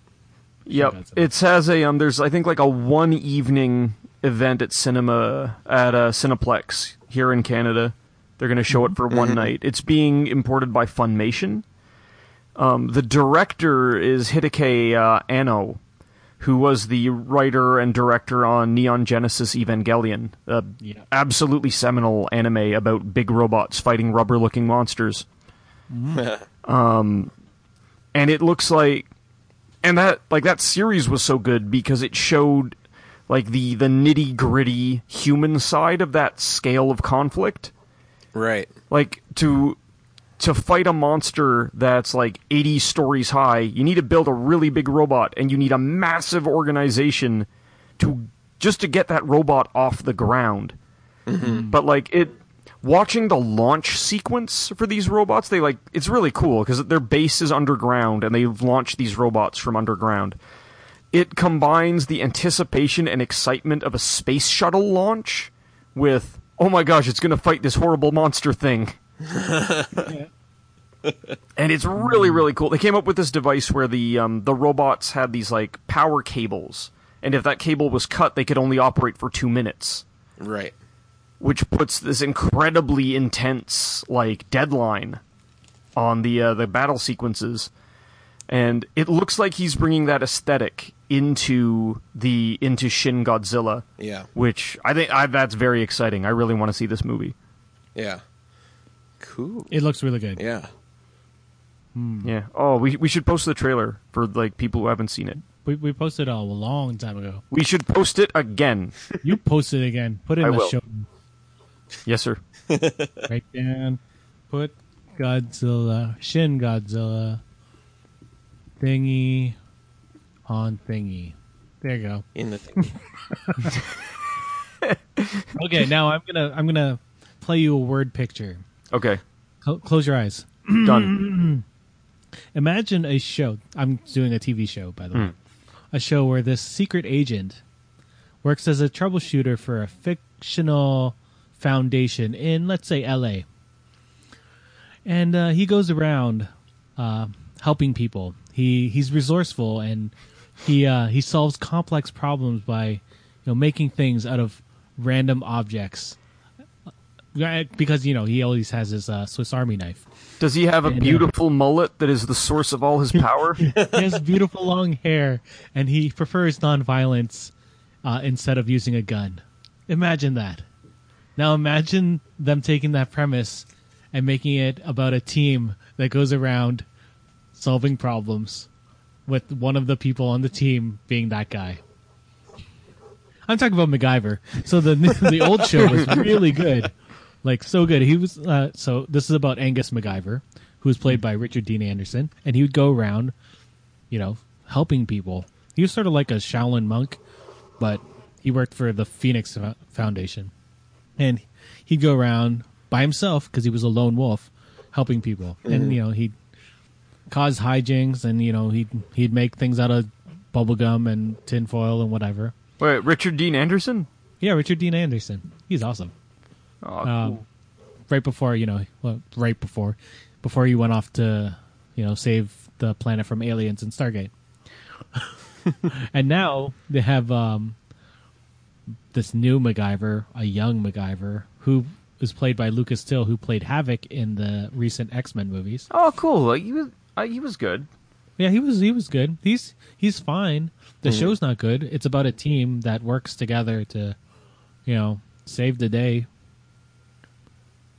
[SPEAKER 2] Yep,
[SPEAKER 1] Godzilla.
[SPEAKER 2] it has a um. There's I think like a one evening event at cinema at uh, Cineplex here in Canada. They're going to show it for one night. It's being imported by Funimation. Um, the director is Hideki uh, Anno, who was the writer and director on Neon Genesis Evangelion, a
[SPEAKER 1] Yeah.
[SPEAKER 2] absolutely seminal anime about big robots fighting rubber-looking monsters Um, and it looks like and that like that series was so good because it showed like the the nitty gritty human side of that scale of conflict
[SPEAKER 3] right.
[SPEAKER 2] like to to fight a monster that's like 80 stories high you need to build a really big robot and you need a massive organization to just to get that robot off the ground but like it watching the launch sequence for these robots they like it's really cool because their base is underground and they've launched these robots from underground it combines the anticipation and excitement of a space shuttle launch with oh my gosh it's going to fight this horrible monster thing and it's really really cool they came up with this device where the um, the robots had these like power cables and if that cable was cut they could only operate for two minutes
[SPEAKER 3] Right.
[SPEAKER 2] which puts this incredibly intense like deadline on the uh, the battle sequences, and it looks like he's bringing that aesthetic into the into Shin Godzilla,
[SPEAKER 3] Yeah.
[SPEAKER 2] which I think I, that's very exciting. I really want to see this movie.
[SPEAKER 3] Yeah. Cool.
[SPEAKER 1] It looks really good.
[SPEAKER 3] Yeah.
[SPEAKER 2] Yeah. Oh, we we should post the trailer for like people who haven't seen it.
[SPEAKER 1] We, we posted uh, a long time ago.
[SPEAKER 2] We should post it again.
[SPEAKER 1] You posted again. Put it in
[SPEAKER 2] I
[SPEAKER 1] the
[SPEAKER 2] will.
[SPEAKER 1] show
[SPEAKER 2] yes, sir.
[SPEAKER 1] right down. Put Godzilla, Shin Godzilla, thingy on thingy. There you go.
[SPEAKER 3] In the thing.
[SPEAKER 1] Okay, now I'm gonna I'm gonna play you a word picture.
[SPEAKER 2] Okay.
[SPEAKER 1] Cl- close your eyes.
[SPEAKER 2] Done.
[SPEAKER 1] Imagine a show. I'm doing a TV show, by the way. A show where this secret agent works as a troubleshooter for a fictional foundation in, let's say, LA. And uh, he goes around uh, helping people. He he's resourceful and he uh, he solves complex problems by you know making things out of random objects. Right, Because you know he always has his uh, Swiss Army knife.
[SPEAKER 2] Does he have a
[SPEAKER 1] Yeah.
[SPEAKER 2] beautiful mullet that is the source of all his power?
[SPEAKER 1] he has beautiful long hair, and he prefers nonviolence uh, instead of using a gun. Imagine that. Now imagine them taking that premise and making it about a team that goes around solving problems, with one of the people on the team being that guy. I'm talking about MacGyver. So the the old show was really good, like so good. He was uh, so this is about Angus MacGyver, who was played by Richard Dean Anderson, and he would go around, you know, helping people. He was sort of like a Shaolin monk, but he worked for the Phoenix Fo- Foundation, and he'd go around by himself because he was a lone wolf, helping people, and you know he'd cause hijinks, and you know he'd he'd make things out of bubblegum and tinfoil and whatever.
[SPEAKER 2] Wait, Richard Dean Anderson?
[SPEAKER 1] Yeah, Richard Dean Anderson, he's awesome
[SPEAKER 2] Oh, cool.
[SPEAKER 1] right before you know well, right before before you went off to you know save the planet from aliens and stargate and now they have um this new MacGyver, a young MacGyver, who is played by Lucas Till, who played Havoc in the recent X Men movies.
[SPEAKER 2] Oh, cool. Like, he was uh, he was good.
[SPEAKER 1] Yeah, he was he was good. He's he's fine. The
[SPEAKER 3] Mm-hmm.
[SPEAKER 1] show's not good. It's about a team that works together to, you know, save the day.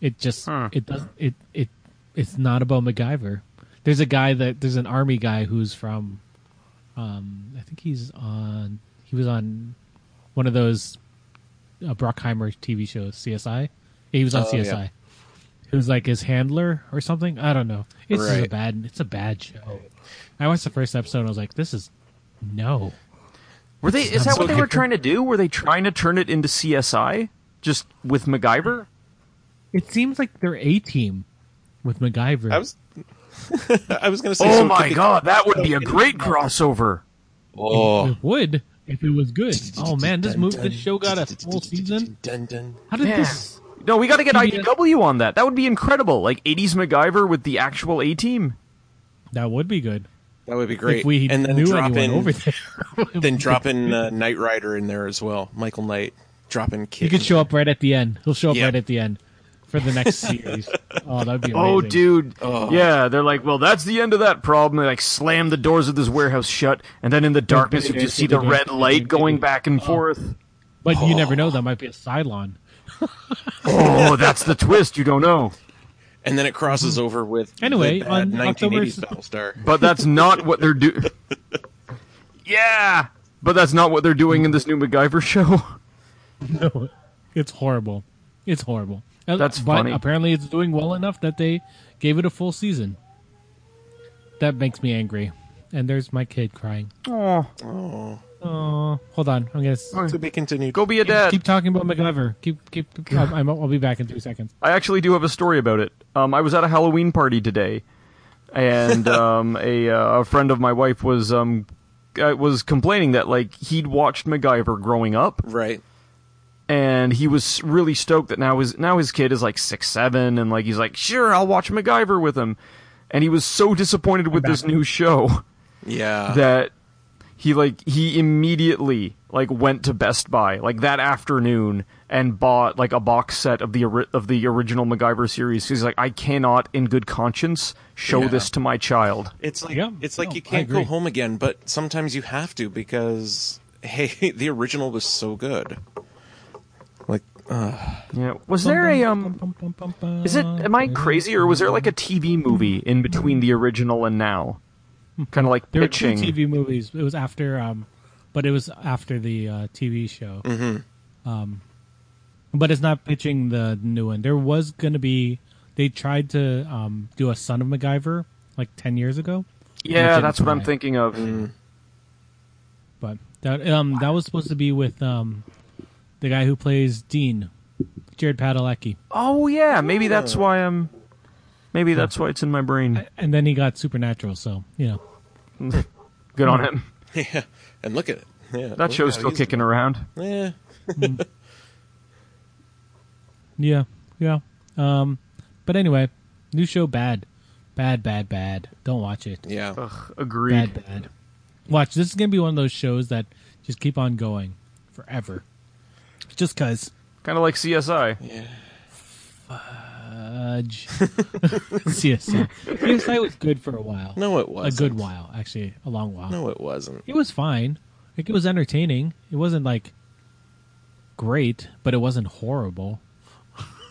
[SPEAKER 1] It just
[SPEAKER 2] Huh.
[SPEAKER 1] it does it it it's not about MacGyver. There's a guy that there's an army guy who's from, um, I think he's on he was on one of those uh, Brockheimer TV shows CSI. Yeah, he was on
[SPEAKER 3] Oh, yeah.
[SPEAKER 1] CSI. It was like his handler or something. I don't know. It's just a
[SPEAKER 3] Right.
[SPEAKER 1] bad. It's a bad show. I watched the first episode. and I was like, this is no.
[SPEAKER 2] Were they? Is that
[SPEAKER 1] Sounds
[SPEAKER 2] what they
[SPEAKER 1] okay.
[SPEAKER 2] were trying to do? Were they trying to turn it into CSI just with MacGyver?
[SPEAKER 1] It seems like they're a team with MacGyver.
[SPEAKER 3] I was, I was going to say. so
[SPEAKER 2] Oh
[SPEAKER 3] it could
[SPEAKER 2] my
[SPEAKER 3] be-
[SPEAKER 2] god, that would be a great crossover.
[SPEAKER 3] Oh.
[SPEAKER 1] It would if it was good. Oh man, this move, this show got a full season.
[SPEAKER 3] Dun, dun.
[SPEAKER 1] How did
[SPEAKER 2] Yeah.
[SPEAKER 1] this?
[SPEAKER 2] No, we got to get
[SPEAKER 1] PBS.
[SPEAKER 2] IDW on that. That would be incredible. Like 80s MacGyver with the actual A team.
[SPEAKER 1] That would be good
[SPEAKER 3] That would be great.
[SPEAKER 1] if we
[SPEAKER 3] and then
[SPEAKER 1] knew
[SPEAKER 3] drop
[SPEAKER 1] anyone
[SPEAKER 3] in,
[SPEAKER 1] over there.
[SPEAKER 3] then drop in uh, Knight Rider in there as well. Michael Knight, drop in Kid.
[SPEAKER 1] He could show up right at the end. He'll show up
[SPEAKER 3] Yeah.
[SPEAKER 1] right at the end for the next series. Oh, that'd be amazing.
[SPEAKER 2] Oh, dude.
[SPEAKER 3] Oh.
[SPEAKER 2] Yeah, they're like, well, that's the end of that problem. They like slam the doors of this warehouse shut, and then in the darkness, you just see the red light going back and forth.
[SPEAKER 1] But you never know. That might be a Cylon.
[SPEAKER 2] Oh, that's the twist. You don't know.
[SPEAKER 3] and then it crosses over with
[SPEAKER 1] Mm-hmm. Anyway,
[SPEAKER 3] the
[SPEAKER 1] on
[SPEAKER 3] bad 1980s
[SPEAKER 1] October-
[SPEAKER 3] Battlestar.
[SPEAKER 2] But that's not what they're doing. yeah, but that's not what they're doing in this new MacGyver show.
[SPEAKER 1] No, it's horrible. It's horrible. And-
[SPEAKER 2] That's
[SPEAKER 1] but
[SPEAKER 2] funny.
[SPEAKER 1] Apparently, it's doing well enough that they gave it a full season. That makes me angry. And there's my kid crying.
[SPEAKER 2] Oh,
[SPEAKER 3] Oh,
[SPEAKER 1] Oh, hold on. I'm gonna s-
[SPEAKER 3] to be continued.
[SPEAKER 2] go be a dad.
[SPEAKER 1] keep talking about MacGyver. Keep, keep. keep I'm, I'm- I'll be back in three seconds.
[SPEAKER 2] I actually do have a story about it. Um, I was at a Halloween party today, and um, a uh, a friend of my wife was um uh, was complaining that like he'd watched MacGyver growing up,
[SPEAKER 3] Right.
[SPEAKER 2] and he was really stoked that now his now his kid is like six seven, and like he's like, sure, I'll watch MacGyver with him, and he was so disappointed with this new show
[SPEAKER 3] Yeah.
[SPEAKER 2] that he like he immediately like went to Best Buy like that afternoon and bought like a box set of the ori- of the original MacGyver series. He's like, I cannot, in good conscience, show
[SPEAKER 3] Yeah.
[SPEAKER 2] this to my child.
[SPEAKER 3] It's like
[SPEAKER 1] Yeah,
[SPEAKER 3] it's like
[SPEAKER 1] no,
[SPEAKER 3] you
[SPEAKER 1] I
[SPEAKER 3] can't go
[SPEAKER 1] agree.
[SPEAKER 3] home again, but sometimes you have to because hey, the original was so good. Like
[SPEAKER 2] Yeah. Was there a um? Is it? Am I crazy or was there like a TV movie in between the original and now? Kind of like
[SPEAKER 1] There were two
[SPEAKER 2] pitching.
[SPEAKER 1] TV movies. It was after, um, but it was after the uh, TV show. Um, but it's not pitching the new one. There was going to be. They tried to um, do a Son of MacGyver like ten years ago,
[SPEAKER 2] yeah,
[SPEAKER 1] Legend
[SPEAKER 2] that's what I'm
[SPEAKER 1] Prime.
[SPEAKER 2] thinking of.
[SPEAKER 1] but that um, that was supposed to be with um, the guy who plays Dean, Jared Padalecki,
[SPEAKER 2] Oh yeah, maybe that's why I'm. Maybe that's why it's in my brain.
[SPEAKER 1] and then he got Supernatural. So you know,
[SPEAKER 2] Good on him.
[SPEAKER 3] yeah, and look at it. Yeah, look
[SPEAKER 2] That show's
[SPEAKER 3] how
[SPEAKER 2] still
[SPEAKER 3] he's-
[SPEAKER 2] kicking around.
[SPEAKER 3] Yeah.
[SPEAKER 1] yeah, yeah. Um, but anyway, new show bad, bad, bad, bad. Don't watch it.
[SPEAKER 3] Yeah.
[SPEAKER 2] Ugh, agreed.
[SPEAKER 1] bad, bad. Watch, this is gonna be one of those shows that just keep on going forever, just cause.
[SPEAKER 2] Kind of like CSI.
[SPEAKER 1] Fudge. CSI. CSI was good for a while.
[SPEAKER 3] No, it
[SPEAKER 1] a
[SPEAKER 3] wasn't.
[SPEAKER 1] good while, actually, a long while.
[SPEAKER 3] No, it wasn't.
[SPEAKER 1] It was fine. Like it was entertaining. It wasn't like great, but it wasn't horrible.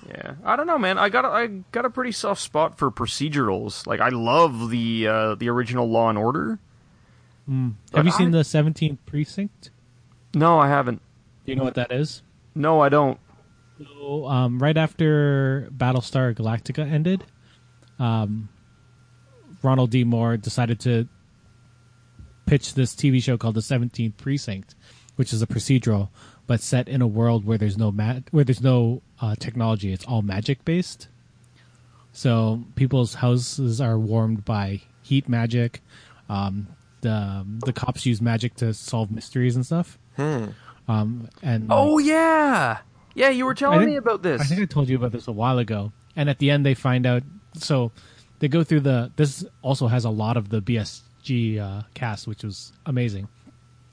[SPEAKER 2] Yeah, I don't know, man. I got a, I got a pretty soft spot for procedurals. Like I love the uh, the original Law and Order.
[SPEAKER 1] Hmm. Have you
[SPEAKER 2] But I-
[SPEAKER 1] seen the Seventeenth Precinct?
[SPEAKER 2] No, I haven't.
[SPEAKER 1] Do you know what that is?
[SPEAKER 2] No, I don't.
[SPEAKER 1] So, um, right after Battlestar Galactica ended, um, Ronald D. Moore decided to pitch this TV show called The Seventeenth Precinct, which is a procedural but set in a world where there's no ma- where there's no uh, technology. It's all magic based. So people's houses are warmed by heat magic. Um, the the cops use magic to solve mysteries and stuff. Um, and
[SPEAKER 2] Oh yeah, yeah. You were telling
[SPEAKER 1] I think-
[SPEAKER 2] me about this.
[SPEAKER 1] I think I told you about this a while ago. And at the end, they find out. So they go through the. This also has a lot of the BSG uh, cast, which was amazing.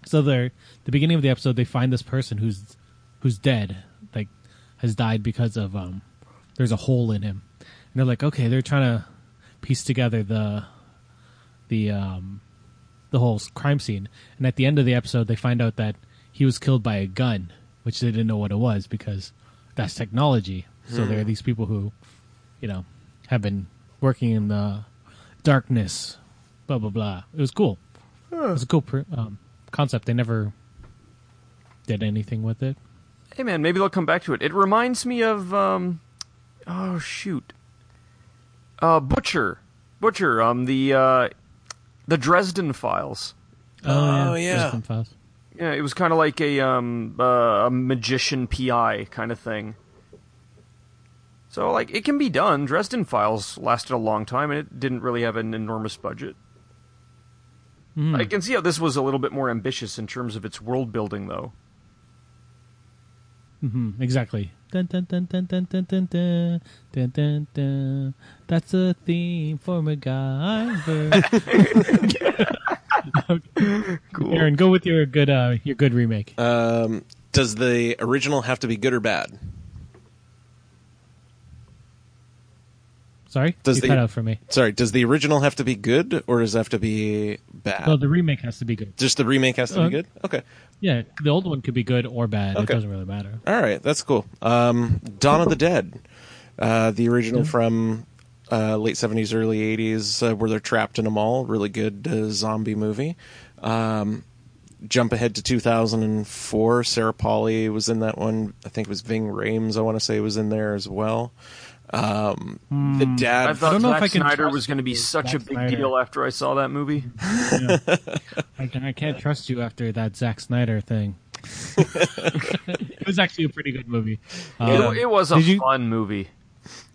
[SPEAKER 1] So they're the beginning of the episode. They find this person who's who's dead, like has died because of um. There's a hole in him, and they're like, okay, they're trying to piece together the the um the whole s- crime scene. And at the end of the episode, they find out that he was killed by a gun, which they didn't know what it was because that's technology. So there are
[SPEAKER 3] Hmm.
[SPEAKER 1] these people who, you know, have been working in the darkness, blah blah blah. It was cool. It was a cool pr- um, concept. They never did anything with it.
[SPEAKER 2] Hey man, maybe they'll come back to it. It reminds me of um oh shoot. Uh Butcher. Butcher, um the uh the Dresden files.
[SPEAKER 3] Oh, yeah.
[SPEAKER 1] Dresden Files.
[SPEAKER 2] Yeah, it was kind of like a um uh, a magician PI kind of thing. So like it can be done. Dresden files lasted a long time and it didn't really have an enormous budget. I can see how this was a little bit more ambitious in terms of its world building though.
[SPEAKER 1] Mm, exactly. Dun, dun, dun, dun, dun, dun, dun, dun, dun, dun, dun. That's a theme for MacGyver. Aaron, go with your good uh, your good remake.
[SPEAKER 3] Um, does the original have to be good or bad?
[SPEAKER 1] Sorry,
[SPEAKER 3] does
[SPEAKER 1] you
[SPEAKER 3] the-
[SPEAKER 1] cut out for me.
[SPEAKER 3] Sorry, does the original have to be good or does it have to be bad?
[SPEAKER 1] Well, the remake has to be good.
[SPEAKER 3] Just the remake has to
[SPEAKER 1] Uh,
[SPEAKER 3] be good? Okay.
[SPEAKER 1] Yeah, the old one could be good or bad. It
[SPEAKER 3] Okay.
[SPEAKER 1] doesn't really matter.
[SPEAKER 3] All right, that's cool. Um, Dawn of the Dead, uh, the original from uh, late seventies, early eighties, uh, where they're trapped in a mall. Really good uh, zombie movie. Um, jump ahead to two thousand and four. Sarah Polly was in that one. I think it was Ving Rhames. I want to say was in there as well. Um, The
[SPEAKER 1] Hmm.
[SPEAKER 2] I
[SPEAKER 3] dad.
[SPEAKER 2] thought
[SPEAKER 1] don't know if
[SPEAKER 2] Zack
[SPEAKER 1] I can
[SPEAKER 2] Snyder
[SPEAKER 1] trust
[SPEAKER 2] was going to be
[SPEAKER 1] you,
[SPEAKER 2] such a
[SPEAKER 1] Zack
[SPEAKER 2] big
[SPEAKER 1] Snyder.
[SPEAKER 2] deal after I saw that movie.
[SPEAKER 1] I, I can't trust you after that Zack Snyder thing. it was actually a pretty good movie. Um,
[SPEAKER 2] it, it was a
[SPEAKER 1] did you-
[SPEAKER 2] fun movie.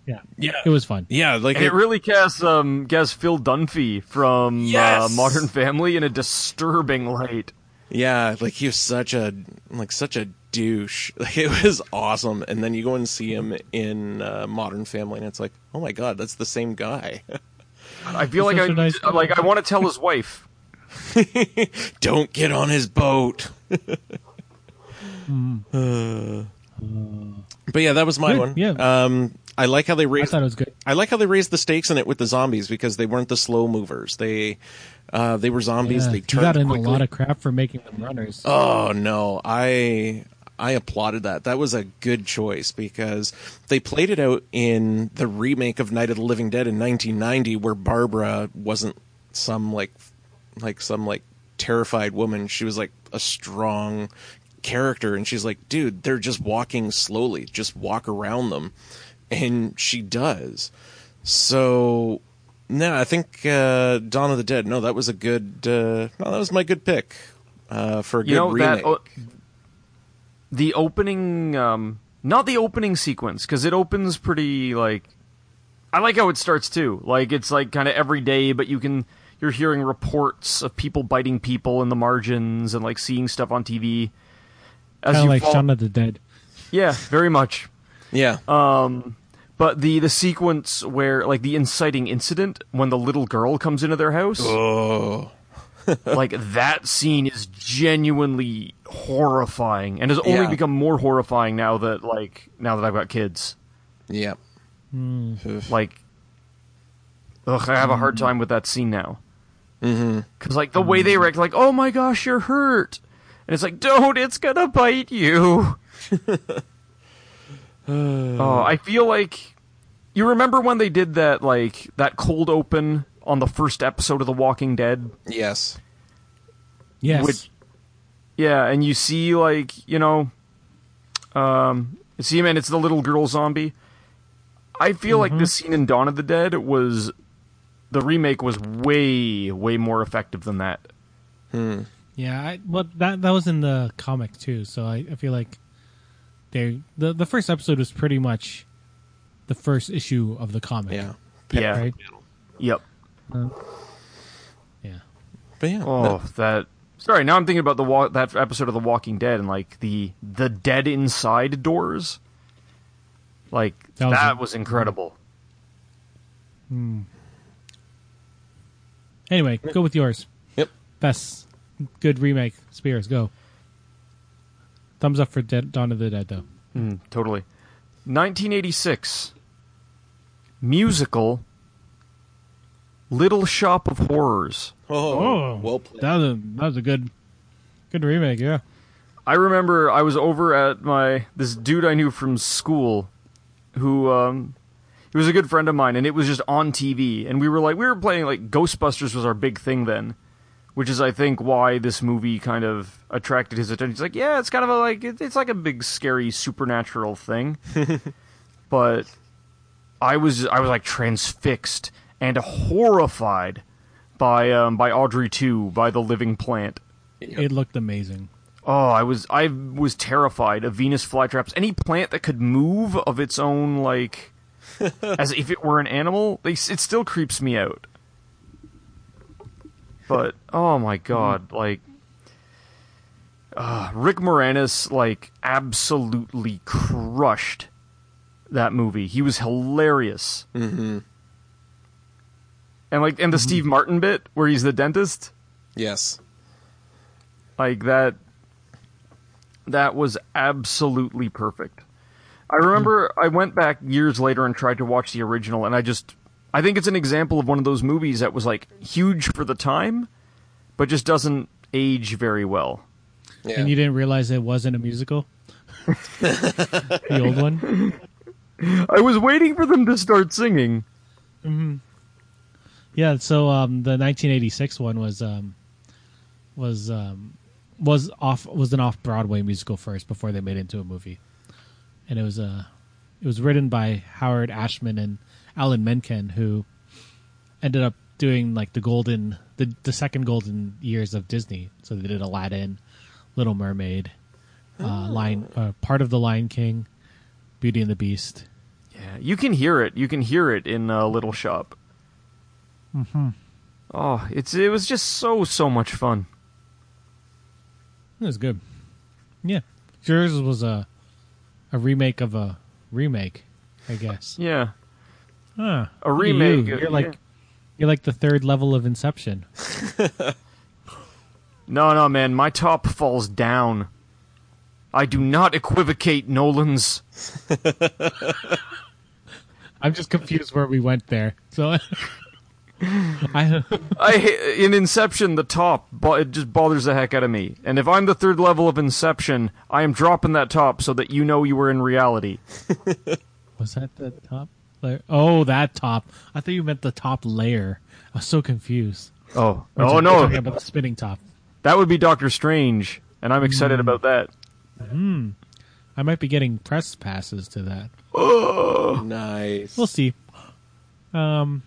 [SPEAKER 1] yeah,
[SPEAKER 3] yeah,
[SPEAKER 1] it was fun.
[SPEAKER 3] yeah, like
[SPEAKER 2] And it really casts um casts Phil Dunphy from
[SPEAKER 3] Yes!
[SPEAKER 2] uh, Modern Family in a disturbing light.
[SPEAKER 3] Yeah, like he was such a like such a douche. Like it was awesome. And then you go and see him in uh, Modern Family, and it's like, oh my god, that's the same guy.
[SPEAKER 2] I feel
[SPEAKER 1] He's
[SPEAKER 2] like I
[SPEAKER 1] such a nice guy.
[SPEAKER 2] like I want to tell his wife.
[SPEAKER 3] Don't get on his boat. uh, but yeah, that was my
[SPEAKER 1] Hmm. Good,
[SPEAKER 3] one.
[SPEAKER 1] yeah.
[SPEAKER 3] Um, I like how they
[SPEAKER 1] I
[SPEAKER 3] raised
[SPEAKER 1] thought it was good.
[SPEAKER 3] I like how they raised the stakes in it with the zombies because they weren't the slow movers. They uh, they were zombies.
[SPEAKER 1] Yeah,
[SPEAKER 3] They
[SPEAKER 1] you got
[SPEAKER 3] turned
[SPEAKER 1] in
[SPEAKER 3] quickly.
[SPEAKER 1] a lot of crap for making them runners.
[SPEAKER 3] Oh no, I I applauded that. That was a good choice because they played it out in the remake of Night of the Living Dead in 1990, where Barbara wasn't some like like some like terrified woman. She was like a strong character, and she's like, dude, they're just walking slowly. Just walk around them, and she does. So. No, I think uh, Dawn of the Dead. No, that was a good. Uh, no, that was my good pick uh, for a good
[SPEAKER 2] You know
[SPEAKER 3] remake.
[SPEAKER 2] that o- the opening, um, not the opening sequence because it opens pretty like. I like how it starts too. Like it's like kind of every day, but you can you're hearing reports of people biting people in the margins and like seeing stuff on TV.
[SPEAKER 1] Kind
[SPEAKER 2] As you
[SPEAKER 1] of like
[SPEAKER 2] fall-
[SPEAKER 1] Shaun of the Dead.
[SPEAKER 2] yeah, very much.
[SPEAKER 3] yeah,
[SPEAKER 2] uh, But the the sequence where like the inciting incident when the little girl comes into their house,
[SPEAKER 3] oh,
[SPEAKER 2] like that scene is genuinely horrifying and has only
[SPEAKER 3] Yeah.
[SPEAKER 2] become more horrifying now that like now that I've got kids.
[SPEAKER 3] yeah.
[SPEAKER 1] Hmm.
[SPEAKER 3] Oof.
[SPEAKER 2] Like ugh, I have a hard time with that scene now. Mm-hmm. Cuz like the way they react like, "Oh my gosh, you're hurt." And it's like, "Don't, it's going to bite you." Oh, I feel like you remember when they did that like that cold open on the first episode of The Walking Dead?
[SPEAKER 3] yes,
[SPEAKER 1] Yes.
[SPEAKER 2] Which- Yeah, and you see like you know, um, see man, it's the Mm-hmm. little girl zombie. I feel like this scene in Dawn of the Dead was the remake was way way more effective than that.
[SPEAKER 1] Yeah, I, well, that that was in the comic too, so I, I feel like they the the first episode was pretty much the first issue of the comic.
[SPEAKER 3] Yeah.
[SPEAKER 2] Yeah.
[SPEAKER 1] Right.
[SPEAKER 2] Yep.
[SPEAKER 1] Yeah.
[SPEAKER 3] But yeah.
[SPEAKER 2] Oh, that. Sorry, now I'm thinking about the wa- that episode of The Walking Dead and like the the dead inside doors. Like
[SPEAKER 1] That
[SPEAKER 2] that
[SPEAKER 1] was-
[SPEAKER 2] was, incredible.
[SPEAKER 1] Anyway, go with yours.
[SPEAKER 3] Yep.
[SPEAKER 1] Best good remake. Spears, go. Thumbs up for Dead, Dawn of the Dead, though.
[SPEAKER 2] Mm, totally. 1986 musical Little Shop of Horrors.
[SPEAKER 3] Oh, well played.
[SPEAKER 1] that was a, that was a good good remake. Yeah.
[SPEAKER 2] I remember I was over at my this dude I knew from school, who um, he was a good friend of mine, and it was just on TV, and we were like we were playing like Ghostbusters was our big thing then, which is I think why this movie kind of attracted his attention. He's like, yeah, it's kind of a like it, it's like a big scary supernatural thing, but I was I was like transfixed and horrified by um, by Audrey two by the living plant.
[SPEAKER 1] It looked amazing.
[SPEAKER 2] Oh, I was I was terrified of Venus flytraps. Any plant that could move of its own, like as if it were an animal, they, it still creeps me out. But oh my god, like uh, Rick Moranis, like absolutely crushed that movie. He was hilarious. Mm-hmm. And like, and the Steve Martin bit where he's the dentist
[SPEAKER 3] Yes.
[SPEAKER 2] like that that was absolutely perfect i remember
[SPEAKER 1] Hmm.
[SPEAKER 2] i went back years later and tried to watch the original and i just i think it's an example of one of those movies that was like huge for the time but just doesn't age very well
[SPEAKER 3] Yeah.
[SPEAKER 1] And you didn't realize it wasn't a musical? the old one?
[SPEAKER 2] i was waiting for them to start singing
[SPEAKER 1] Yeah, so um, the 1986 one was um, was um, was off was an off-Broadway musical first before they made it into a movie. And it was uh, it was written by Howard Ashman and Alan Menken who ended up doing like the golden the, the second golden years of Disney. So they did Aladdin, Little Mermaid, uh, Lion uh, part of the Lion King, Beauty and the Beast.
[SPEAKER 2] yeah you can hear it you can hear it in uh, little shop mm-hmm. oh it's it was just so so much fun
[SPEAKER 1] It was good. Yeah, yours was a a remake of a remake, I guess.
[SPEAKER 2] yeah
[SPEAKER 1] Huh.
[SPEAKER 2] a
[SPEAKER 1] Look at
[SPEAKER 2] remake
[SPEAKER 1] You.
[SPEAKER 2] uh,
[SPEAKER 1] are like
[SPEAKER 2] yeah.
[SPEAKER 1] you're like the third level of Inception.
[SPEAKER 2] No, no, man, my top falls down. I do not equivocate Nolan's.
[SPEAKER 1] I'm just confused where we went there. So I
[SPEAKER 2] I ha- in Inception the top, but it just bothers the heck out of me. And if I'm the third level of Inception, I am dropping that top so that you know you were in reality.
[SPEAKER 1] was that the top layer. Oh, that top. I thought you meant the top layer. I was so confused.
[SPEAKER 2] Oh,
[SPEAKER 1] We're
[SPEAKER 2] oh
[SPEAKER 1] talking- we're
[SPEAKER 2] no,
[SPEAKER 1] talking about the spinning top.
[SPEAKER 2] that would be Doctor Strange, and I'm
[SPEAKER 1] Hmm.
[SPEAKER 2] excited about that.
[SPEAKER 1] I might be getting press passes to that.
[SPEAKER 3] Nice.
[SPEAKER 1] We'll see. Um,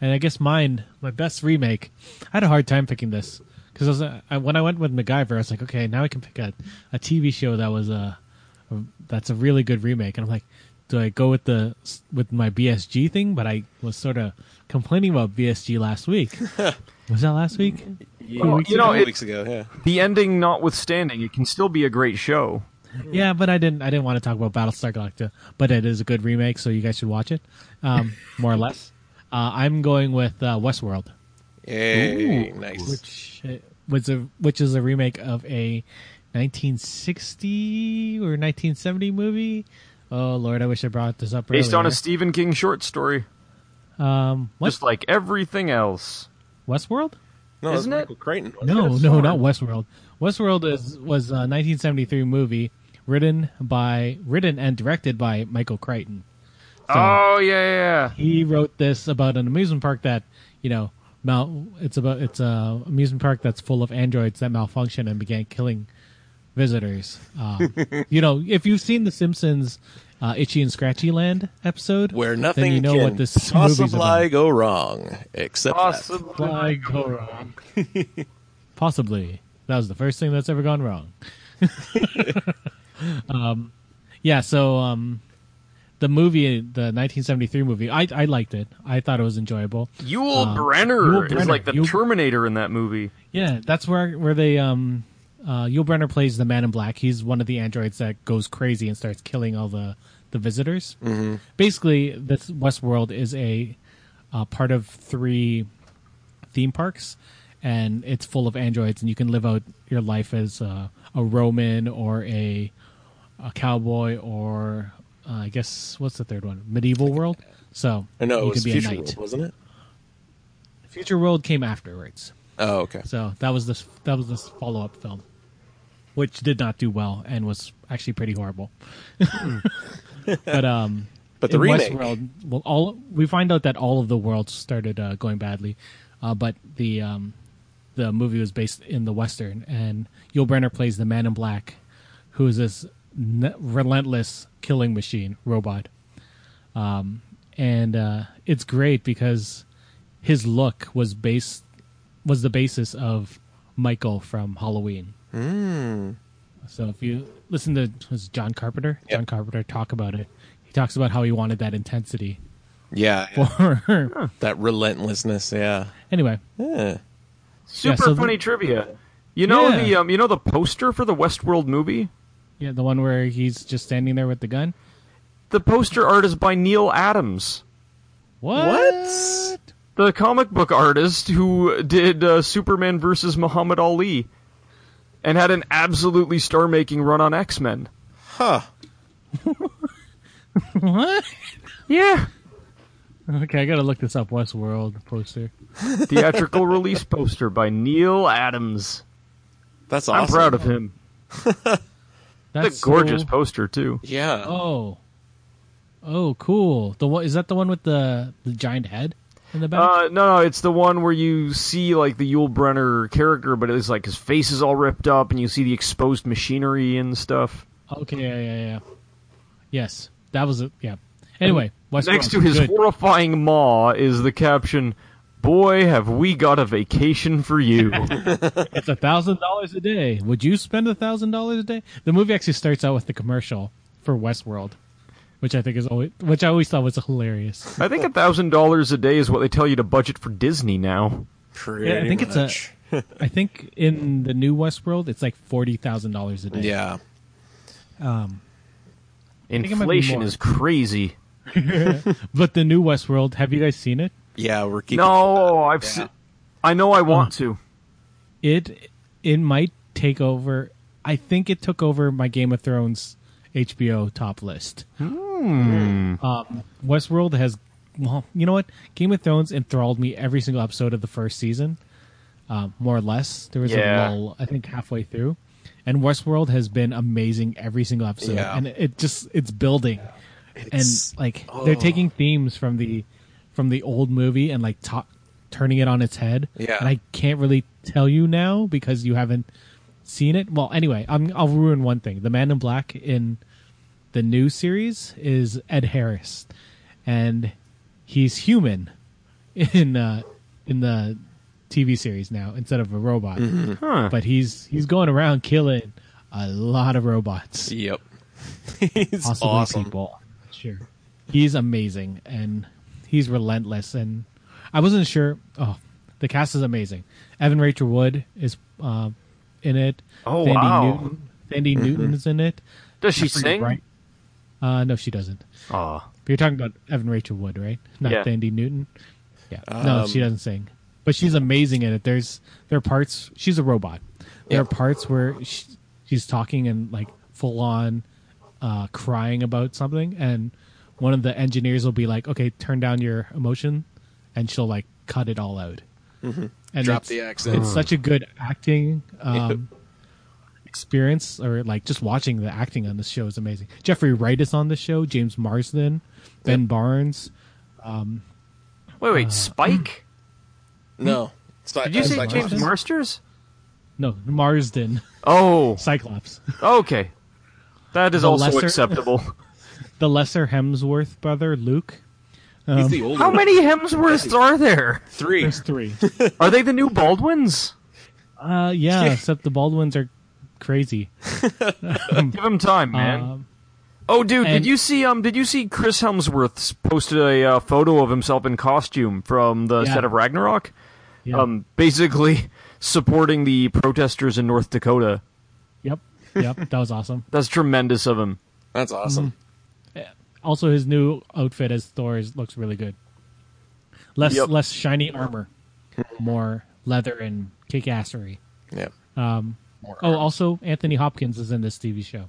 [SPEAKER 1] and I guess mine, my best remake. I had a hard time picking this because I was uh, I, when I went with MacGyver, I was like, okay, now I can pick a, a TV show that was a, a that's a really good remake, and I'm like, do I go with the with my BSG thing? But I was sort of complaining about BSG last week. was that last week? Two
[SPEAKER 2] Well,
[SPEAKER 1] weeks
[SPEAKER 2] you
[SPEAKER 1] ago?
[SPEAKER 2] know, it-
[SPEAKER 3] weeks ago, yeah.
[SPEAKER 2] The ending notwithstanding, it can still be a great show.
[SPEAKER 1] Yeah, but I didn't. I didn't want to talk about Battlestar Galactica, but it is a good remake, so you guys should watch it, um, more or less. Uh, I'm going with uh, Westworld.
[SPEAKER 3] Yay, nice.
[SPEAKER 1] which uh, was a which is a remake of a 1960 or 1970 movie. Oh Lord, I wish I brought this up.
[SPEAKER 2] Based on a
[SPEAKER 1] earlier.
[SPEAKER 2] Stephen King short story,
[SPEAKER 1] um, what
[SPEAKER 2] just like everything else.
[SPEAKER 1] Westworld?
[SPEAKER 3] No, that's
[SPEAKER 2] Isn't it?
[SPEAKER 3] Michael Crichton. wasn't
[SPEAKER 1] No,
[SPEAKER 2] That's
[SPEAKER 1] no,
[SPEAKER 2] fine.
[SPEAKER 1] not Westworld. Westworld is was a 1973 movie written by written and directed by Michael Crichton. So
[SPEAKER 2] Oh yeah, yeah,
[SPEAKER 1] he wrote this about an amusement park that you know mal- it's about it's a amusement park that's full of androids that malfunction and began killing visitors um, you know if you've seen the simpsons uh, Itchy and Scratchy Land episode,
[SPEAKER 3] where
[SPEAKER 1] then
[SPEAKER 3] nothing
[SPEAKER 1] you know
[SPEAKER 3] can
[SPEAKER 1] what this movie's
[SPEAKER 3] possibly
[SPEAKER 1] about.
[SPEAKER 3] go wrong, except that.
[SPEAKER 1] Why go wrong? Possibly that was the first thing that's ever gone wrong. um, yeah, so um, the movie, the 1973 movie, I I liked it. I thought it was enjoyable.
[SPEAKER 2] Yul
[SPEAKER 1] Um,
[SPEAKER 2] Brenner
[SPEAKER 1] Yul
[SPEAKER 2] is
[SPEAKER 1] Brynner.
[SPEAKER 2] like the
[SPEAKER 1] Yul-
[SPEAKER 2] Terminator in that movie.
[SPEAKER 1] Yeah, that's where where they um uh Yul Brenner plays the man in black. He's one of the androids that goes crazy and starts killing all the the visitors. Mm-hmm. Basically, this Westworld is a uh, part of three theme parks and it's full of androids and you can live out your life as uh, a Roman or a a cowboy or uh, I guess what's the third one? Medieval world. So
[SPEAKER 3] Or Uh, no,
[SPEAKER 1] you
[SPEAKER 3] it was
[SPEAKER 1] can be
[SPEAKER 3] Future
[SPEAKER 1] a knight.
[SPEAKER 3] World, wasn't it?
[SPEAKER 1] Future World came afterwards.
[SPEAKER 3] Oh, okay.
[SPEAKER 1] So that was this that was this follow up film, which did not do well and was actually pretty horrible. but um,
[SPEAKER 3] But the
[SPEAKER 1] in
[SPEAKER 3] remake.
[SPEAKER 1] Westworld, well, all we find out that all of the worlds started uh, going badly, uh, but the um, the movie was based in the western, and Yul Brenner plays the Man in Black, who is this n- relentless killing machine robot Um, and uh, it's great because his look was based was the basis of Michael from Halloween. Mm. So if you listen to was it John Carpenter,
[SPEAKER 3] Yep.
[SPEAKER 1] John Carpenter talk about it, he talks about how he wanted that intensity.
[SPEAKER 3] Yeah, yeah.
[SPEAKER 1] For
[SPEAKER 3] that relentlessness. Yeah.
[SPEAKER 1] anyway,
[SPEAKER 3] Yeah.
[SPEAKER 2] Super
[SPEAKER 1] so the-
[SPEAKER 2] funny trivia. You know
[SPEAKER 1] Yeah.
[SPEAKER 2] the um, you know the poster for the Westworld movie.
[SPEAKER 1] yeah, the one where he's just standing there with the gun.
[SPEAKER 2] The poster art is by Neil Adams,
[SPEAKER 1] What?
[SPEAKER 3] What?
[SPEAKER 2] the comic book artist who did uh, Superman versus Muhammad Ali, and had an absolutely star-making run on X Men.
[SPEAKER 3] Huh.
[SPEAKER 1] What?
[SPEAKER 2] Yeah,
[SPEAKER 1] Okay, I gotta look this up. Westworld poster.
[SPEAKER 2] theatrical release poster by Neil Adams.
[SPEAKER 3] That's awesome.
[SPEAKER 2] I'm proud of him.
[SPEAKER 1] That's
[SPEAKER 2] That's a gorgeous
[SPEAKER 1] so-
[SPEAKER 2] poster too.
[SPEAKER 3] Yeah.
[SPEAKER 1] Oh, oh, cool. The one is that the one with the the giant head in the back?
[SPEAKER 2] Uh, no, no, it's the one where you see like the Yul Brenner character, but it's like his face is all ripped up, and you see the exposed machinery and stuff
[SPEAKER 1] okay, yeah, yeah, yeah. Yes, that was it. Yeah. Anyway, Westworld.
[SPEAKER 2] next to his
[SPEAKER 1] Good.
[SPEAKER 2] horrifying maw. Is the caption, "Boy, have we got a vacation for you."
[SPEAKER 1] it's a thousand dollars a day. Would you spend a thousand dollars a day? The movie actually starts out with the commercial for Westworld, which I think is always, which I always thought was hilarious.
[SPEAKER 2] I think a thousand dollars a day is what they tell you to budget for Disney now.
[SPEAKER 3] Pretty
[SPEAKER 1] Yeah, I think it's a-
[SPEAKER 3] much.
[SPEAKER 1] I think in the new Westworld, it's like forty thousand dollars a day.
[SPEAKER 3] Yeah.
[SPEAKER 1] think it might be
[SPEAKER 2] Inflation
[SPEAKER 1] more.
[SPEAKER 2] is crazy.
[SPEAKER 1] But the new Westworld, have you guys seen it?
[SPEAKER 3] Yeah, we're keeping.
[SPEAKER 2] No, I've. se- I know I want to.
[SPEAKER 1] it it might take over i think it took over my game of thrones hbo top list
[SPEAKER 3] Hmm.
[SPEAKER 1] um, westworld has well you know what game of thrones enthralled me every single episode of the first season um, more or less there was
[SPEAKER 2] Yeah.
[SPEAKER 1] a lull i think halfway through and westworld has been amazing every single episode
[SPEAKER 3] Yeah.
[SPEAKER 1] and it just it's building
[SPEAKER 3] It's-
[SPEAKER 1] and like they're taking themes from the from the old movie and like to- turning it on its head.
[SPEAKER 3] Yeah.
[SPEAKER 1] And I can't really tell you now because you haven't seen it. Well, anyway, I'm, I'll ruin one thing. The Man in Black in the new series is Ed Harris, and he's human in uh, in the TV series now instead of a robot.
[SPEAKER 2] Huh.
[SPEAKER 1] But he's he's going around killing a lot of robots
[SPEAKER 3] Yep. He's
[SPEAKER 1] possibly
[SPEAKER 3] awesome.
[SPEAKER 1] people. Sure, he's amazing and he's relentless. And I wasn't sure. Oh, the cast is amazing. Evan Rachel Wood is um, in it.
[SPEAKER 2] Oh,
[SPEAKER 1] Thandie
[SPEAKER 2] wow.
[SPEAKER 1] Newton, Thandie Newton is in it.
[SPEAKER 2] Does she
[SPEAKER 1] I forget,
[SPEAKER 2] sing?
[SPEAKER 1] Right? Uh, no, she doesn't.
[SPEAKER 2] Aw.
[SPEAKER 1] But you're talking about Evan Rachel Wood, right? Not
[SPEAKER 2] Yeah.
[SPEAKER 1] Thandie Newton. Yeah. no,
[SPEAKER 3] Um,
[SPEAKER 1] she doesn't sing, but she's amazing in it. There's there are parts. She's a robot. There are parts where she, she's talking and like full on uh, crying about something, and one of the engineers will be like, "Okay, turn down your emotion," and she'll like cut it all out. And
[SPEAKER 3] Mm-hmm. Drop
[SPEAKER 1] it's-
[SPEAKER 3] the accent.
[SPEAKER 1] It's such a good acting. Um, experience or like just watching the acting on this show is amazing. Jeffrey Wright is on this show, James Marsden, Ben Barnes.
[SPEAKER 2] Wait, wait, Spike?
[SPEAKER 3] No. It's not-
[SPEAKER 2] Did you
[SPEAKER 3] it's
[SPEAKER 2] say
[SPEAKER 3] like-
[SPEAKER 2] James
[SPEAKER 1] Marsden?
[SPEAKER 2] Marsters?
[SPEAKER 1] No, Marsden,
[SPEAKER 2] Oh,
[SPEAKER 1] Cyclops.
[SPEAKER 2] okay. That is
[SPEAKER 1] The
[SPEAKER 2] also
[SPEAKER 1] lesser-
[SPEAKER 2] acceptable.
[SPEAKER 1] the lesser Hemsworth brother, Luke.
[SPEAKER 3] He's
[SPEAKER 1] Um,
[SPEAKER 3] the older
[SPEAKER 2] How
[SPEAKER 3] one.
[SPEAKER 2] many Hemsworths are there?
[SPEAKER 3] Three.
[SPEAKER 1] There's three.
[SPEAKER 2] Are they the new Baldwins?
[SPEAKER 1] Uh, yeah, except the Baldwins are crazy.
[SPEAKER 2] Give him time, man.
[SPEAKER 1] Um,
[SPEAKER 2] oh, dude,
[SPEAKER 1] and-
[SPEAKER 2] did you see? Um, did you see Chris Hemsworth posted a uh, photo of himself in costume from the
[SPEAKER 1] Yeah.
[SPEAKER 2] set of Ragnarok?
[SPEAKER 1] yeah.
[SPEAKER 2] Um, basically supporting the protesters in North Dakota.
[SPEAKER 1] yep. Yep. That was awesome.
[SPEAKER 2] That's tremendous of him.
[SPEAKER 3] That's awesome.
[SPEAKER 1] Also, his new outfit as Thor is, looks really good. Less
[SPEAKER 2] Yep.
[SPEAKER 1] less shiny armor, more leather and kick assery.
[SPEAKER 3] Yeah.
[SPEAKER 1] Oh, also Anthony Hopkins is in this TV show,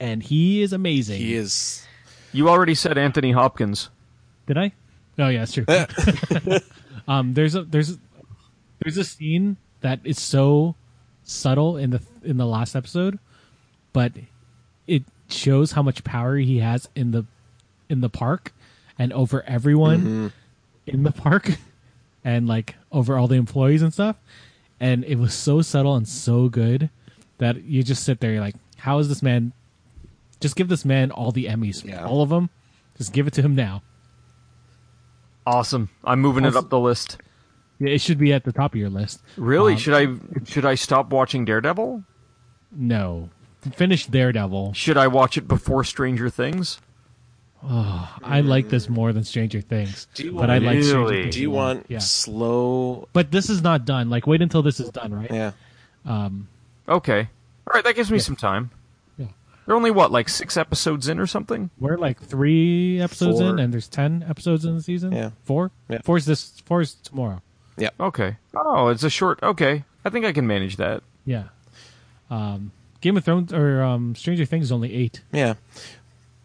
[SPEAKER 1] and he is amazing.
[SPEAKER 3] He is.
[SPEAKER 2] You already said Anthony Hopkins.
[SPEAKER 1] Did I? Oh yeah, it's true. um, there's a there's there's a scene that is so subtle in the in the last episode, but it shows how much power he has in the in the park and over everyone in the park and like over all the employees and stuff. And it was so subtle and so good that you just sit there, you're like, how is this man? Just give this man all the Emmys,
[SPEAKER 3] Yeah.
[SPEAKER 1] all of them. Just give it to him now.
[SPEAKER 2] Awesome. I'm moving it
[SPEAKER 1] Awesome.
[SPEAKER 2] up the list.
[SPEAKER 1] Yeah, it should be at the top of your list.
[SPEAKER 2] Really?
[SPEAKER 1] Um,
[SPEAKER 2] should I should I stop watching Daredevil?
[SPEAKER 1] No. Finish Daredevil.
[SPEAKER 2] Should I watch it before Stranger Things?
[SPEAKER 1] I like this more than Stranger Things.
[SPEAKER 3] Do you
[SPEAKER 1] but I
[SPEAKER 3] want-
[SPEAKER 1] like Stranger
[SPEAKER 2] Really?
[SPEAKER 1] Things
[SPEAKER 3] Do you
[SPEAKER 1] more.
[SPEAKER 3] want
[SPEAKER 1] Yeah.
[SPEAKER 3] slow?
[SPEAKER 1] But this is not done. Like, wait until this is done, right?
[SPEAKER 3] Yeah.
[SPEAKER 2] Okay. All right, that gives me some time.
[SPEAKER 1] Yeah.
[SPEAKER 2] They're only what, like six episodes in or something?
[SPEAKER 1] We're like three episodes
[SPEAKER 3] Four.
[SPEAKER 1] in, and there's ten episodes in the season.
[SPEAKER 3] Yeah.
[SPEAKER 1] Four.
[SPEAKER 3] Yeah.
[SPEAKER 1] Four's this. Four's tomorrow.
[SPEAKER 2] Okay. Oh, it's a short. Okay, I think I can manage that.
[SPEAKER 1] Yeah. Um, Game of Thrones or um, Stranger Things is only eight.
[SPEAKER 3] Yeah.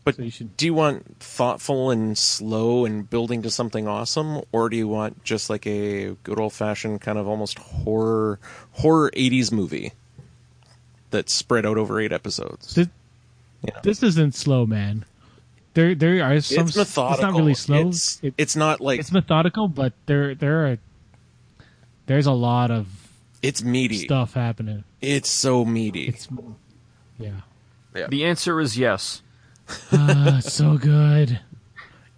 [SPEAKER 3] But
[SPEAKER 1] So you should-
[SPEAKER 3] do you want thoughtful and slow and building to something awesome, or do you want just like a good old fashioned kind of almost horror horror eighties movie that's spread out over eight episodes?
[SPEAKER 1] This,
[SPEAKER 3] Yeah.
[SPEAKER 1] this isn't slow, man. There, there are some.
[SPEAKER 3] it's methodical.
[SPEAKER 1] It's not really slow.
[SPEAKER 3] It's,
[SPEAKER 1] It-
[SPEAKER 3] it's not like
[SPEAKER 1] it's
[SPEAKER 3] it's,
[SPEAKER 1] methodical, but there, there are. There's a lot of
[SPEAKER 3] meaty.
[SPEAKER 1] stuff happening.
[SPEAKER 3] It's so meaty.
[SPEAKER 1] It's yeah,
[SPEAKER 2] The answer is yes.
[SPEAKER 1] uh, it's so good.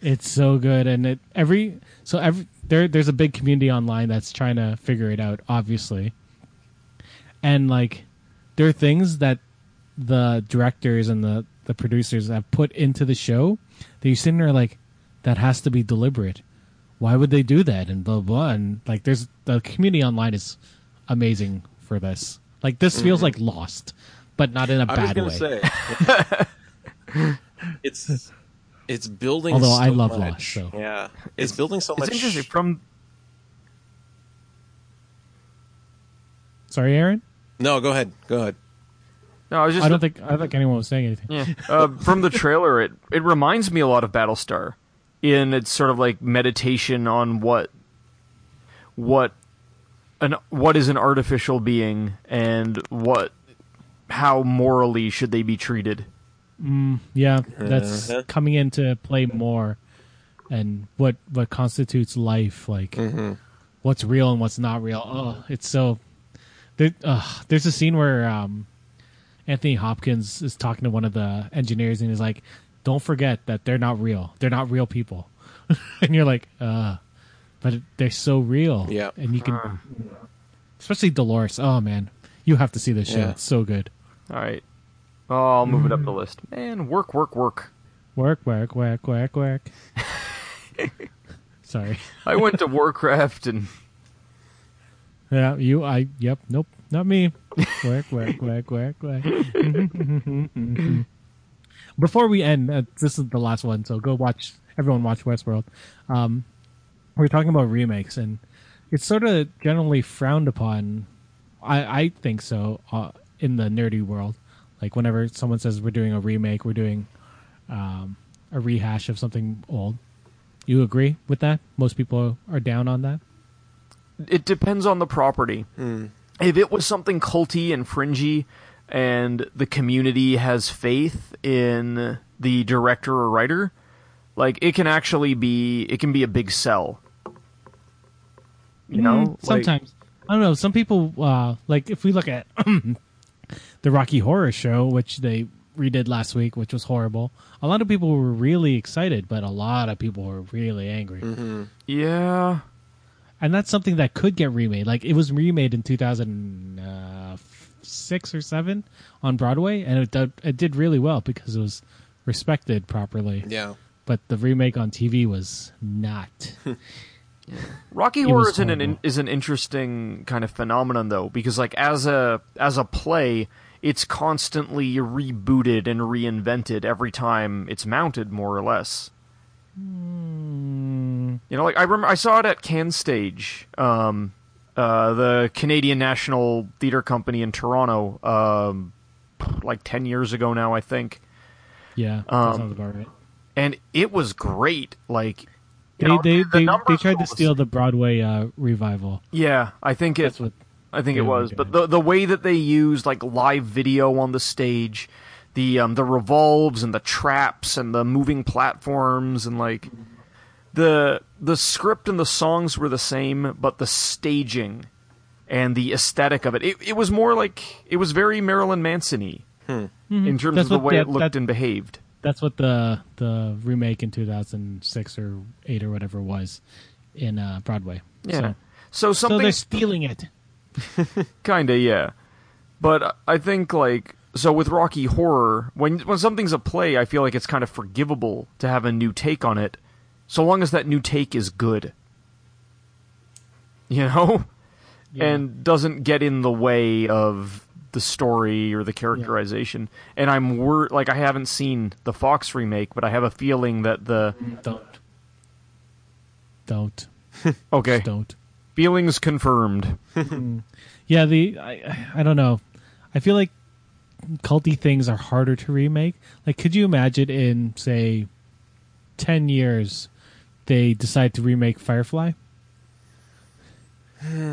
[SPEAKER 1] It's so good, and it every so every there there's a big community online that's trying to figure it out, obviously. And like, there are things that the directors and the the producers have put into the show that you sit there like, that has to be deliberate. Why would they do that? And blah blah. And like, there's the community online is amazing for this. Like, this feels like Lost, but not in a
[SPEAKER 3] Mm-hmm. I was
[SPEAKER 1] bad
[SPEAKER 3] gonna
[SPEAKER 1] way.
[SPEAKER 3] say it's it's building.
[SPEAKER 1] Although
[SPEAKER 3] so
[SPEAKER 1] I love
[SPEAKER 3] much.
[SPEAKER 1] Lost, so.
[SPEAKER 3] yeah, it's, building so
[SPEAKER 2] It's
[SPEAKER 3] much.
[SPEAKER 2] interesting. From
[SPEAKER 1] Sorry, Aaron.
[SPEAKER 3] No, go ahead. Go ahead.
[SPEAKER 2] no, I was just
[SPEAKER 1] I don't think I don't think anyone was saying anything.
[SPEAKER 2] Yeah. Uh, from the trailer, it it reminds me a lot of Battlestar, in its sort of like meditation on what what an what is an artificial being and what how morally should they be treated.
[SPEAKER 1] Yeah, that's
[SPEAKER 3] Uh-huh.
[SPEAKER 1] coming into play more, and what what constitutes life, like
[SPEAKER 3] Mm-hmm.
[SPEAKER 1] what's real and what's not real. Oh, it's so. There, uh, there's a scene where um, Anthony Hopkins is talking to one of the engineers, and he's like, "Don't forget that they're not real. They're not real people," and you're like, "Uh," but it- they're so real.
[SPEAKER 3] Yeah.
[SPEAKER 1] and you can, especially Dolores. Oh man, you have to see this show.
[SPEAKER 3] Yeah.
[SPEAKER 1] It's so good.
[SPEAKER 2] All right. Oh, I'll move it up the
[SPEAKER 1] Hmm.
[SPEAKER 2] list. Man, work, work, work.
[SPEAKER 1] Work, work, work, work, work. Sorry.
[SPEAKER 2] I went to Warcraft and
[SPEAKER 1] Yeah, you, I, yep, nope, not me. Work, work, work, work, work. Before we end, uh, this is the last one, so go watch, everyone watch Westworld. Um, we we're talking about remakes, and it's sort of generally frowned upon, I, I think so, uh, in the nerdy world. Like, whenever someone says we're doing a remake, we're doing um, a rehash of something old. You agree with that? Most people are down on that?
[SPEAKER 2] it depends on the property. If it was something culty and fringy, and the community has faith in the director or writer, like it can actually be, it can be a big sell. You know, Like,
[SPEAKER 1] Mm, sometimes I don't know. Some people uh, like if we look at the Rocky Horror Show, which they redid last week, which was horrible. A lot of people were really excited, but a lot of people were really angry.
[SPEAKER 2] Yeah.
[SPEAKER 1] And that's something that could get remade. Like it was remade in 2006 or 7 on Broadway and it did, it did really well because it was respected properly.
[SPEAKER 3] Yeah.
[SPEAKER 1] But the remake on TV was not.
[SPEAKER 2] Rocky
[SPEAKER 1] It
[SPEAKER 2] Horror
[SPEAKER 1] was
[SPEAKER 2] is an, an
[SPEAKER 1] horrible.
[SPEAKER 2] is an interesting kind of phenomenon though because like as a as a play it's constantly rebooted and reinvented every time it's mounted more or less.
[SPEAKER 1] Hmm.
[SPEAKER 2] You know like I remember I saw it at Can Stage um uh the Canadian National Theatre Company in Toronto um like 10 years ago now I think
[SPEAKER 1] yeah. that
[SPEAKER 2] Um,
[SPEAKER 1] sounds about right.
[SPEAKER 2] and it was great like
[SPEAKER 1] They,
[SPEAKER 2] you know,
[SPEAKER 1] they,
[SPEAKER 2] the
[SPEAKER 1] they, they
[SPEAKER 2] numbers
[SPEAKER 1] tried
[SPEAKER 2] were
[SPEAKER 1] to steal the Broadway uh, revival.
[SPEAKER 2] Yeah, I think it
[SPEAKER 1] That's what
[SPEAKER 2] I think it
[SPEAKER 1] Yeah,
[SPEAKER 2] was.
[SPEAKER 1] okay.
[SPEAKER 2] But the the way that they used like live video on the stage, the um the revolves and the traps and the moving platforms and like the the script and the songs were the same, but the staging and the aesthetic of it. It it was more like it was very Marilyn Manson-y in terms
[SPEAKER 1] Hmm. That's
[SPEAKER 2] of the
[SPEAKER 1] what
[SPEAKER 2] way
[SPEAKER 1] that-
[SPEAKER 2] it looked
[SPEAKER 1] that-
[SPEAKER 2] and behaved.
[SPEAKER 1] That's what the the remake in 2006 or 8 or whatever was in uh, Broadway.
[SPEAKER 2] Yeah.
[SPEAKER 1] So, so
[SPEAKER 2] So, something
[SPEAKER 1] they're stealing it.
[SPEAKER 2] Kinda, yeah. But I think like so with Rocky Horror, when when something's a play, I feel like it's kind of forgivable to have a new take on it, so long as that new take is good. You know,
[SPEAKER 1] Yeah.
[SPEAKER 2] and doesn't get in the way of the story or the characterization. And I'm wor- like I haven't seen the Fox remake, but I have a feeling that the
[SPEAKER 1] Don't. Don't.
[SPEAKER 2] okay
[SPEAKER 1] Don't.
[SPEAKER 2] feelings confirmed.
[SPEAKER 1] Yeah, the I, I don't know. I feel like culty things are harder to remake. Like, could you imagine in say ten years they decide to remake Firefly?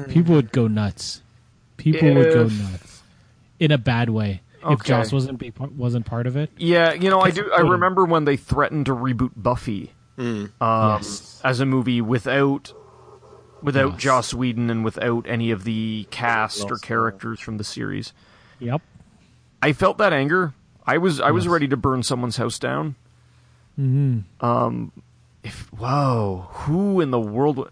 [SPEAKER 1] People would go nuts. People would go
[SPEAKER 2] Hmm. If-
[SPEAKER 1] nuts in a bad way if
[SPEAKER 2] Okay.
[SPEAKER 1] Joss wasn't be, wasn't part of it.
[SPEAKER 2] Yeah, you know, I do. I
[SPEAKER 1] Definitely.
[SPEAKER 2] remember when they threatened to reboot Buffy um,
[SPEAKER 1] Yes.
[SPEAKER 2] as a movie without without
[SPEAKER 1] Yes.
[SPEAKER 2] Joss Whedon and without any of the cast or
[SPEAKER 3] Lost
[SPEAKER 2] characters from the series.
[SPEAKER 1] Yep.
[SPEAKER 2] I felt that anger. I was I was
[SPEAKER 1] Yes. Mm-hmm.
[SPEAKER 2] ready to burn someone's house down. Mm-hmm. Um, if whoa, who in the world? would-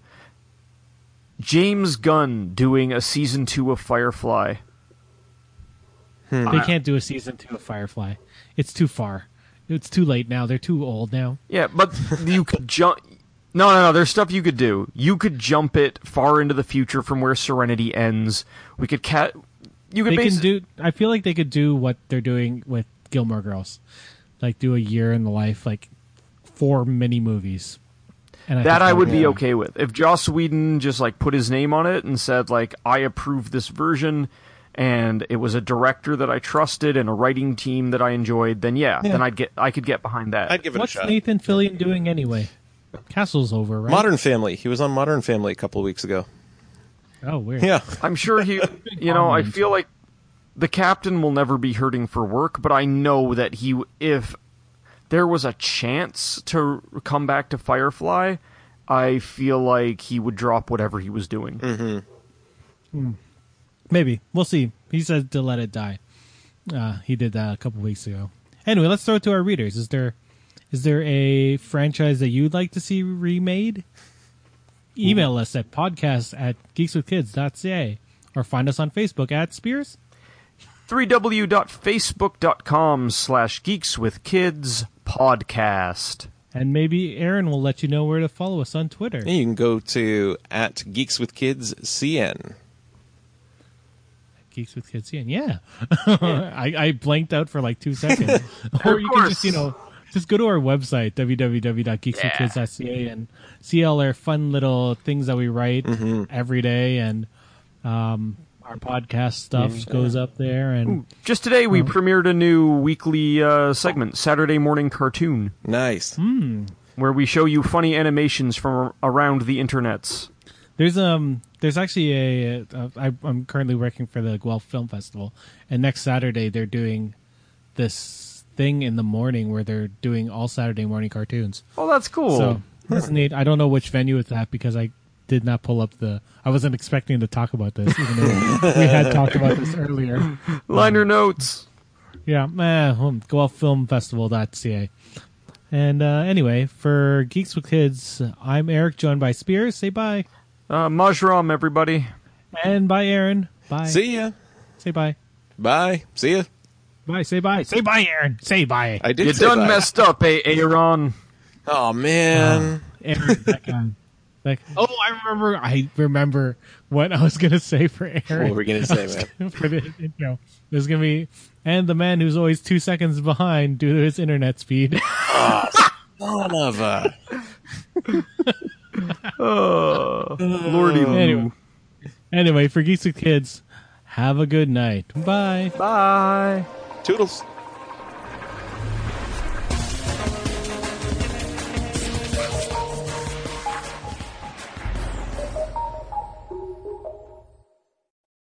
[SPEAKER 2] James Gunn doing a season two of Firefly. Hmm.
[SPEAKER 1] They can't do a season two of Firefly. It's too far. It's too late now. They're too old now.
[SPEAKER 2] Yeah, but you could jump. No, no, no. There's stuff you could do. You could jump it far into the future from where Serenity ends. We could cat. You could
[SPEAKER 1] they
[SPEAKER 2] basi-
[SPEAKER 1] can do i feel like they could do what they're doing with gilmore girls like do a year in the life like four mini movies and
[SPEAKER 2] that.
[SPEAKER 1] think
[SPEAKER 2] I
[SPEAKER 1] that
[SPEAKER 2] would be
[SPEAKER 3] Yeah.
[SPEAKER 2] okay with if Joss Whedon just like put his name on it and said like I approve this version, and it was a director that I trusted and a writing team that I enjoyed. Then yeah,
[SPEAKER 1] Yeah.
[SPEAKER 2] then I'd get I could get behind that.
[SPEAKER 3] I'd give it
[SPEAKER 1] what's
[SPEAKER 3] a shot.
[SPEAKER 1] nathan fillion doing anyway castle's over right
[SPEAKER 3] Modern Family. He was on Modern Family a couple of weeks ago.
[SPEAKER 1] oh weird
[SPEAKER 3] Yeah.
[SPEAKER 2] I'm sure he, you know, I feel like the captain will never be hurting for work, but I know that he, if there was a chance to come back to Firefly, I feel like he would drop whatever he was doing.
[SPEAKER 1] maybe we'll see he said to let it die uh, he did that a couple weeks ago anyway let's throw it to our readers is there is there a franchise that you'd like to see remade email us at podcast at geekswithkids.ca or find us on facebook at spears
[SPEAKER 2] 3w.facebook.com slash geeks with kids podcast.
[SPEAKER 1] And maybe Aaron will let you know where to follow us on Twitter.
[SPEAKER 3] And you can go to at Geeks with Kids CN.
[SPEAKER 1] Geeks with Kids Ian. Yeah. I, I blanked out for like two seconds. or you can just, you know, just go to our website, www.geekswithkids.ca, and see all our fun little things that we write every day. And um, our podcast stuff goes up there. And
[SPEAKER 2] Just today,
[SPEAKER 1] Hmm.
[SPEAKER 2] we premiered a new weekly uh, segment, Saturday Morning Cartoon,
[SPEAKER 3] Nice.
[SPEAKER 2] where we show you funny animations from around the internets.
[SPEAKER 1] There's um there's actually a uh, I, I'm currently working for the Guelph Film Festival, and next Saturday they're doing this thing in the morning where they're doing all Saturday morning cartoons.
[SPEAKER 2] Oh, that's cool.
[SPEAKER 1] So that's neat. I don't know which venue it's at because I did not pull up the. I wasn't expecting to talk about this, even though we had talked about this earlier.
[SPEAKER 2] Liner notes.
[SPEAKER 1] Yeah, eh, um, go off filmfestival.ca. And uh, anyway, for Geeks with Kids, I'm Eric, joined by Spear. Say bye.
[SPEAKER 2] Uh, Majram, everybody.
[SPEAKER 1] And by Aaron. Bye.
[SPEAKER 3] See ya.
[SPEAKER 1] Say bye.
[SPEAKER 3] Bye. See ya.
[SPEAKER 1] Bye. Say bye. Say bye, Aaron. Say bye.
[SPEAKER 3] I did.
[SPEAKER 2] You
[SPEAKER 3] say
[SPEAKER 2] done
[SPEAKER 3] bye.
[SPEAKER 2] messed up, eh, Aaron?
[SPEAKER 3] Oh man.
[SPEAKER 1] Aaron, that guy. That- oh, I remember. I remember what I was gonna say for
[SPEAKER 3] what
[SPEAKER 1] Aaron
[SPEAKER 3] were we gonna say, man?
[SPEAKER 1] for the intro. There's gonna be and the man who's always two seconds behind due to his internet speed.
[SPEAKER 3] Son of a.
[SPEAKER 2] Oh, Lordy.
[SPEAKER 1] anyway, anyway, for geeks with kids, have a good night. Bye.
[SPEAKER 2] Bye.
[SPEAKER 3] Toodles.